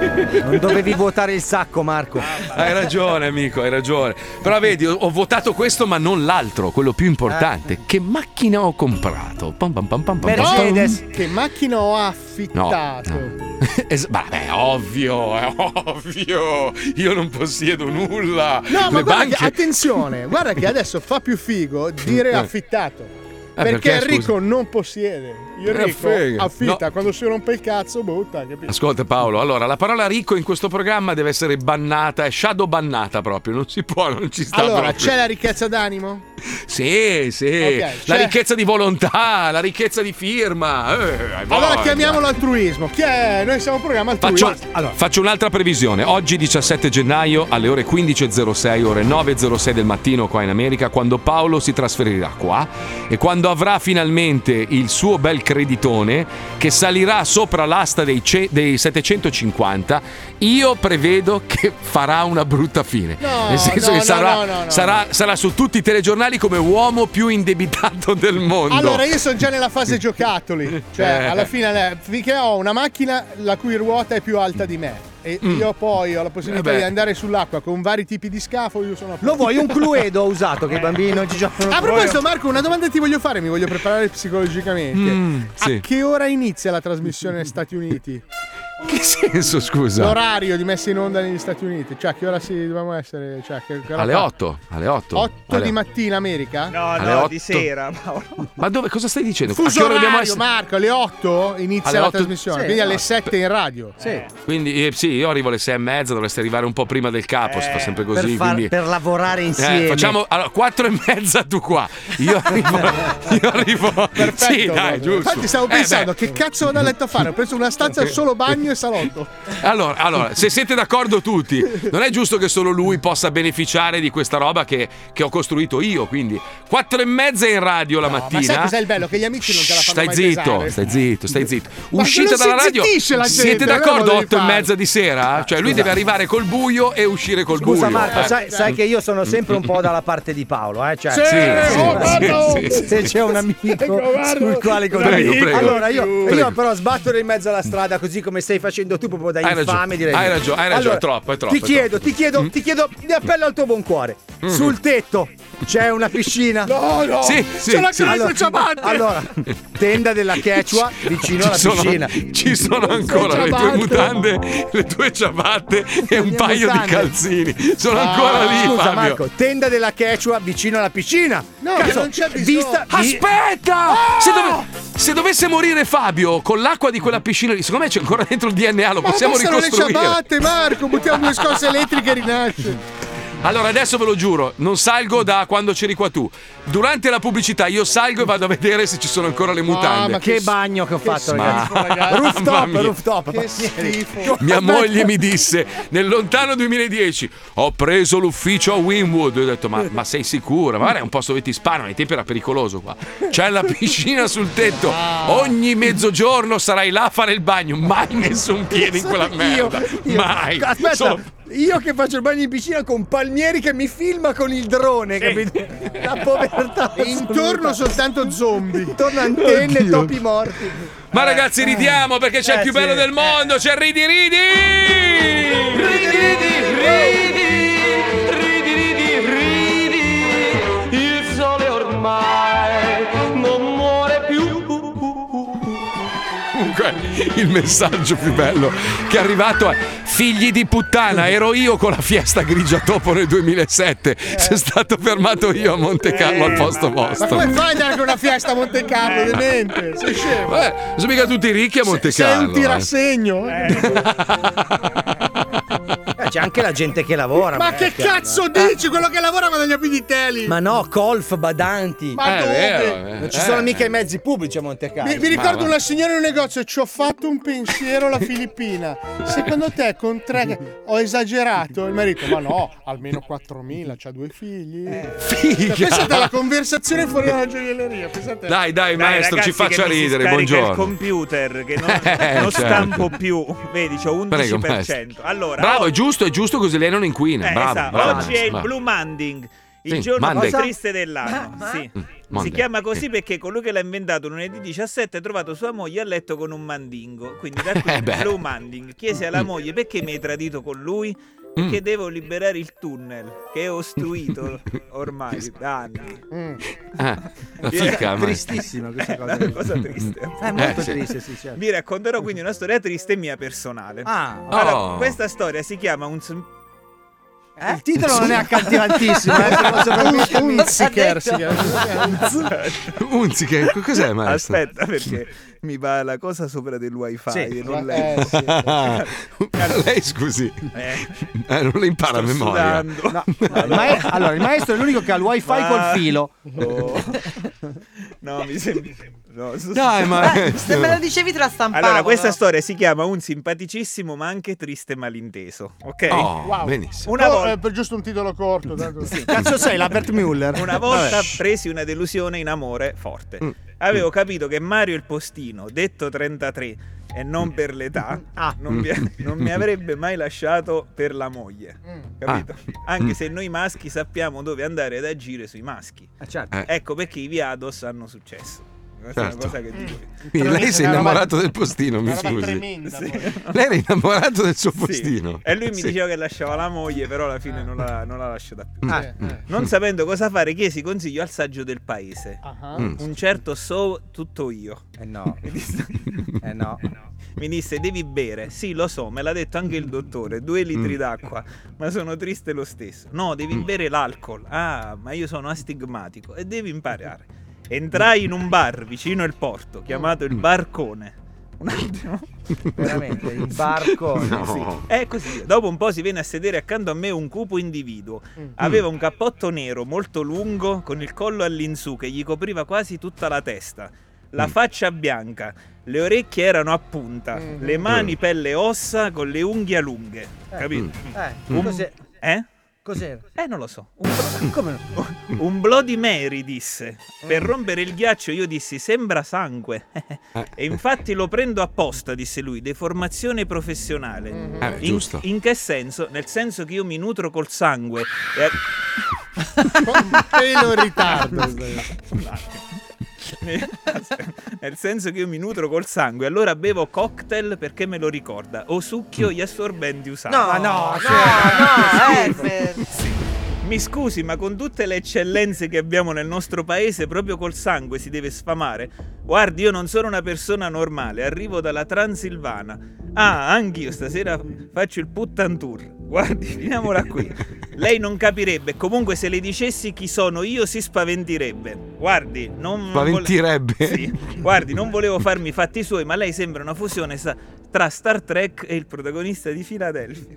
Speaker 9: Non dovevi vuotare il sacco, Marco.
Speaker 2: Hai ragione, amico, hai ragione. Però vedi, ho, ho votato questo, ma non l'altro, quello più
Speaker 8: Ah.
Speaker 2: importante. Che macchina ho comprato? Pam, pam, pam, pam, pam, pam.
Speaker 8: No, che macchina ho affittato?
Speaker 2: Es- Vabbè, è ovvio, è ovvio. Io non possiedo nulla.
Speaker 8: No, ma
Speaker 2: Le
Speaker 8: guarda
Speaker 2: banche.
Speaker 8: che, attenzione, guarda che adesso fa più figo dire
Speaker 2: Eh.
Speaker 8: affittato.
Speaker 2: Eh,
Speaker 8: perché,
Speaker 2: perché, scusa?
Speaker 8: Enrico non possiede. Io
Speaker 2: Eh,
Speaker 8: Enrico
Speaker 2: frega.
Speaker 8: affitta, quando si rompe il cazzo, butta, capito?
Speaker 2: Ascolta Paolo, allora la parola ricco in questo programma deve essere bannata, è shadow bannata proprio, non si può, non ci sta
Speaker 8: Allora,
Speaker 2: proprio.
Speaker 8: c'è la ricchezza d'animo?
Speaker 2: Sì, sì,
Speaker 8: Ok,
Speaker 2: la
Speaker 8: cioè-
Speaker 2: ricchezza di volontà, la ricchezza di firma. eh, hai
Speaker 8: Allora
Speaker 2: voglia.
Speaker 8: chiamiamolo altruismo. Chi è? Noi siamo un programma altruista.
Speaker 2: Faccio, allora, faccio un'altra previsione. Oggi 17 gennaio alle ore 15.06, ore 9.06 del mattino qua in America, quando Paolo si trasferirà qua e quando avrà finalmente il suo bel creditone che salirà sopra l'asta dei, ce- dei 750, io prevedo che farà una brutta fine. Nel senso
Speaker 8: no,
Speaker 2: che
Speaker 8: no,
Speaker 2: sarà,
Speaker 8: no, no, no.
Speaker 2: sarà- sarà su tutti i telegiornali come uomo più indebitato del mondo.
Speaker 8: Allora, io sono già nella fase giocattoli. Cioè,
Speaker 2: Eh.
Speaker 8: alla fine, eh, finché ho una macchina la cui ruota è più alta di me. E
Speaker 2: Mm.
Speaker 8: io poi ho la possibilità
Speaker 9: Eh beh.
Speaker 8: di andare sull'acqua con vari tipi di scafo. Io sono a
Speaker 9: Lo
Speaker 8: posto.
Speaker 9: vuoi un Cluedo usato che i bambini non ci giocano?
Speaker 8: A proposito, Marco, una domanda ti voglio fare, mi voglio preparare psicologicamente.
Speaker 9: Mm,
Speaker 2: sì.
Speaker 8: A che ora inizia la trasmissione negli Stati Uniti?
Speaker 2: Che senso, scusa?
Speaker 8: L'orario di messa in onda negli Stati Uniti, cioè a che ora si dobbiamo essere? Cioè, che, che ora
Speaker 2: Alle
Speaker 8: fa?
Speaker 2: 8, alle 8.
Speaker 8: 8
Speaker 2: Alle-
Speaker 8: di mattina America? No,
Speaker 2: Alle no, di otto. sera, Ma dove, cosa stai dicendo?
Speaker 8: Fuso
Speaker 2: A che ora
Speaker 8: orario,
Speaker 2: dobbiamo essere-
Speaker 8: Marco, alle 8 inizia
Speaker 2: Alle
Speaker 8: la
Speaker 2: otto?
Speaker 8: trasmissione,
Speaker 2: Sì,
Speaker 8: quindi
Speaker 2: no,
Speaker 8: alle
Speaker 2: aspe-
Speaker 8: 7 in radio.
Speaker 2: Quindi eh, sì, io arrivo alle sei e mezza, dovresti arrivare un po' prima del capo, si fa
Speaker 8: Eh,
Speaker 2: sempre così.
Speaker 9: per, far-
Speaker 2: quindi-
Speaker 9: per lavorare insieme.
Speaker 2: Eh, facciamo allora, quattro e mezza tu qua. Io arrivo. io arrivo. sì, dai, giusto.
Speaker 8: Infatti stavo
Speaker 2: Eh,
Speaker 8: pensando
Speaker 2: beh,
Speaker 8: che cazzo vado a letto a fare? Ho preso una stanza solo bagno e salotto.
Speaker 2: allora, allora, se siete d'accordo tutti, non è giusto che solo lui possa beneficiare di questa roba che, che ho costruito io. Quindi, quattro e mezza in radio la mattina.
Speaker 8: Ma sai cos'è il bello? Che gli amici non te la fanno
Speaker 2: Stai
Speaker 8: mai
Speaker 2: zitto,
Speaker 8: pesare.
Speaker 2: stai zitto, stai zitto.
Speaker 8: Ma
Speaker 2: Uscita
Speaker 8: non si
Speaker 2: dalla radio.
Speaker 8: zittisce la gente,
Speaker 2: Siete
Speaker 8: allora
Speaker 2: d'accordo?
Speaker 8: volevi
Speaker 2: Otto e
Speaker 8: fare.
Speaker 2: mezza di sera? Cioè, lui
Speaker 9: scusa.
Speaker 2: deve arrivare col buio e uscire col buio.
Speaker 9: Scusa Marco,
Speaker 2: eh.
Speaker 9: sai, sai che io sono sempre un po' dalla parte di Paolo, eh? Cioè,
Speaker 2: Sì, Sì, oh, sì, Paolo! sì, sì.
Speaker 9: se c'è un amico sul quale
Speaker 2: Prego,
Speaker 9: contare.
Speaker 2: prego.
Speaker 9: Allora io,
Speaker 2: Prego.
Speaker 9: io però sbatto in mezzo alla strada così come stai facendo tu proprio da
Speaker 2: Hai ragione,
Speaker 9: infame direi.
Speaker 2: hai ragione, hai ragione,
Speaker 9: Allora,
Speaker 2: è troppo, è troppo,
Speaker 9: Ti
Speaker 2: è troppo.
Speaker 9: chiedo, ti chiedo, ti chiedo, mi appello al tuo buon cuore.
Speaker 2: Mm.
Speaker 9: Sul tetto c'è una piscina?
Speaker 2: No, no, Sì, sì, Oh, c'è la sì. Carezza Ciabatte.
Speaker 9: allora, tenda della Quechua vicino
Speaker 2: Ci
Speaker 9: alla
Speaker 2: sono-
Speaker 9: piscina.
Speaker 2: Ci sono ancora le tue mutande, le tue ciabatte e un paio di
Speaker 9: mutande.
Speaker 2: calzini. Sono
Speaker 9: Ah,
Speaker 2: ancora lì,
Speaker 9: Scusa
Speaker 2: Fabio.
Speaker 9: Marco, tenda della Quechua vicino alla piscina.
Speaker 8: No, non c'è bisogno.
Speaker 9: Vista,
Speaker 2: Ah,
Speaker 9: vi-
Speaker 2: Aspetta!
Speaker 8: Ah!
Speaker 2: Se, dove- se dovesse morire Fabio con l'acqua di quella piscina lì, secondo me c'è ancora dentro il DNA, lo
Speaker 8: Ma
Speaker 2: possiamo
Speaker 8: passano le
Speaker 2: ricostruire.
Speaker 8: ciabatte, Marco, buttiamo due scosse elettriche e rinasce.
Speaker 2: Allora, adesso ve lo giuro, non salgo da quando c'eri qua tu. Durante la pubblicità io salgo e vado a vedere se ci sono ancora
Speaker 8: Ah,
Speaker 2: le mutande.
Speaker 9: Ah, ma che bagno che ho fatto, ragazzi.
Speaker 2: schifo, ragazzi. Mamma
Speaker 9: Rooftop,
Speaker 2: mia.
Speaker 9: rooftop. schifo.
Speaker 2: Mia moglie mi disse nel lontano 2010 ho preso l'ufficio a Winwood. Io Ho detto: Ma, ma sei sicura? Ma guarda, è un posto dove ti sparano. Ai tempi era pericoloso qua. C'è la piscina sul tetto. Ogni mezzogiorno sarai là a fare il bagno. Mai nessun piede in quella merda. Mai.
Speaker 9: Aspetta,
Speaker 2: Solo-
Speaker 9: io che faccio il bagno in piscina con Palmieri che mi filma con il drone, capito? La povertà.
Speaker 8: Intorno soltanto zombie.
Speaker 9: Intorno antenne,
Speaker 8: Oddio.
Speaker 9: topi morti.
Speaker 2: Ma ragazzi, ridiamo perché c'è
Speaker 9: Eh,
Speaker 2: il più
Speaker 9: sì.
Speaker 2: bello del mondo. C'è Ridi Ridi. Ridi
Speaker 10: Il sole ormai non muore più.
Speaker 2: Comunque, il messaggio più bello che è arrivato è: Figli di puttana, ero io con la fiesta grigia topo nel 2007.
Speaker 9: Eh.
Speaker 2: Sono stato fermato io a Monte Carlo al posto
Speaker 8: Ma
Speaker 2: vostro.
Speaker 8: come fai ad andare con una fiesta a Monte Carlo, demente? Sei scemo.
Speaker 2: Eh, sono mica tutti ricchi a Monte
Speaker 8: Sei
Speaker 2: Carlo.
Speaker 8: un tirassegno.
Speaker 2: Eh,
Speaker 9: Eh, C'è anche la gente che lavora.
Speaker 8: Ma che
Speaker 9: minchia.
Speaker 8: cazzo
Speaker 2: eh.
Speaker 8: dici? Quello che lavora guadagna più di te lì.
Speaker 9: Ma no, golf, badanti.
Speaker 8: Ma Eh, dove? vero, eh,
Speaker 9: non ci
Speaker 8: eh.
Speaker 9: sono mica i mezzi pubblici a Monte Carlo.
Speaker 8: Mi, mi ricordo una signora in un negozio, ci ho fatto un pensiero alla Filippina. Secondo te con tre ho esagerato? Il marito, ma no, almeno 4.000, c'ha due figli.
Speaker 9: Eh.
Speaker 8: Figa! Pensate alla conversazione fuori dalla gioielleria. Pensate.
Speaker 2: Dai, dai, maestro,
Speaker 7: ragazzi,
Speaker 2: ci faccia
Speaker 7: che mi si
Speaker 2: ridere,
Speaker 7: scarica
Speaker 2: buongiorno.
Speaker 7: il computer che non,
Speaker 2: Eh, certo.
Speaker 7: non stampo più. Vedi, c'ho 11%.
Speaker 2: Prego, maestro.
Speaker 7: allora,
Speaker 2: bravo, è giusto, è giusto così lei non inquina.
Speaker 7: Eh,
Speaker 2: bravo,
Speaker 7: esatto.
Speaker 2: bravo,
Speaker 7: Oggi è il
Speaker 2: bravo.
Speaker 7: Blue Manding, il
Speaker 2: Sì, Mm,
Speaker 7: giorno
Speaker 2: Monday.
Speaker 7: più triste dell'anno. Sì. Si
Speaker 2: Monday.
Speaker 7: chiama così perché colui che l'ha inventato lunedì 17 ha trovato sua moglie a letto con un mandingo. Quindi da qui
Speaker 2: Eh beh. Mm.
Speaker 7: Blue Manding chiese alla moglie perché mi hai tradito con lui? Perché devo liberare il tunnel che ho ostruito ormai da anni.
Speaker 2: Ah, la
Speaker 7: Viene-
Speaker 2: fica, ma-
Speaker 7: Eh, È una cosa triste.
Speaker 2: Eh, molto sì. triste,
Speaker 9: sì,
Speaker 7: Vi racconterò quindi una storia triste mia personale.
Speaker 9: Ah.
Speaker 7: Allora,
Speaker 9: Oh.
Speaker 7: questa storia si chiama un sim-
Speaker 9: Eh? Il titolo non è accattivantissimo, eh, se posso permettermi.
Speaker 8: Un- Unziker si
Speaker 2: Unzi, che co- cos'è, maestro?
Speaker 7: Aspetta, perché mi va la cosa sopra del wifi
Speaker 2: Sì.
Speaker 7: e non
Speaker 2: Eh, sì. lei scusi,
Speaker 7: Eh.
Speaker 2: Eh, non le impara a
Speaker 7: Sto
Speaker 2: memoria.
Speaker 7: sudando.
Speaker 9: No, il mae- allora, il maestro è l'unico che ha il wifi
Speaker 7: Ma-
Speaker 9: col filo.
Speaker 7: Oh. No, mi sembra. No,
Speaker 2: Dai, ma-
Speaker 6: Eh, se me lo dicevi te la stampavo.
Speaker 7: Allora, questa
Speaker 6: però.
Speaker 7: storia si chiama Un simpaticissimo ma anche triste malinteso. Ok?
Speaker 2: Oh,
Speaker 8: Wow.
Speaker 2: benissimo.
Speaker 7: Una
Speaker 8: Oh,
Speaker 7: volta.
Speaker 8: eh, per giusto un titolo corto. Tanto...
Speaker 7: Cazzo sei, la
Speaker 8: Bert Müller?
Speaker 7: Una volta
Speaker 8: Vabbè.
Speaker 7: presi una delusione in amore forte.
Speaker 8: Mm.
Speaker 7: Avevo capito che Mario il Postino, detto 33 e non per l'età,
Speaker 2: Ah.
Speaker 7: non,
Speaker 16: Mm.
Speaker 7: mi, non mi avrebbe mai lasciato per la moglie. Capito?
Speaker 2: Ah.
Speaker 16: Mm.
Speaker 7: Anche se noi maschi sappiamo dove andare ad agire sui maschi.
Speaker 2: Eh.
Speaker 7: Ecco perché i Viados hanno successo. Questa
Speaker 2: Certo.
Speaker 7: è una cosa che dico. io.
Speaker 2: Quindi lei si è innamorato del postino, mi scusi. Lei era innamorato del suo
Speaker 7: Sì.
Speaker 2: postino.
Speaker 7: E lui mi
Speaker 2: Sì.
Speaker 7: diceva che lasciava la moglie, però alla fine non l'ha, non l'ha lasciata
Speaker 2: Eh.
Speaker 7: più.
Speaker 9: Mm.
Speaker 2: Ah, eh.
Speaker 7: Non sapendo cosa fare, chiesi consiglio al saggio del paese.
Speaker 2: Mm.
Speaker 7: Un certo so tutto io.
Speaker 9: Eh no. Eh
Speaker 7: Mi disse, Mi disse, devi bere. Sì, lo so, me l'ha detto anche il dottore. Due litri
Speaker 9: Mm.
Speaker 7: d'acqua, ma sono triste lo stesso. No, devi
Speaker 9: Mm.
Speaker 7: bere l'alcol. Ah, ma io sono astigmatico e devi imparare. Entrai in un bar vicino il porto, chiamato
Speaker 9: Mm.
Speaker 7: il Barcone. Un attimo.
Speaker 9: Veramente, il barcone.
Speaker 7: Sì.
Speaker 9: No.
Speaker 7: È così. Dopo un po' si venne a sedere accanto a me un cupo individuo.
Speaker 9: Mm.
Speaker 7: Aveva un cappotto nero molto lungo con il collo all'insù che gli copriva quasi tutta la testa. La faccia bianca, le orecchie erano a punta,
Speaker 9: Mm-hmm.
Speaker 7: le mani pelle e ossa con le unghie lunghe. Capito?
Speaker 9: Eh,
Speaker 7: Un-
Speaker 9: cos'è?
Speaker 7: Eh?
Speaker 9: Cos'era?
Speaker 7: Eh, non lo so. Un, un Bloody Mary disse. Per rompere il ghiaccio io dissi sembra sangue.
Speaker 2: Eh.
Speaker 7: e infatti lo prendo apposta, disse lui, deformazione professionale.
Speaker 2: Eh,
Speaker 7: In-
Speaker 2: giusto.
Speaker 7: In, che senso? Nel senso che io mi nutro col sangue. E
Speaker 8: Pelo in ritardo.
Speaker 7: Nel- Nel senso che io mi nutro col sangue, allora bevo cocktail perché me lo ricorda, o succhio gli assorbenti usati. cioè,
Speaker 6: No, no, no, eh,
Speaker 7: Mi scusi, ma con tutte le eccellenze che abbiamo nel nostro paese, proprio col sangue si deve sfamare. Guardi, io non sono una persona normale, arrivo dalla Transilvana. Ah, anch'io stasera faccio il puttan tour. Guardi, finiamola qui. Lei non capirebbe, comunque se le dicessi chi sono io si spaventirebbe. Guardi, non
Speaker 2: Spaventirebbe.
Speaker 7: Sì. Guardi, non volevo farmi i fatti suoi, ma lei sembra una fusione sa- tra Star Trek e il protagonista di Philadelphia.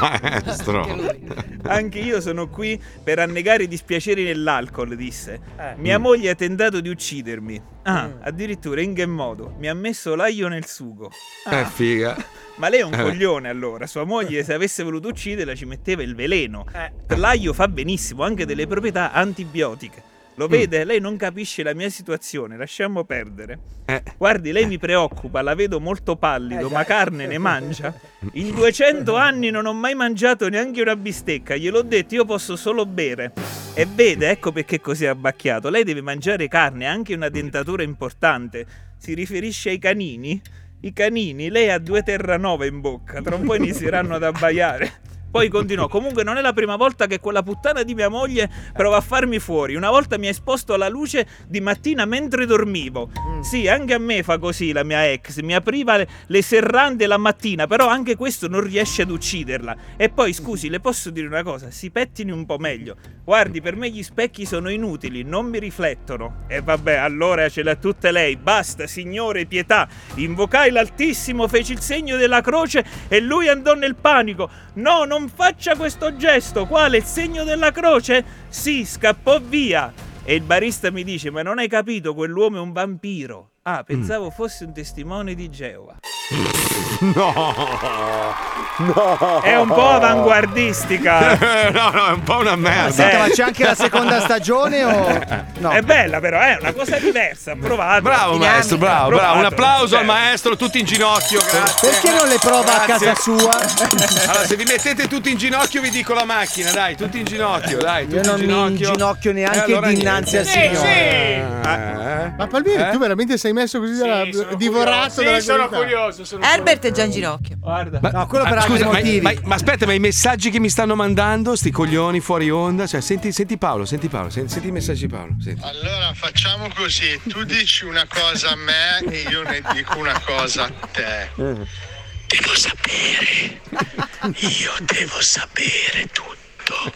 Speaker 2: Maestro.
Speaker 7: Anche io sono qui per annegare i dispiaceri nell'alcol, disse.
Speaker 2: Eh.
Speaker 7: Mia
Speaker 2: Mm.
Speaker 7: moglie ha tentato di uccidermi. Ah,
Speaker 2: Mm.
Speaker 7: addirittura in che modo? Mi ha messo l'aglio nel sugo.
Speaker 2: Eh,
Speaker 7: Ah.
Speaker 2: figa.
Speaker 7: Ma lei è un
Speaker 2: Eh.
Speaker 7: coglione allora. Sua moglie, se avesse voluto ucciderla, ci metteva il veleno.
Speaker 2: Eh.
Speaker 7: L'aglio fa benissimo, anche delle proprietà antibiotiche. Lo
Speaker 2: Mm.
Speaker 7: vede? Lei non capisce la mia situazione, lasciamo perdere.
Speaker 2: Eh.
Speaker 7: Guardi, lei mi preoccupa, la vedo molto pallido, ma carne ne mangia. In 200 anni non ho mai mangiato neanche una bistecca, gliel'ho detto, io posso solo bere. E vede, ecco perché così è abbacchiato. Lei deve mangiare carne, anche una dentatura importante. Si riferisce ai canini? I canini, lei ha due terranove in bocca, tra un po' inizieranno ad abbaiare. Poi continuò, comunque non è la prima volta che quella puttana di mia moglie prova a farmi fuori. Una volta mi ha esposto alla luce di mattina mentre dormivo. Sì, anche a me fa così la mia ex, mi apriva le, le serrande la mattina, però anche questo non riesce ad ucciderla. E poi, scusi, le posso dire una cosa, si pettini un po' meglio. Guardi, per me gli specchi sono inutili, non mi riflettono. E vabbè, allora ce l'ha tutta lei. Basta, signore, pietà. Invocai l'Altissimo, feci il segno della croce e lui andò nel panico. No, non faccia questo gesto. Quale? Il segno della croce? Sì, scappò via. E il barista mi dice, ma non hai capito, quell'uomo è un vampiro. Ah, pensavo fosse un testimone di Geova.
Speaker 2: No.
Speaker 7: No. È un po' avanguardistica.
Speaker 2: no, no, è un po' una
Speaker 7: Eh,
Speaker 2: merda.
Speaker 7: Senta, ma c'è
Speaker 9: anche la seconda stagione o- No.
Speaker 7: È bella però, eh, è una cosa diversa, provate.
Speaker 2: Bravo maestro, bravo, bravo. Un applauso al maestro, tutti in ginocchio, grazie.
Speaker 9: Perché non le prova a
Speaker 2: Grazie.
Speaker 9: casa sua?
Speaker 2: Allora, se vi mettete tutti in ginocchio vi dico la macchina, dai, tutti in ginocchio, dai, tutti
Speaker 9: Io non
Speaker 2: in
Speaker 9: mi
Speaker 2: ginocchio.
Speaker 9: inginocchio neanche
Speaker 2: Eh, allora
Speaker 9: dinanzi
Speaker 2: niente.
Speaker 9: al Signore.
Speaker 8: Ma Palmieri,
Speaker 2: Eh?
Speaker 8: tu veramente sei messo così dalla- divorato
Speaker 4: Sì,
Speaker 8: dalla
Speaker 4: sono
Speaker 8: curiosità?
Speaker 4: curioso. Sono
Speaker 6: Herbert è già in ginocchio.
Speaker 7: Guarda.
Speaker 2: Ma,
Speaker 9: No, quello
Speaker 2: ma
Speaker 9: per altri
Speaker 2: scusa, ma-
Speaker 9: motivi.
Speaker 2: Ma, ma aspetta, ma i messaggi che mi stanno mandando, sti coglioni fuori onda, cioè, senti, senti Paolo, senti Paolo, senti, senti i messaggi di Paolo. Senti.
Speaker 13: Allora facciamo così, tu dici una cosa a me e io ne dico una cosa a te.
Speaker 9: Eh.
Speaker 13: Devo sapere, io devo sapere tutto.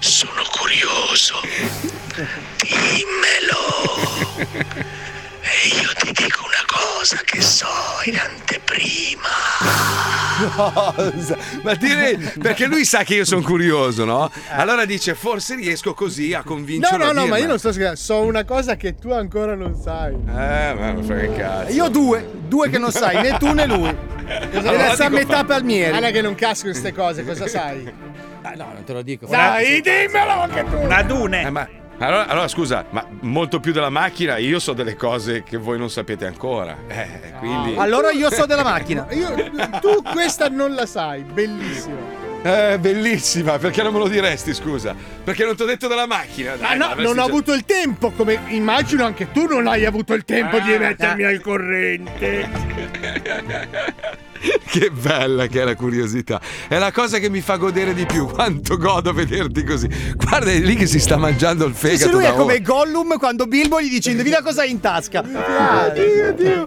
Speaker 13: Sono curioso. Dimmelo. E io ti dico una cosa che so in anteprima.
Speaker 2: Cosa? Ma dire perché lui sa che io sono curioso, no? Allora dice: Forse riesco così a
Speaker 8: Eh. No,
Speaker 2: convincerlo.
Speaker 8: no,
Speaker 2: a
Speaker 8: no, ma
Speaker 2: dirmela."
Speaker 8: io non sto scherzando. So una cosa che tu ancora non sai.
Speaker 2: Eh, ma non so che cazzo.
Speaker 8: Io due, due che non sai, né tu né lui.
Speaker 2: Allora,
Speaker 8: Resta a
Speaker 2: dico
Speaker 8: metà
Speaker 2: fa-
Speaker 8: palmieri. Guarda che non casco queste cose, cosa sai?
Speaker 17: Ah, no, non te lo dico.
Speaker 8: Dai, dimmelo anche tu!
Speaker 7: Una dune!
Speaker 2: Eh, ma allora, allora, scusa, ma molto più della macchina, io so delle cose che voi non sapete ancora. Eh, quindi.
Speaker 8: Allora io so della macchina. Io- tu questa non la sai, bellissimo.
Speaker 2: Eh, bellissima, perché non me lo diresti, scusa? Perché non ti ho detto della macchina.
Speaker 8: Ma
Speaker 2: dai,
Speaker 8: Ah, no,
Speaker 2: l'avresti
Speaker 8: non ho
Speaker 2: già-
Speaker 8: avuto il tempo, come immagino anche tu non hai avuto il tempo di
Speaker 4: Eh,
Speaker 2: Ah,
Speaker 8: mettermi
Speaker 2: dai.
Speaker 8: al corrente.
Speaker 2: Che bella che è la curiosità. È la cosa che mi fa godere di più. Quanto godo a vederti così. Guarda, è lì che si sta mangiando il fegato.
Speaker 16: Se lui
Speaker 2: da
Speaker 16: è come
Speaker 2: ora.
Speaker 16: Gollum quando Bilbo gli dice indovina cosa hai in tasca.
Speaker 8: Dio, Dio.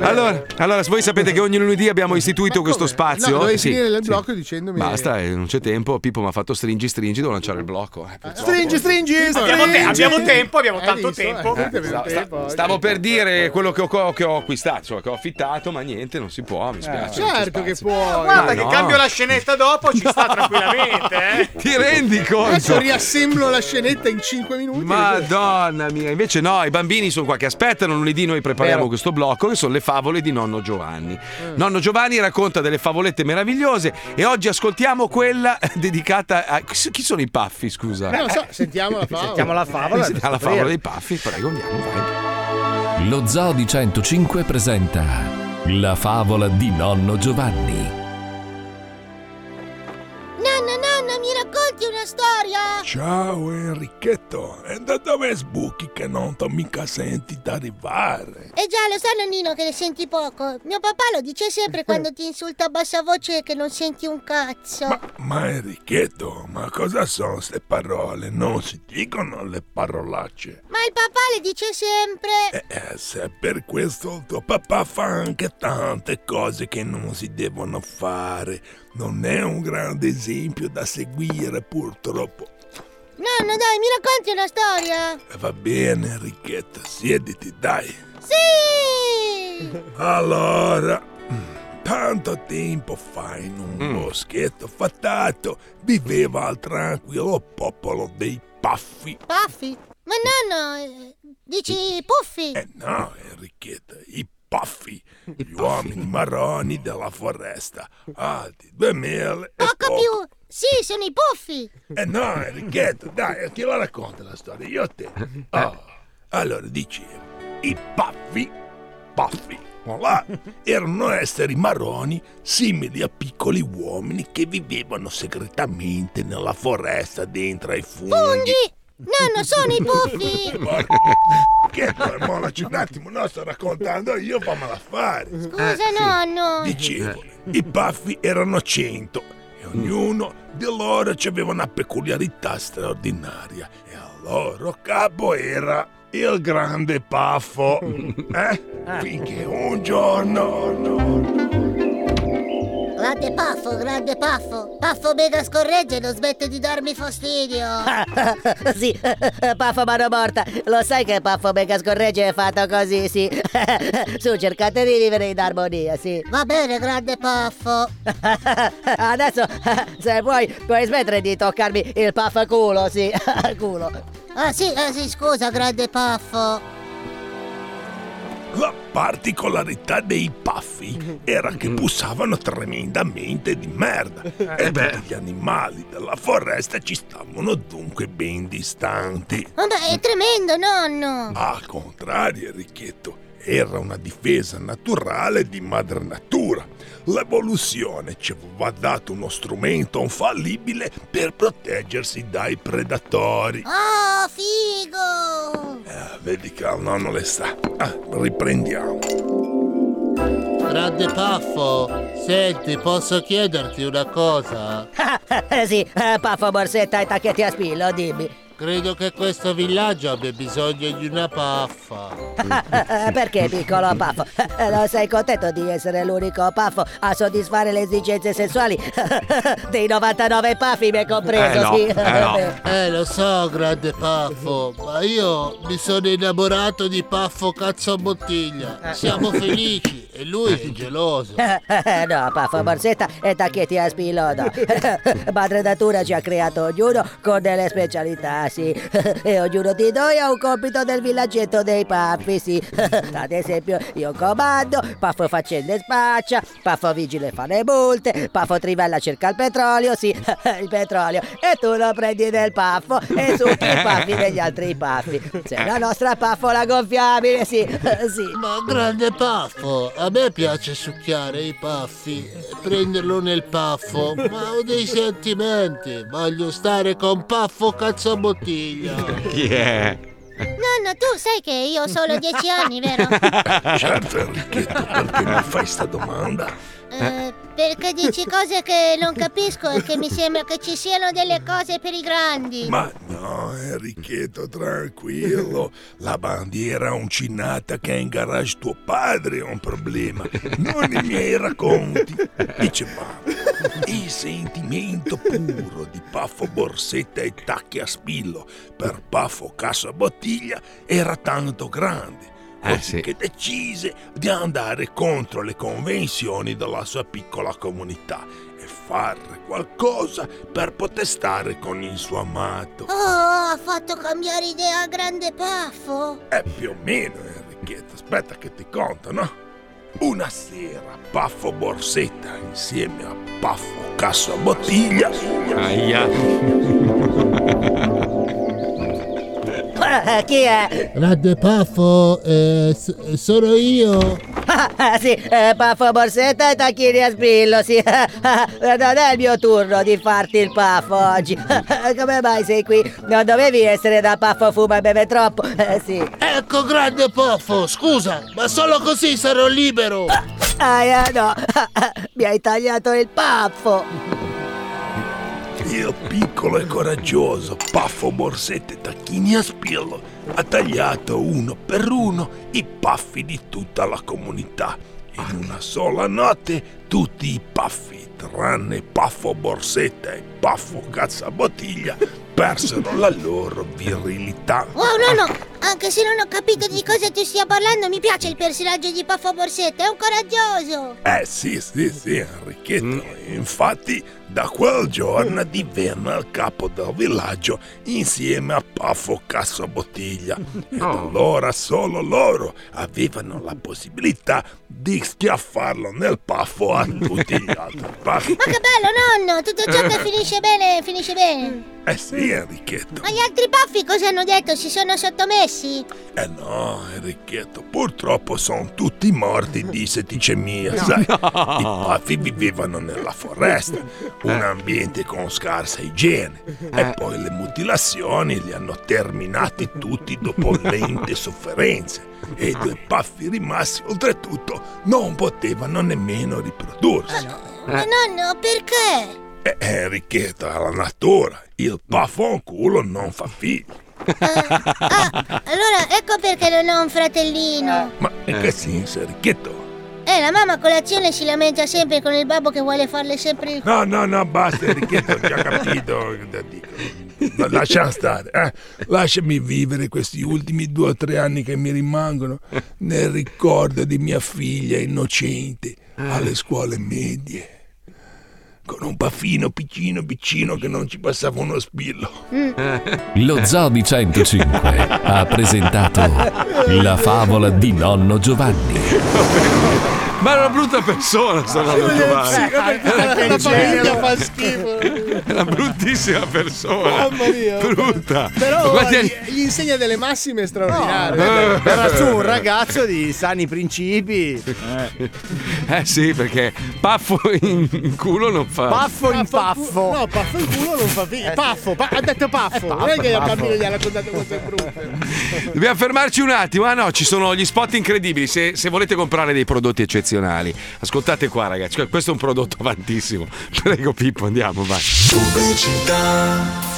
Speaker 2: Allora, allora, voi sapete che ogni lunedì abbiamo istituito questo
Speaker 8: No,
Speaker 2: spazio.
Speaker 8: dovevi
Speaker 2: Sì,
Speaker 8: finire il
Speaker 2: sì.
Speaker 8: blocco dicendomi.
Speaker 2: Basta, eh, non c'è tempo. Pippo mi ha fatto stringi, stringi, devo lanciare il blocco. eh, purtroppo.
Speaker 8: Stringi, stringi,
Speaker 4: Abbiamo, te-
Speaker 8: stringi.
Speaker 4: abbiamo tempo, abbiamo
Speaker 8: Hai
Speaker 4: tanto
Speaker 8: visto?
Speaker 4: tempo.
Speaker 8: Eh, abbiamo tempo.
Speaker 2: Stavo per dire quello che ho, che ho acquistato, cioè, che ho affittato, ma niente, non si può, mi spiace. non c'è
Speaker 8: Certo che puoi.
Speaker 4: Guarda
Speaker 2: Ma
Speaker 4: che
Speaker 2: no.
Speaker 4: cambio la scenetta dopo, ci sta tranquillamente, eh.
Speaker 2: Ti rendi conto?
Speaker 8: Adesso riassemblo la scenetta in 5 minuti.
Speaker 2: Madonna mia, invece no, i bambini sono qua che aspettano, lunedì noi prepariamo
Speaker 8: Vero. Mm.
Speaker 2: questo blocco che sono le favole di nonno Giovanni. Nonno Giovanni racconta delle favolette meravigliose e oggi ascoltiamo quella dedicata a... Chi sono i paffi, scusa?
Speaker 8: Eh, non so, sentiamo la favola. Sentiamo la
Speaker 2: Alla favola dei paffi, prego, andiamo, vai.
Speaker 11: Lo Zoo di 105 presenta La favola di nonno Giovanni.
Speaker 14: Nanna, nanna, mi racconti una storia?
Speaker 25: Ciao Enrichetto, è da dove sbuchi che non ti mica senti d'arrivare?
Speaker 14: E già, lo sai nonnino che ne senti poco. Mio papà lo dice sempre quando ti insulta a bassa voce che non senti un cazzo.
Speaker 25: Ma Enrichetto, ma cosa sono queste parole? Non si dicono le parolacce.
Speaker 14: Ma il papà le dice sempre...
Speaker 25: Eh, se per questo tuo papà fa anche tante cose che non si devono fare, non è un grande esempio da seguire purtroppo.
Speaker 14: Nonno, dai, mi racconti una storia?
Speaker 25: Eh, Va bene Enrichetto, siediti dai.
Speaker 14: Sì!
Speaker 25: Allora, tanto tempo fa in un boschetto fatato viveva il tranquillo popolo dei paffi.
Speaker 14: Paffi? Ma nonno, eh, dici puffi?
Speaker 25: No, Enrichetta, i paffi, gli uomini marroni della foresta, alti 2000 e
Speaker 14: Poco più... Sì, sono i puffi!
Speaker 25: eh no, Enrichetto, dai, ti la racconta la storia, io a te. Oh, Allora, dice, i paffi, paffi, voilà, erano esseri marroni simili a piccoli uomini che vivevano segretamente nella foresta dentro ai funghi.
Speaker 14: Funghi! Nonno, sono i puffi!
Speaker 25: Ma- Che mollaci un attimo, no, sto raccontando io, fammela fare.
Speaker 14: Scusa, nonno!
Speaker 25: Dicevo, i paffi erano cento e ognuno di loro aveva una peculiarità straordinaria. E il loro capo era il grande paffo. Eh? Finché un giorno...
Speaker 14: Grande paffo, grande paffo. Paffo mega scorregge e non smette di darmi fastidio.
Speaker 26: sì, Paffo mano morta, lo sai che Paffo Mega Scorreggio è fatto così, sì. Su, cercate di vivere in armonia, sì.
Speaker 14: Va bene, grande Paffo.
Speaker 26: Adesso, se vuoi, puoi smettere di toccarmi il Paffo culo, sì, culo.
Speaker 14: Ah sì, ah sì, scusa, grande Paffo.
Speaker 25: La particolarità dei paffi era che bussavano tremendamente di merda
Speaker 14: Eh
Speaker 25: e tutti gli animali della foresta ci stavano dunque ben distanti.
Speaker 14: Vabbè, Oh, è tremendo, nonno.
Speaker 25: Al contrario, Enrichetto, era una difesa naturale di madre natura. L'evoluzione ci aveva dato uno strumento infallibile per proteggersi dai predatori.
Speaker 14: Oh, figo!
Speaker 25: Ah, Vedi che al nonno le sta. Ah, riprendiamo.
Speaker 27: Grande Paffo, senti, posso chiederti una cosa?
Speaker 26: sì, eh, Paffo Borsetta e tacchetti a spillo, dimmi.
Speaker 27: Credo che questo villaggio abbia bisogno di una paffa.
Speaker 26: Eh,
Speaker 27: Eh,
Speaker 26: Perché piccolo paffo? Non sei contento di essere l'unico paffo a soddisfare le esigenze sessuali dei 99 paffi, mi hai compreso? sì.
Speaker 27: Eh, lo so, grande Paffo, ma io mi sono innamorato di Paffo cazzo a bottiglia.
Speaker 26: Eh.
Speaker 27: Siamo felici e lui è geloso.
Speaker 26: no, Paffo Borsetta e Tacchetti a Spilodo. Madre Natura ci ha creato ognuno con delle specialità, sì. e ognuno di noi ha un compito del villaggetto dei Paffi, sì. Ad esempio, io comando, Paffo faccende spaccia, Paffo vigile fa le multe, Paffo trivella cerca il petrolio, sì, il petrolio. E tu lo prendi nel Paffo e su i Paffi degli altri Paffi. Sei la nostra Paffola gonfiabile, sì, sì.
Speaker 27: Ma grande Paffo, a me piace succhiare i paffi e prenderlo nel paffo, ma ho dei sentimenti. Voglio stare con Paffo cazzo a bottiglia.
Speaker 2: Chi è?
Speaker 14: Nonno, tu sai che io ho solo 10 anni, vero?
Speaker 25: Certo, Enrichetto, perché mi fai sta domanda?
Speaker 14: Eh, perché dici cose che non capisco e che mi sembra che ci siano delle cose per i grandi.
Speaker 25: Ma no, Enrichetto, tranquillo. La bandiera uncinata che è in garage tuo padre è un problema, non i miei racconti. Dicevamo, il sentimento puro di Paffo Borsetta e Tacchi a Spillo per Paffo Cassa Bottiglia era tanto grande.
Speaker 2: Eh,
Speaker 25: Così che decise di andare contro le convenzioni della sua piccola comunità e fare qualcosa per poter stare con il suo amato.
Speaker 14: Oh, ha fatto cambiare idea a grande Paffo.
Speaker 25: È più o meno, Enrichetto, aspetta che ti conto, no? Una sera Paffo Borsetta insieme a Paffo Cassa Bottiglia
Speaker 2: Aia.
Speaker 26: Ah, Chi è?
Speaker 27: Grande Paffo, eh, s- sono io.
Speaker 26: Ah, ah, sì, eh, Paffo Borsetta e Tacchini a Spillo, sì. Ah, ah, Non è il mio turno di farti il paffo oggi. Ah, Come mai sei qui? Non dovevi essere da Paffo Fuma e Beve Troppo, eh sì.
Speaker 27: Ecco, grande Paffo, scusa, ma solo così sarò libero.
Speaker 26: Ah, eh, no, Ah, ah, mi hai tagliato il paffo.
Speaker 25: Il piccolo e coraggioso Paffo Borsetta e Tacchini a Spillo ha tagliato uno per uno i paffi di tutta la comunità. In una sola notte tutti i paffi, tranne Paffo Borsetta e Paffo Cazzabottiglia, persero la loro virilità.
Speaker 14: Wow, nonno, anche se non ho capito di cosa tu stia parlando, mi piace il personaggio di Paffo Borsetta, è un coraggioso.
Speaker 25: Eh sì, sì, sì, Enrichetto.
Speaker 14: Mm.
Speaker 25: Infatti, da quel giorno divenne il capo del villaggio insieme a Paffo Cassabottiglia. E da
Speaker 14: Oh.
Speaker 25: allora solo loro avevano la possibilità di schiaffarlo nel paffo a tutti gli altri paffi.
Speaker 14: Ma che bello, nonno, tutto ciò che finisce bene, finisce bene.
Speaker 25: Eh sì, Enrichetto.
Speaker 14: Ma gli altri Paffi cosa hanno detto? Si sono sottomessi?
Speaker 25: Eh no, Enrichetto, purtroppo sono tutti morti di setticemia,
Speaker 14: No.
Speaker 25: sai?
Speaker 14: No. Eh.
Speaker 25: I paffi vivevano nella foresta, un ambiente con scarsa igiene. E poi le mutilazioni li hanno terminati tutti dopo lente sofferenze. E i due paffi rimasti, oltretutto, non potevano nemmeno riprodursi.
Speaker 14: Ma nonno, perché?
Speaker 25: Eh, Enrichetto, alla natura, il paffo a un culo non fa figli.
Speaker 14: Eh. Allora, ecco perché non ho un fratellino.
Speaker 25: Ma in che senso, Enrichetto?
Speaker 14: Eh, la mamma a colazione si lamenta sempre con il babbo che vuole farle sempre il...
Speaker 25: No, no, no, basta, Enrichetto, ho già capito. Dico, lascia stare, eh. lasciami vivere questi ultimi due o tre anni che mi rimangono nel ricordo di mia figlia innocente alle scuole medie. Con un baffino piccino piccino che non ci passava uno spillo.
Speaker 2: Eh,
Speaker 11: Lo Zoo di 105 ha presentato La favola di nonno Giovanni.
Speaker 2: Ma era una brutta persona, sta nonno Giovanni.
Speaker 8: Eh, Ah, La famiglia fa schifo.
Speaker 2: È una bruttissima persona.
Speaker 8: Mamma mia.
Speaker 2: Brutta.
Speaker 8: Però
Speaker 2: Guardi- eh.
Speaker 8: gli, gli insegna delle massime straordinarie.
Speaker 2: No, Eh. vabbè,
Speaker 9: Era su un ragazzo di sani principi.
Speaker 2: Eh sì, perché paffo in, in culo non fa.
Speaker 9: Paffo in paffo. Eh.
Speaker 8: No, paffo in culo non fa via. Paffo, pa- ha detto paffo. Non è che il
Speaker 2: paffo.
Speaker 8: bambino gli ha raccontato cose brutte.
Speaker 2: Dobbiamo fermarci un attimo. Ah no, ci sono gli spot incredibili. Se, se volete comprare dei prodotti eccezionali, ascoltate qua, ragazzi. Questo è un prodotto avantissimo. Prego, Pippo, andiamo, vai.
Speaker 3: Pubblicità.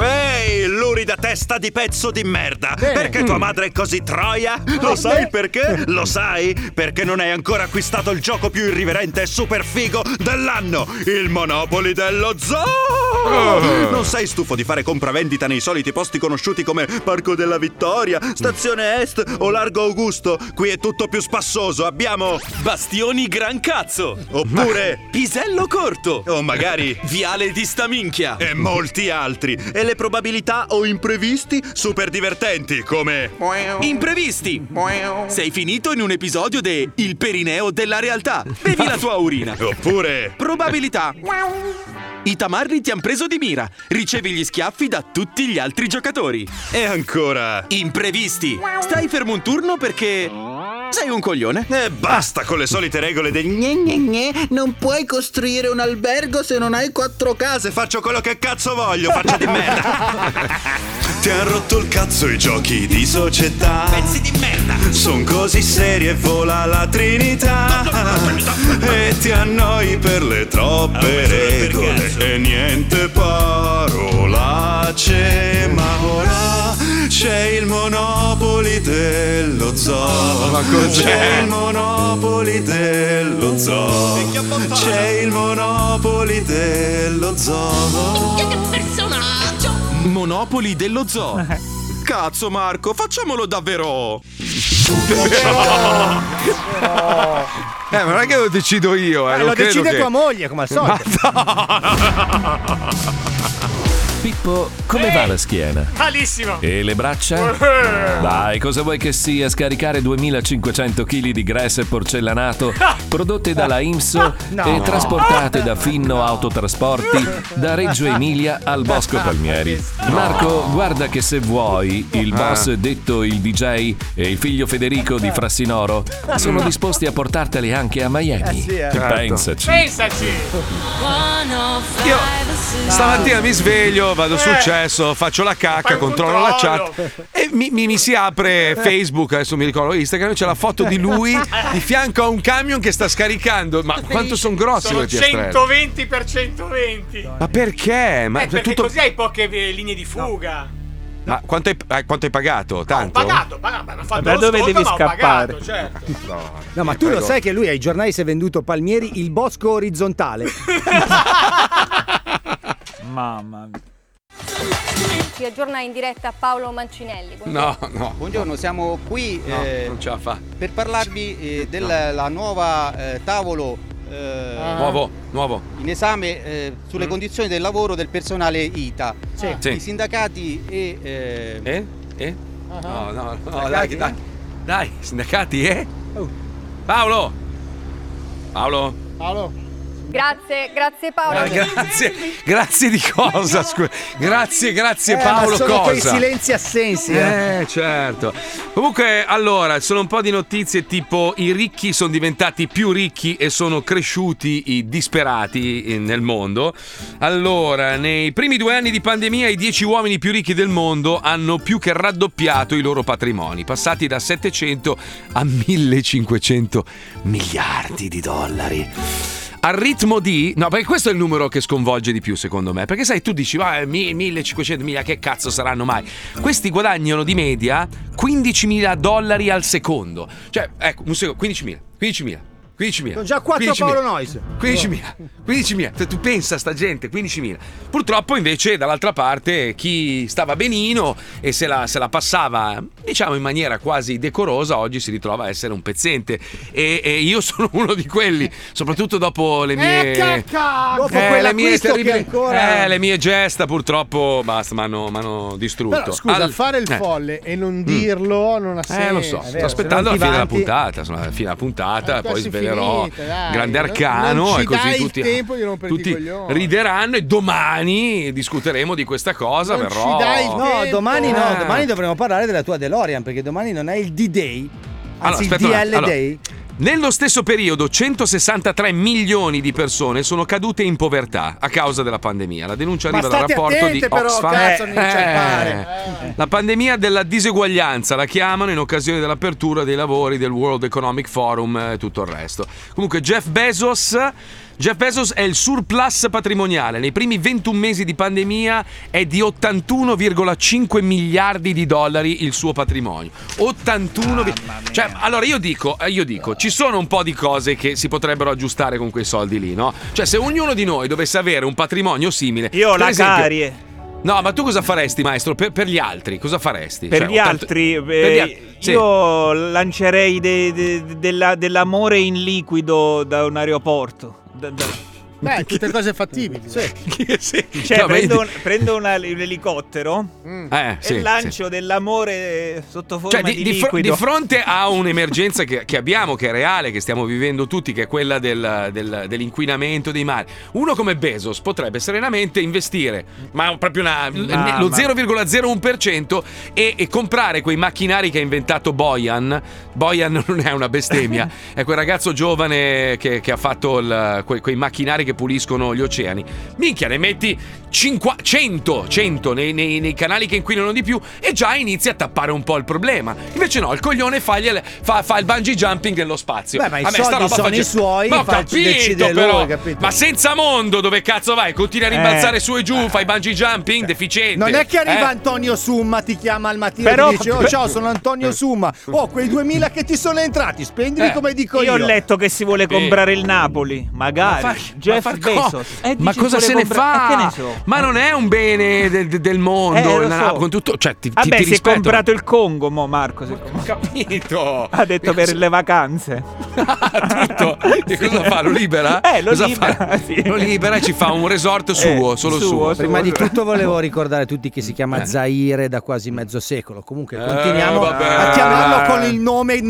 Speaker 3: Ehi, lurida testa di pezzo di merda! Perché tua madre è così troia? Lo sai perché? Lo sai? Perché non hai ancora acquistato il gioco più irriverente e super figo dell'anno! Il Monopoli dello
Speaker 18: Oh.
Speaker 3: Zoo! Non sei stufo di fare compravendita nei soliti posti conosciuti come Parco della Vittoria,
Speaker 18: Mm.
Speaker 3: Stazione Est o Largo Augusto? Qui è tutto più spassoso, abbiamo...
Speaker 18: Bastioni gran cazzo!
Speaker 3: Oppure-
Speaker 18: Pisello corto!
Speaker 3: O magari...
Speaker 18: Viale di staminchia!
Speaker 3: e molti altri. E le probabilità o imprevisti super divertenti, come.
Speaker 18: Imprevisti! Sei finito in un episodio de Il perineo della realtà. Bevi la tua urina.
Speaker 3: Oppure.
Speaker 18: Probabilità. I tamarri ti han preso di mira. Ricevi gli schiaffi da tutti gli altri giocatori.
Speaker 3: E ancora.
Speaker 18: Imprevisti. Stai fermo un turno perché. Sei un coglione.
Speaker 3: E basta con le solite regole del gne gne gne.
Speaker 19: Non puoi costruire un albergo se non hai quattro case.
Speaker 3: Faccio quello che cazzo voglio, faccia di merda. Ti han rotto il cazzo i giochi di società. Pezzi di merda. Son così seri e vola la Trinità. E ti annoi per le troppe regole. E niente parolacce. Ma ora c'è il monopoli dello zoo. Ma
Speaker 10: cos'è?
Speaker 3: C'è il monopoli dello zoo. C'è il monopoli dello zoo.
Speaker 10: personaggio!
Speaker 18: Monopoli dello zoo. Cazzo Marco, facciamolo davvero!
Speaker 2: Eh, ma non è che lo decido io, eh.
Speaker 9: Eh,
Speaker 2: non
Speaker 9: lo
Speaker 2: credo
Speaker 9: decide
Speaker 2: che-
Speaker 9: tua moglie, come al solito.
Speaker 11: Pippo, come
Speaker 4: Ehi!
Speaker 11: va la schiena?
Speaker 7: Ecco.
Speaker 4: Malissimo.
Speaker 11: E le braccia?
Speaker 4: Eh.
Speaker 11: Dai, cosa vuoi che sia scaricare 2500 kg di grasso e porcellanato prodotte dalla IMSO No. e trasportate da Finno Autotrasporti da Reggio Emilia al Bosco Palmieri? Marco, guarda che se vuoi, il boss detto il DJ e il figlio Federico di Frassinoro sono disposti a portarteli anche a Miami. Pensaci.
Speaker 4: Pensaci.
Speaker 10: Io
Speaker 2: Ah. Stamattina mi sveglio, vado sul
Speaker 4: Eh.
Speaker 2: cesso, faccio la cacca, controllo la
Speaker 10: controllo.
Speaker 2: chat e mi, mi- mi si apre Facebook, adesso mi ricordo Instagram, c'è la foto di lui di fianco a un camion che sta scaricando. Ma quanto sono grossi
Speaker 4: Sono
Speaker 2: quelle piastrelle?
Speaker 4: 120 per 120.
Speaker 2: Ma perché? Ma, cioè,
Speaker 4: eh, perché
Speaker 2: tutto-
Speaker 4: così hai poche eh, linee di fuga.
Speaker 2: ma quanto, hai, eh, quanto hai pagato? Tanto?
Speaker 4: Pagato, pagato, ma non fatto
Speaker 2: Vabbè,
Speaker 4: lo
Speaker 2: dove
Speaker 4: sconto,
Speaker 2: devi
Speaker 4: ma ho
Speaker 2: scappare?
Speaker 4: pagato, certo.
Speaker 2: No,
Speaker 9: No, ma tu lo sai che lui ai giornali si è venduto Palmieri il bosco orizzontale.
Speaker 7: Mamma mia.
Speaker 28: Ci aggiorna in diretta Paolo Mancinelli.
Speaker 2: no.
Speaker 16: Buongiorno, siamo qui
Speaker 2: No,
Speaker 16: eh,
Speaker 2: non ce la fa.
Speaker 16: per parlarvi eh, della la nuova eh, tavolo eh,
Speaker 2: Ah. Nuovo, nuovo.
Speaker 16: in esame eh, sulle condizioni del lavoro del personale ITA.
Speaker 2: Sì.
Speaker 16: I sindacati e... eh, Ah.
Speaker 2: Eh? Eh? No, no, no, dai, dai. Dai, sindacati, eh? Paolo! Paolo?
Speaker 28: Grazie, grazie Paolo.
Speaker 2: Ah, grazie, grazie di cosa? scu- grazie, grazie
Speaker 9: Eh,
Speaker 2: Paolo.
Speaker 9: ma sono
Speaker 2: cosa?
Speaker 9: quei silenzi assensi. eh.
Speaker 2: Eh, certo. Comunque, allora, sono un po' di notizie tipo i ricchi sono diventati più ricchi e sono cresciuti i disperati eh, nel mondo. Allora, nei primi due anni di pandemia i dieci uomini più ricchi del mondo hanno più che raddoppiato i loro patrimoni, passati da 700 a 1500 miliardi di dollari al ritmo di. No, perché questo è il numero che sconvolge di più, secondo me. Perché sai, tu dici, va, 1500 mila, che cazzo saranno mai? Questi guadagnano di media 15.000 dollari al secondo. Cioè, ecco, un secondo, 15.000, 15.000. 15.000.
Speaker 9: Sono già quattro
Speaker 2: 15.000.
Speaker 9: Paolo Noyes.
Speaker 2: 15.000, 15.000, Cioè, tu pensa a sta gente, 15.000. Purtroppo invece dall'altra parte chi stava benino e se la, se la passava diciamo in maniera quasi decorosa oggi si ritrova a essere un pezzente e, e io sono uno di quelli, soprattutto dopo le mie...
Speaker 8: Eh, Dopo
Speaker 2: Eh,
Speaker 8: quella
Speaker 2: le mie
Speaker 8: acquisto che
Speaker 2: terribili-
Speaker 8: ancora-
Speaker 2: eh, le mie gesta purtroppo basta, mi hanno m'hanno distrutto.
Speaker 8: Però, scusa,
Speaker 2: Al-
Speaker 8: fare il
Speaker 2: eh.
Speaker 8: folle e non dirlo non ha senso.
Speaker 2: Eh, lo so, sto aspettando la fine della puntata, insomma, alla fine della puntata, poi
Speaker 8: Eh, quasi
Speaker 2: svelerò
Speaker 8: finita, dai.
Speaker 2: Grande
Speaker 8: Non-
Speaker 2: Arcano
Speaker 8: non ci
Speaker 2: e così
Speaker 8: dai il
Speaker 2: tutti,
Speaker 8: tempo di romperti i
Speaker 2: tutti
Speaker 8: coglioni.
Speaker 2: rideranno e domani discuteremo di questa cosa, verrò.
Speaker 9: No, domani no,
Speaker 2: Ah.
Speaker 9: domani dovremo parlare della tua DeLorean perché domani non è il D-Day, anzi
Speaker 2: aspetta un
Speaker 9: il
Speaker 2: attimo,
Speaker 9: DL
Speaker 2: allora,
Speaker 9: Day.
Speaker 2: Nello stesso periodo 163 milioni di persone sono cadute in povertà a causa della pandemia. La denuncia
Speaker 8: Ma
Speaker 2: arriva dal
Speaker 8: state
Speaker 2: rapporto di
Speaker 8: attente però,
Speaker 2: Oxfam. Eh,
Speaker 8: cazzo, non c'è il pane.
Speaker 2: La pandemia della diseguaglianza la chiamano in occasione dell'apertura dei lavori del World Economic Forum e tutto il resto. Comunque Jeff Bezos Jeff Bezos è il surplus patrimoniale. Nei primi 21 mesi di pandemia è di 81,5 miliardi di dollari il suo patrimonio. 81. vi- Cioè, allora io dico, eh, io dico, ci sono un po' di cose che si potrebbero aggiustare con quei soldi lì, no? Cioè, se ognuno di noi dovesse avere un patrimonio simile.
Speaker 7: Io ho
Speaker 2: per
Speaker 7: la
Speaker 2: esempio-
Speaker 7: carie.
Speaker 2: No, ma tu cosa faresti, maestro? Per, per gli altri, cosa faresti?
Speaker 7: Per
Speaker 2: Cioè,
Speaker 7: gli
Speaker 2: 80
Speaker 7: altri, eh,
Speaker 2: per gli altri, sì.
Speaker 7: io lancerei de- de- della- dell'amore in liquido da un aeroporto. Da- da-
Speaker 8: Beh, tutte cose fattibili.
Speaker 7: Cioè,
Speaker 8: No,
Speaker 7: prendo,
Speaker 8: vedi.
Speaker 7: un, prendo una- un elicottero
Speaker 2: Eh,
Speaker 7: e
Speaker 2: sì,
Speaker 7: lancio dell'amore sotto forma
Speaker 2: Cioè, di,
Speaker 7: di,
Speaker 2: di fro-
Speaker 7: liquido.
Speaker 2: di fronte a un'emergenza che, che abbiamo, che è reale, che stiamo vivendo tutti, che è quella del- del- dell'inquinamento dei mari, uno come Bezos potrebbe serenamente investire, ma proprio una-
Speaker 7: Ma-
Speaker 2: lo
Speaker 7: ma-
Speaker 2: 0,01% e, e comprare quei macchinari che ha inventato Boyan. Boyan non è una bestemmia, è quel ragazzo giovane che, che ha fatto il- que- quei macchinari che puliscono gli oceani. Minchia, ne metti cinqua- 100, 100 nei, nei- nei canali che inquinano di più e già inizi a tappare un po' il problema. Invece no, il coglione fa, gli- fa- fa il bungee jumping nello spazio.
Speaker 9: Beh, ma i
Speaker 2: A me sta
Speaker 9: soldi
Speaker 2: roba
Speaker 9: sono i suoi,
Speaker 2: Ma ho
Speaker 9: fa-
Speaker 2: capito,
Speaker 9: decide lui,
Speaker 2: però.
Speaker 9: capito? Eh.
Speaker 2: Ma senza mondo, dove cazzo vai? Continui a rimbalzare su e giù, fai bungee jumping, deficiente.
Speaker 9: Non è che arriva
Speaker 2: eh?
Speaker 9: Antonio Summa, ti chiama al mattino
Speaker 2: Però- Eh.
Speaker 9: e ti dice: Oh, ciao, sono Antonio Summa. Oh, quei 2000 che ti sono entrati, spendili
Speaker 7: Eh,
Speaker 9: come dico io.
Speaker 7: ho letto che si vuole
Speaker 9: Sì.
Speaker 7: comprare il Napoli, magari.
Speaker 9: Ma fa-
Speaker 7: Jeff
Speaker 9: ma fa co-
Speaker 7: Bezos. Eh,
Speaker 2: ma
Speaker 7: dici
Speaker 2: cosa
Speaker 7: vuole
Speaker 2: se ne
Speaker 7: comprare-
Speaker 2: fa?
Speaker 7: Eh, che ne so?
Speaker 2: Ma non è un bene de- de- del mondo.
Speaker 7: Eh, lo
Speaker 2: na-
Speaker 7: so.
Speaker 2: con tutto, cioè,
Speaker 9: Ah
Speaker 2: ti, ti- ti
Speaker 7: Vabbè, si è
Speaker 2: rispetto.
Speaker 7: comprato il Congo, mo Marco. si è
Speaker 2: Capito.
Speaker 7: Ha detto per le vacanze.
Speaker 2: Che cosa fa? Lo libera?
Speaker 7: Eh, lo
Speaker 2: Cosa
Speaker 7: libera,
Speaker 2: fa? Lo libera e ci fa un resort suo, solo suo.
Speaker 9: Eh, Prima di tutto volevo ricordare a tutti che si chiama Zaire da quasi mezzo secolo. Comunque
Speaker 2: Eh,
Speaker 9: continuiamo
Speaker 2: vabbè. Eh.
Speaker 9: a chiamarlo con il nome
Speaker 2: Scusa,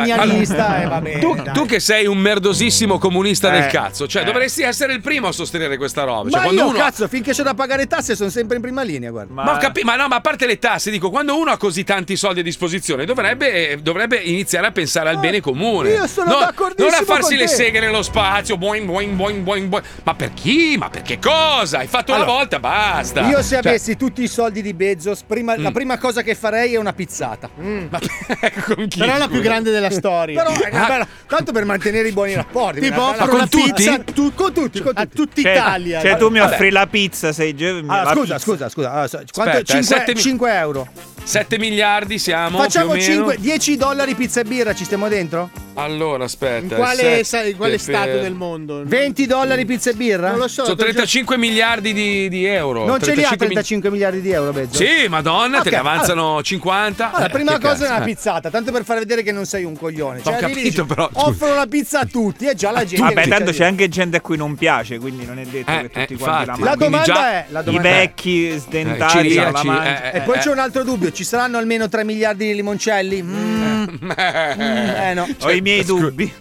Speaker 9: neocolonialista. eh,
Speaker 2: allora,
Speaker 9: e va bene,
Speaker 2: tu,
Speaker 9: dai.
Speaker 2: tu che sei un merdosissimo comunista
Speaker 9: Eh,
Speaker 2: del cazzo, cioè
Speaker 9: eh.
Speaker 2: dovresti essere il primo a sostenere questa roba. Cioè,
Speaker 9: Ma
Speaker 2: quando
Speaker 9: io
Speaker 2: uno-
Speaker 9: cazzo, finché c'è da pagare tasse sono sempre in prima linea, guarda.
Speaker 2: Ma, ho capi- ma no, ma a parte le tasse, dico, quando uno ha così tanti soldi a disposizione, dovrebbe, eh, dovrebbe iniziare a pensare al bene comune.
Speaker 9: Ah, io sono
Speaker 2: No,
Speaker 9: d'accordissimo
Speaker 2: Non a farsi
Speaker 9: con
Speaker 2: le
Speaker 9: te.
Speaker 2: seghe nello spazio, boing, boing, boing, boing, boing. Ma per chi? Ma per che cosa? Hai fatto una
Speaker 9: Allora,
Speaker 2: volta, basta.
Speaker 9: Io se
Speaker 2: Cioè,
Speaker 9: avessi tutti i soldi di Bezos, prima- la
Speaker 2: Mm.
Speaker 9: prima cosa che farei è una pizzata.
Speaker 2: con chi,
Speaker 8: Però è la
Speaker 2: scusa?
Speaker 8: più grande della storia.
Speaker 9: Però è una bella- tanto per mantenere i buoni rapporti.
Speaker 8: Tipo,
Speaker 9: una bella
Speaker 8: con
Speaker 9: pizza,
Speaker 8: tutti?
Speaker 9: tu- con tutti, con tutti. A tutta Ah,
Speaker 7: Cioè, cioè, tu mi offri la pizza, sei Jeff. la
Speaker 9: scusa,
Speaker 7: pizza.
Speaker 9: scusa, scusa, Ah, allora, so-
Speaker 2: Aspetta,
Speaker 9: quanto-
Speaker 2: eh,
Speaker 9: cinque-
Speaker 2: sette mi-
Speaker 9: 5 euro.
Speaker 2: 7 miliardi siamo.
Speaker 9: Facciamo
Speaker 2: più o meno.
Speaker 9: 5, 10 dollari pizza e birra, ci stiamo dentro?
Speaker 2: Allora, aspetta. eh,
Speaker 8: Quale,
Speaker 2: sette
Speaker 8: sa- in quale stato
Speaker 2: per-
Speaker 8: del mondo?
Speaker 9: 20 dollari pizza e birra? Non lo so.
Speaker 2: Sono 35 miliardi di, di euro.
Speaker 9: Non ce li ha
Speaker 2: 35 mil-
Speaker 9: 35 miliardi di euro, Bezzo?
Speaker 2: Sì, madonna, te
Speaker 9: Ok,
Speaker 2: ne avanzano
Speaker 9: allora-
Speaker 2: 50.
Speaker 9: Allora,
Speaker 2: Eh,
Speaker 9: la prima
Speaker 2: che
Speaker 9: cosa
Speaker 2: cazzo,
Speaker 9: è una
Speaker 2: eh.
Speaker 9: pizzata, tanto per far vedere che non sei un coglione. Cioè, arrivi e
Speaker 2: capito,
Speaker 9: dici,
Speaker 2: però, scusa.
Speaker 9: Offro la pizza a tutti e già la gente.
Speaker 7: Vabbè,
Speaker 9: comincia a
Speaker 7: tanto
Speaker 9: dire.
Speaker 7: c'è anche gente a cui non piace, quindi non è detto
Speaker 2: Eh,
Speaker 7: che tutti
Speaker 2: eh,
Speaker 7: quanti
Speaker 2: infatti.
Speaker 7: la mangiano.
Speaker 9: La domanda
Speaker 2: Quindi già-
Speaker 9: è, la domanda
Speaker 7: I
Speaker 9: è-
Speaker 7: vecchi sdentati
Speaker 2: celiaci,
Speaker 7: non la mangiano.
Speaker 2: eh,
Speaker 9: E poi c'è un altro dubbio, ci saranno almeno 3 miliardi di limoncelli? Mm, eh no.
Speaker 7: Ho i miei dubbi.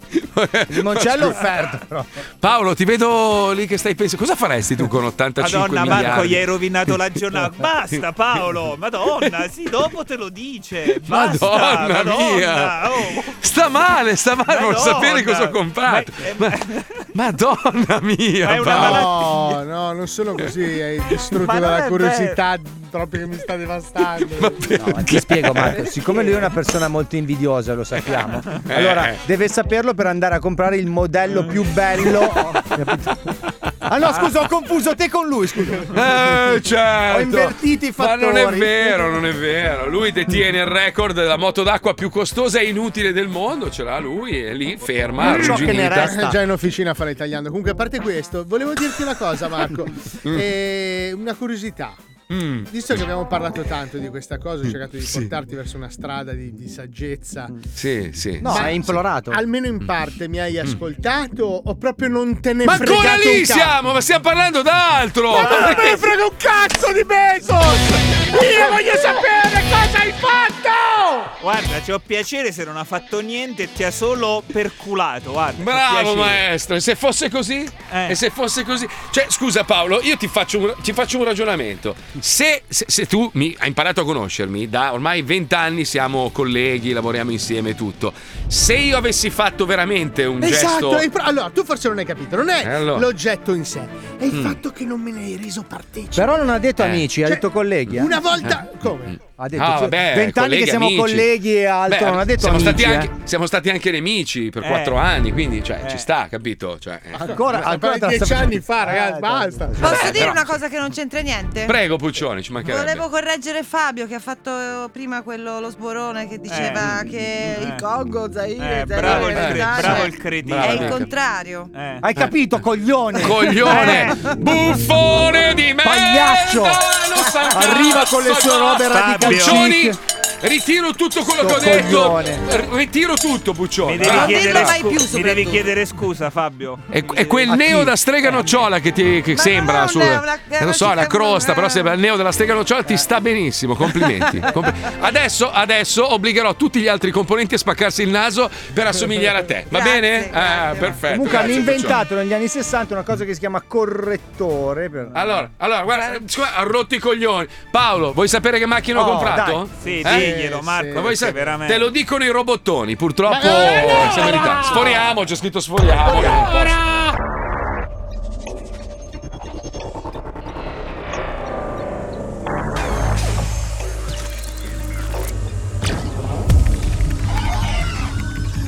Speaker 9: Limoncello offerto. però.
Speaker 2: Paolo, ti vedo lì che stai pensando. Cosa faresti tu con 85
Speaker 7: Madonna,
Speaker 2: miliardi?
Speaker 7: Marco, gli hai rovinato la giornata. Basta, Paolo. Madonna, sì, dopo te lo dice. Basta, oh.
Speaker 2: Madonna, mia. Sta male, sta male, non
Speaker 7: Madonna.
Speaker 2: sapere cosa ho comprato. Ma- Madonna mia. Paolo.
Speaker 8: No, no, non sono così. Hai distrutto
Speaker 9: Ma non
Speaker 8: dalla
Speaker 9: è
Speaker 8: curiosità proprio che mi sta devastando.
Speaker 9: No, ti spiego Marco, siccome lui è una persona molto invidiosa, lo sappiamo. Allora,
Speaker 8: Eh.
Speaker 9: deve saperlo per andare a comprare il modello più bello. Ah no, scusa, ho confuso te con lui, scusa.
Speaker 2: Eh, certo.
Speaker 9: Ho invertito i
Speaker 2: Ma
Speaker 9: fattori.
Speaker 2: non è vero, non è vero. Lui detiene il record della moto d'acqua più costosa e inutile del mondo. Ce l'ha lui, è lì, ferma.
Speaker 8: Ciò che ne
Speaker 2: arrugginita.
Speaker 8: resta. Già in officina farei tagliando. Comunque, a parte questo, volevo dirti una cosa, Marco. Eh, una curiosità.
Speaker 2: Mm.
Speaker 8: Visto che abbiamo parlato tanto di questa cosa, ho cercato di portarti verso una strada di, di saggezza.
Speaker 2: Sì, sì.
Speaker 8: Ma-
Speaker 2: sì.
Speaker 8: Almeno in parte mi hai ascoltato o proprio non te ne
Speaker 2: Mm. Ma
Speaker 8: fregato
Speaker 2: ancora
Speaker 8: un
Speaker 2: lì
Speaker 8: cazzo?
Speaker 2: siamo, ma stiamo parlando d'altro.
Speaker 8: Ma non me ne frega un cazzo di Bezos! Io voglio sapere cosa hai fatto!
Speaker 7: Guarda, ci ho piacere se non ha fatto niente e ti ha solo perculato. Guarda, c'ho
Speaker 2: Bravo
Speaker 7: piacere.
Speaker 2: maestro, e se fosse così? E se fosse così? Cioè, scusa Paolo, io ti faccio un, ti faccio un ragionamento. Se, se- se tu mi hai imparato a conoscermi, da ormai 20 anni siamo colleghi, lavoriamo insieme e tutto. Se io avessi fatto veramente un
Speaker 8: Esatto,
Speaker 2: gesto...
Speaker 8: hai pro- allora tu forse non hai capito, non è
Speaker 2: Eh, allora.
Speaker 8: l'oggetto in sé, è il
Speaker 2: Mm.
Speaker 8: fatto che non me ne hai reso partecipe.
Speaker 9: Però non ha detto
Speaker 2: Eh.
Speaker 9: amici, ha detto colleghi. eh.
Speaker 8: Una volta, come?
Speaker 9: Ha detto
Speaker 2: Ah,
Speaker 9: cioè,
Speaker 2: vabbè,
Speaker 9: 20 anni che
Speaker 2: colleghi,
Speaker 9: siamo
Speaker 2: amici.
Speaker 9: colleghi e altro,
Speaker 2: Beh,
Speaker 9: non ha detto
Speaker 2: siamo,
Speaker 9: amici,
Speaker 2: stati
Speaker 9: eh.
Speaker 2: anche, siamo stati anche nemici per
Speaker 9: Eh.
Speaker 2: quattro anni, quindi cioè,
Speaker 9: Eh.
Speaker 2: ci sta, capito? Cioè, eh.
Speaker 9: Ancora, ancora te la
Speaker 8: dieci
Speaker 9: sta
Speaker 8: anni fa,
Speaker 9: facendo. Eh,
Speaker 8: ragazzi, basta.
Speaker 6: Posso
Speaker 2: Beh,
Speaker 6: dire
Speaker 2: Eh, però-
Speaker 6: una cosa che non c'entra niente?
Speaker 2: Prego, Puccioni, ci mancherebbe.
Speaker 6: Volevo correggere Fabio che ha fatto prima quello lo sborone che diceva che il Congo, Zaire,
Speaker 7: Eh,
Speaker 6: Zaire,
Speaker 7: bravo il
Speaker 6: Zaire,
Speaker 7: cre-
Speaker 6: Zaire.
Speaker 7: bravo il cretino.
Speaker 6: È il
Speaker 7: Bravo.
Speaker 6: contrario.
Speaker 9: Hai capito, coglione? Eh.
Speaker 2: Coglione! Eh,
Speaker 8: Eh.
Speaker 2: Buffone di merda!
Speaker 9: Pagliaccio! Arriva con le sue robe radicali.
Speaker 2: Puccioni, Ritiro tutto quello
Speaker 7: Sto
Speaker 2: che ho detto.
Speaker 7: coglione.
Speaker 2: R- Ritiro tutto, Puccioni.
Speaker 7: Mi devi,
Speaker 2: Ah.
Speaker 7: chiedere, scu- mi devi chiedere scusa, Fabio.
Speaker 2: È, è quel neo da
Speaker 7: Eh.
Speaker 2: strega nocciola che ti che sembra su. lo so, è la crosta, però sembra il neo della strega nocciola, ti sta benissimo. Complimenti. Compl- adesso, adesso obbligherò tutti gli altri componenti a spaccarsi il naso per assomigliare a te. Va bene? ah, perfetto.
Speaker 9: Comunque hanno
Speaker 2: grazie, Puccioni.
Speaker 9: inventato negli anni 60 una cosa che si chiama correttore. per-
Speaker 2: Allora, allora, guarda, scusa, ha rotto i coglioni. Paolo, vuoi sapere che macchina ho
Speaker 9: Oh,
Speaker 2: comprato?
Speaker 7: dai. Sì, diglielo,
Speaker 2: Eh?
Speaker 7: Marco,
Speaker 2: Ma vuoi
Speaker 7: perché veramente-
Speaker 2: Te lo dicono i robottoni, purtroppo. eh,
Speaker 7: Ma allora!
Speaker 2: siamo in ritardo. Sforiamo, c'è scritto sforiamo. che non posso.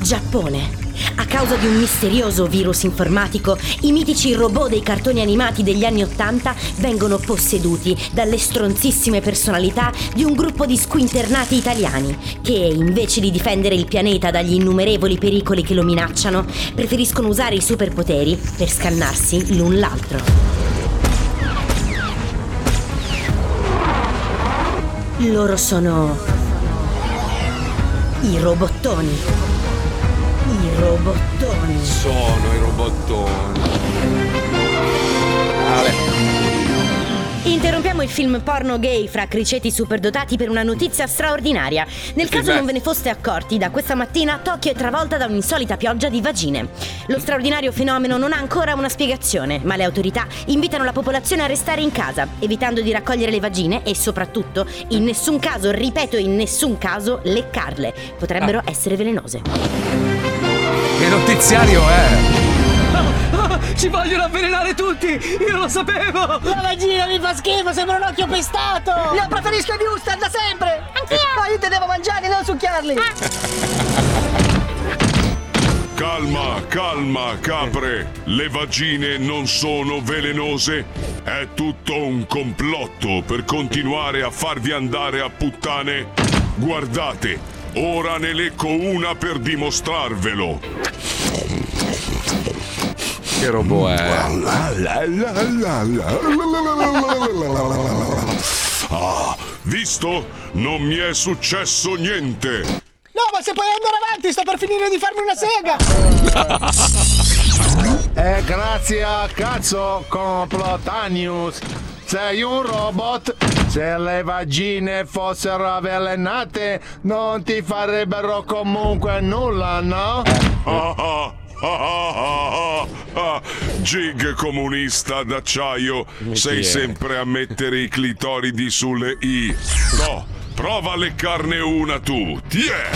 Speaker 29: Giappone. A causa di un misterioso virus informatico, i mitici robot dei cartoni animati degli anni Ottanta vengono posseduti dalle stronzissime personalità di un gruppo di squinternati italiani che, invece di difendere il pianeta dagli innumerevoli pericoli che lo minacciano, preferiscono usare i superpoteri per scannarsi l'un l'altro. Loro sono i robottoni. I robottoni.
Speaker 2: Sono i robottoni. Vabbè.
Speaker 29: Interrompiamo il film porno gay fra criceti superdotati per una notizia straordinaria. Nel caso beh. non ve ne foste accorti, da questa mattina Tokyo è travolta da un'insolita pioggia di vagine. Lo straordinario fenomeno non ha ancora una spiegazione, ma le autorità invitano la popolazione a restare in casa, evitando di raccogliere le vagine e soprattutto, in nessun caso, ripeto, in nessun caso, leccarle. Potrebbero essere velenose.
Speaker 2: Che notiziario è?
Speaker 10: Ci vogliono avvelenare tutti! Io non lo sapevo!
Speaker 14: La vagina mi fa schifo, sembra un occhio pestato! No, preferisco i Newstar da sempre! Anch'io! Ah. Ma io te devo mangiare, non succhiarli!
Speaker 5: Calma, calma, capre. Le vagine non sono velenose. È tutto un complotto per continuare a farvi andare a puttane. Guardate, ora ne lecco una per dimostrarvelo.
Speaker 2: Che robot è?
Speaker 5: Ah, visto? Non mi è successo niente.
Speaker 14: No, ma se puoi andare avanti, sto per finire di farmi una sega!
Speaker 30: E Eh, grazie a cazzo complotanius sei un robot se le vagine fossero avvelenate non ti farebbero comunque nulla no?
Speaker 5: Ah, ah, ah, ah, ah, ah. Gig comunista d'acciaio, sei sempre a mettere i clitoridi sulle i. No, prova a leccarne una tu. Tiè!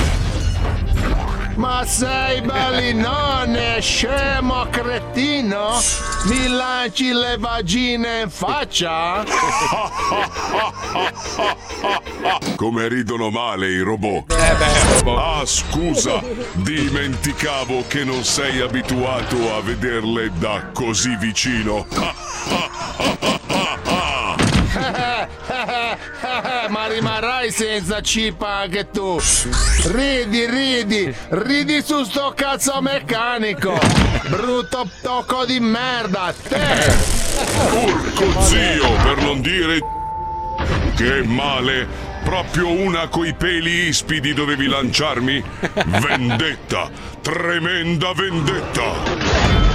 Speaker 30: Ma sei bellinone, scemo cretino? Mi lanci le vagine in faccia?
Speaker 5: Ah, Come ridono male i robot. Ah, scusa, dimenticavo che non sei abituato a vederle da così vicino. Ah,
Speaker 30: Ma rimarrai senza cipa anche tu. Ridi, ridi, ridi su sto cazzo meccanico. Brutto tocco di merda, te.
Speaker 5: Porco zio, per non dire. Che male! Proprio una coi peli ispidi dovevi lanciarmi? Vendetta! Tremenda vendetta!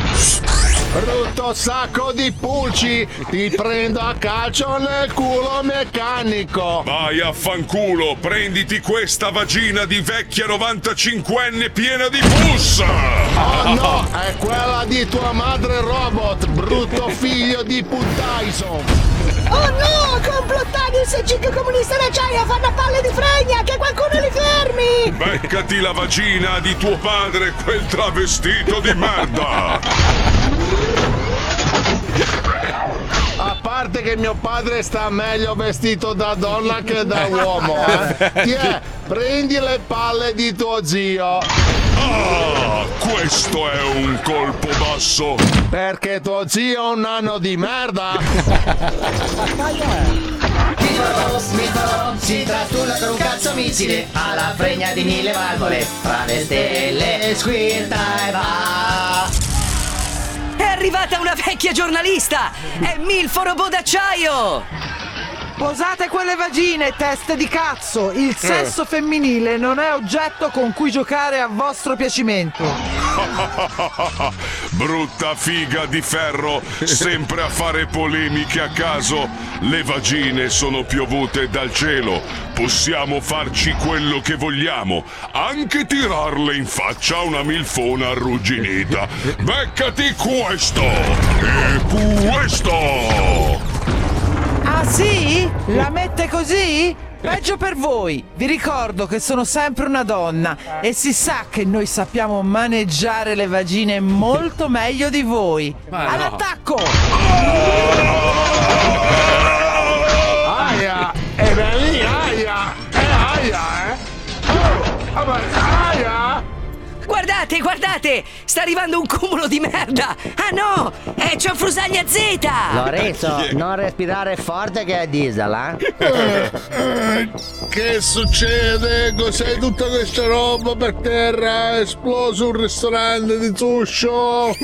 Speaker 30: Brutto sacco di pulci, ti prendo a calcio nel culo meccanico.
Speaker 5: Vai a fanculo, prenditi questa vagina di vecchia 95enne piena di bussa!
Speaker 30: Oh no, è quella di tua madre robot, brutto figlio di puttaison.
Speaker 14: Oh no! Complottani il CG comunista d'acciaio fanno a palle di fregna! Che qualcuno li fermi!
Speaker 5: Beccati la vagina di tuo padre, quel travestito di merda!
Speaker 30: parte che mio padre sta meglio vestito da donna che da uomo. Eh. Ti è, prendi le palle di tuo zio.
Speaker 5: Ah, questo è un colpo basso.
Speaker 30: Perché tuo zio è un nano di merda.
Speaker 15: Titolo, smitolo, si trastulla con un cazzo missile Alla fregna di mille valvole Fra le stelle squirta e va
Speaker 10: Ah. È arrivata una vecchia giornalista! È Milfo Robot d'acciaio!
Speaker 6: Posate quelle vagine, teste di cazzo!
Speaker 30: Eh.
Speaker 6: Il sesso femminile non è oggetto con cui giocare a vostro piacimento.
Speaker 5: Brutta figa di ferro, sempre a fare polemiche a caso. Le vagine sono piovute dal cielo. Possiamo farci quello che vogliamo, anche tirarle in faccia una milfona arrugginita. Beccati questo! E questo!
Speaker 6: Ah sì? La mette così? Peggio per voi! Vi ricordo che sono sempre una donna e si sa che noi sappiamo maneggiare le vagine molto meglio di voi.
Speaker 30: Ma no.
Speaker 6: All'attacco!
Speaker 30: Aia, e ben lì, eh. aia, e aia, eh. Oh, vabbè, aia.
Speaker 10: Guardate, guardate! Sta arrivando un cumulo di merda! Ah no! È Cianfrusagna Z!
Speaker 15: Lorenzo, non respirare forte che è diesel, eh?
Speaker 30: Che succede? Cos'è tutta questa roba per terra? È esploso un ristorante di suscio?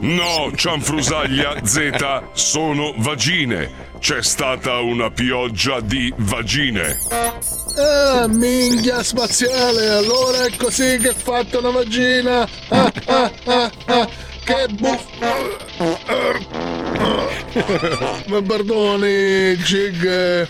Speaker 5: No, Cianfrusaglia Z, sono vagine. C'è stata una pioggia di vagine.
Speaker 30: Ah, minchia spaziale, allora è così che è fatta una vagina. Ah, ah, ah, ah, che buff... Ma perdoni, Gig.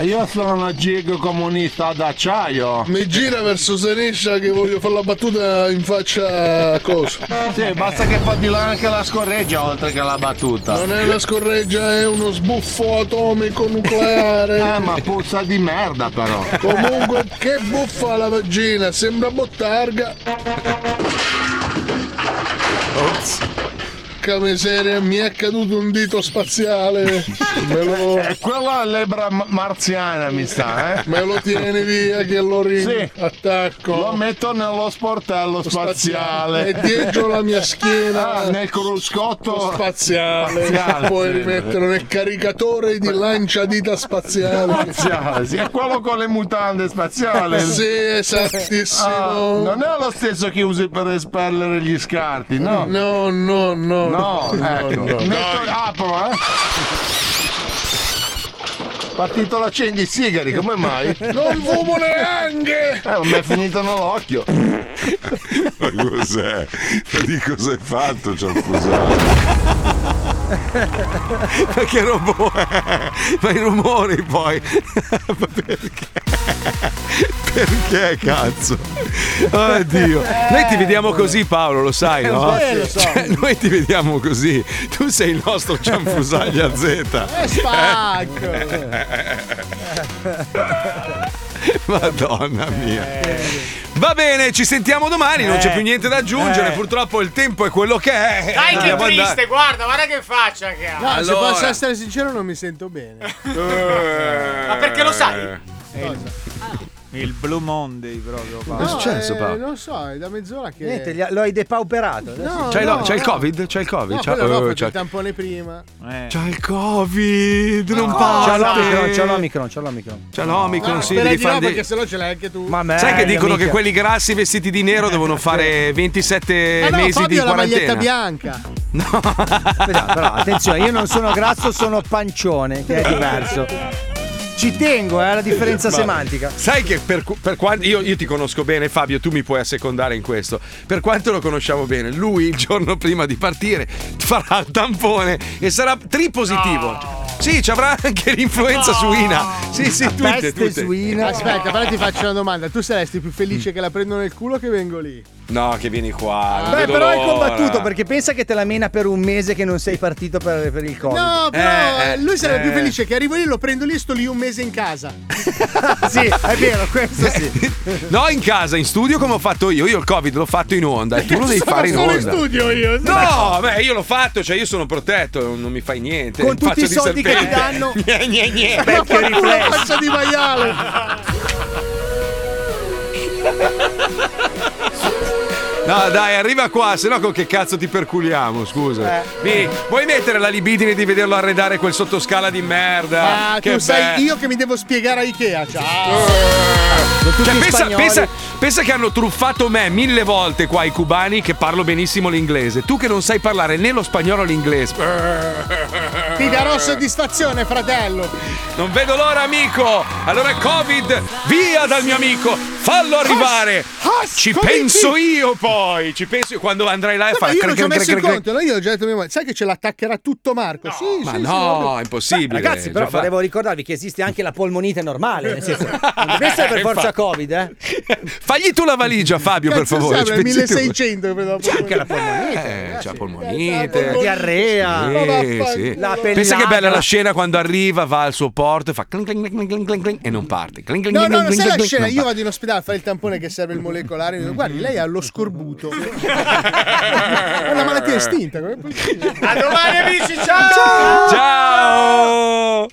Speaker 30: Io sono una Gig comunista d'acciaio. Mi gira verso sinistra che voglio fare la battuta in faccia a cosa. Sì, basta che fa di là anche la scorreggia oltre che la battuta. Non è una scorreggia, è uno sbuffo atomico nucleare. Ah, ma puzza di merda però. Comunque, che buffa la vagina, sembra bottarga. Porca miseria, mi è caduto un dito spaziale. Me lo... Quella Eh, è l'ebra marziana, mi sta, eh? Me lo tieni via che lo ri... Sì. attacco. Lo metto nello sportello spaziale. E dietro la mia schiena. Ah, nel cruscotto spaziale. Spaziale, Puoi sì. rimettere nel caricatore di lanciadita spaziale. Spaziale, sì, è quello con le mutande spaziale. Sì, esattissimo. Ah, non è lo stesso che usi per espellere gli scarti, no? No, no, no. No, No, ecco. no. Metto- Dai. apro, eh. Partito l'accendi i sigari, come mai? Non fumo neanche! Eh, mi è finito nell'occhio.
Speaker 5: Ma cos'è? Ma Di cosa è fatto Cianfrusaglia?
Speaker 11: Ma che robot è? Ma i rumori poi. Ma perché? Perché cazzo? Oddio. Noi ti vediamo così Paolo, lo sai, no?
Speaker 14: Eh, lo so.
Speaker 11: Cioè, noi ti vediamo così. Tu sei il nostro Cianfrusaglia Z.
Speaker 14: Eh,
Speaker 30: Ecco.
Speaker 14: spacco.
Speaker 11: Madonna mia. Va bene, ci sentiamo domani, non c'è più niente da aggiungere,
Speaker 2: Eh.
Speaker 11: purtroppo il tempo è quello che è.
Speaker 2: Dai che
Speaker 11: Dobbiamo
Speaker 2: triste,
Speaker 11: andare.
Speaker 2: guarda, guarda che faccia che ha.
Speaker 8: No, se
Speaker 11: Allora.
Speaker 8: posso essere sincero non mi sento bene.
Speaker 7: Eh.
Speaker 11: Ma
Speaker 2: perché lo sai?
Speaker 7: Il Blue Monday proprio.
Speaker 8: No, eh, Non so, è da mezz'ora che...
Speaker 9: Niente, gli- lo hai depauperato. adesso.
Speaker 8: No,
Speaker 11: C'hai, lo-
Speaker 8: no,
Speaker 11: c'hai il
Speaker 8: no.
Speaker 11: covid? C'hai il covid?
Speaker 8: No,
Speaker 11: C'ha-
Speaker 8: quello no,
Speaker 11: eh,
Speaker 8: faccio
Speaker 11: c'ha-
Speaker 8: il tampone prima.
Speaker 11: c'ha il covid, non
Speaker 9: C'ha
Speaker 11: parla.
Speaker 9: l'omicron, c'ha l'omicron, c'ha l'omicron.
Speaker 11: C'ha l'omicron,
Speaker 9: Ah.
Speaker 8: No,
Speaker 11: sì,
Speaker 8: spera
Speaker 11: devi
Speaker 8: di no,
Speaker 11: fare dei-
Speaker 8: perché se no ce l'hai anche tu.
Speaker 9: Ma
Speaker 11: Sai che
Speaker 9: Eh,
Speaker 11: dicono che
Speaker 9: minchia.
Speaker 11: quelli grassi vestiti di nero devono fare 27
Speaker 8: Ah no,
Speaker 11: mesi
Speaker 8: Fabio
Speaker 11: di
Speaker 8: ha la maglietta
Speaker 11: quarantena.
Speaker 8: bianca.
Speaker 9: Aspetta, però attenzione, io non sono grasso, sono pancione, che è diverso. Ci tengo, eh, la differenza
Speaker 11: Ma-
Speaker 9: semantica.
Speaker 11: Sai che per, cu- per quanto io, io ti conosco bene, Fabio, tu mi puoi assecondare in questo. Per quanto lo conosciamo bene, lui il giorno prima di partire farà il tampone e sarà tripositivo. Sì,
Speaker 2: Sì, ci avrà anche l'influenza suina. Sì, sì, tutte, tutte.
Speaker 8: Aspetta, però ti faccio una domanda. Tu saresti più felice che la prendo nel culo che vengo lì?
Speaker 2: No, che vieni qua. non
Speaker 9: Beh,
Speaker 2: vedo
Speaker 9: però hai
Speaker 2: l'ora.
Speaker 9: combattuto perché pensa che te la mena per un mese che non sei partito per, per il Covid.
Speaker 8: No, però
Speaker 9: Eh, eh,
Speaker 8: lui sarebbe
Speaker 9: eh.
Speaker 8: più felice che arrivo lì, lo prendo lì e sto lì un mese in casa. sì, è vero, questo sì.
Speaker 2: No, in casa, in studio come ho fatto io. Io il Covid l'ho fatto in onda e tu lo devi
Speaker 8: Sono
Speaker 2: fare in
Speaker 8: solo
Speaker 2: onda.
Speaker 8: in studio io.
Speaker 2: No, beh, io l'ho fatto, cioè io sono protetto, non mi fai niente.
Speaker 8: Con tutti
Speaker 2: Faccio
Speaker 8: i
Speaker 2: di
Speaker 8: soldi che ti
Speaker 2: serpente.
Speaker 8: danno.
Speaker 2: Gne, gne, gne.
Speaker 8: Vecchio riflesso. Faccia di maiale.
Speaker 2: No, dai, arriva qua, se no con che cazzo ti perculiamo, scusa.
Speaker 8: Eh.
Speaker 2: Vieni, vuoi mettere la libidine di vederlo arredare quel sottoscala di merda?
Speaker 11: Ah,
Speaker 8: Ma
Speaker 2: che
Speaker 8: tu sai
Speaker 2: bello.
Speaker 8: io che mi devo spiegare a Ikea. Ciao.
Speaker 11: Eh.
Speaker 2: Cioè,
Speaker 8: tutti
Speaker 2: pensa,
Speaker 8: spagnoli.
Speaker 2: pensa- pensa che hanno truffato me mille volte qua i cubani che parlo benissimo l'inglese. Tu che non sai parlare né lo spagnolo né l'inglese.
Speaker 8: Ti darò soddisfazione, fratello.
Speaker 2: Non vedo l'ora, amico! Allora, Covid, via dal mio amico! Fallo arrivare!
Speaker 8: Hus,
Speaker 2: Ci
Speaker 8: Covid!
Speaker 2: penso io poi! Ci penso io quando andrai là e
Speaker 8: Ma
Speaker 2: farai
Speaker 8: io l'ho già
Speaker 2: crac, crac,
Speaker 8: messo in
Speaker 2: crac,
Speaker 8: conto, no? io l'ho già detto a mia moglie, sai che ce l'attaccherà tutto Marco? sì, sì,
Speaker 2: ma
Speaker 8: sì,
Speaker 2: no,
Speaker 8: vabbè.
Speaker 2: è impossibile.
Speaker 9: Ragazzi, però
Speaker 2: Già fa-
Speaker 9: volevo ricordarvi che esiste anche la polmonite normale, nel senso, non deve essere per forza
Speaker 2: Infatti.
Speaker 9: Covid, eh.
Speaker 2: crac. Fagli tu la valigia, Fabio, per
Speaker 8: Cazzo,
Speaker 2: favore.
Speaker 8: sembra
Speaker 2: ci
Speaker 8: il
Speaker 2: pensi tu.
Speaker 8: 1600 per dopo.
Speaker 9: Anche la polmonite.
Speaker 2: Eh, c'ha
Speaker 9: La
Speaker 2: polmonite,
Speaker 9: diarrea. Ma
Speaker 2: Sì,
Speaker 9: vaffanculo.
Speaker 2: sì.
Speaker 9: La
Speaker 2: Pensa che
Speaker 9: pellata.
Speaker 2: bella la scena quando arriva, va al suo porto e fa clink, clink, clink, clink, clink, clink, e non parte. Clink, clink,
Speaker 8: No,
Speaker 2: clink,
Speaker 8: no, no,
Speaker 2: clink,
Speaker 8: sai la
Speaker 2: clink,
Speaker 8: scena?
Speaker 2: non
Speaker 8: Io
Speaker 2: parte.
Speaker 8: vado in ospedale a fare il tampone che serve il molecolare. mi dico, Guardi, lei ha lo scorbuto. È una malattia estinta. come è possibile?
Speaker 4: A domani amici, ciao!
Speaker 2: Ciao!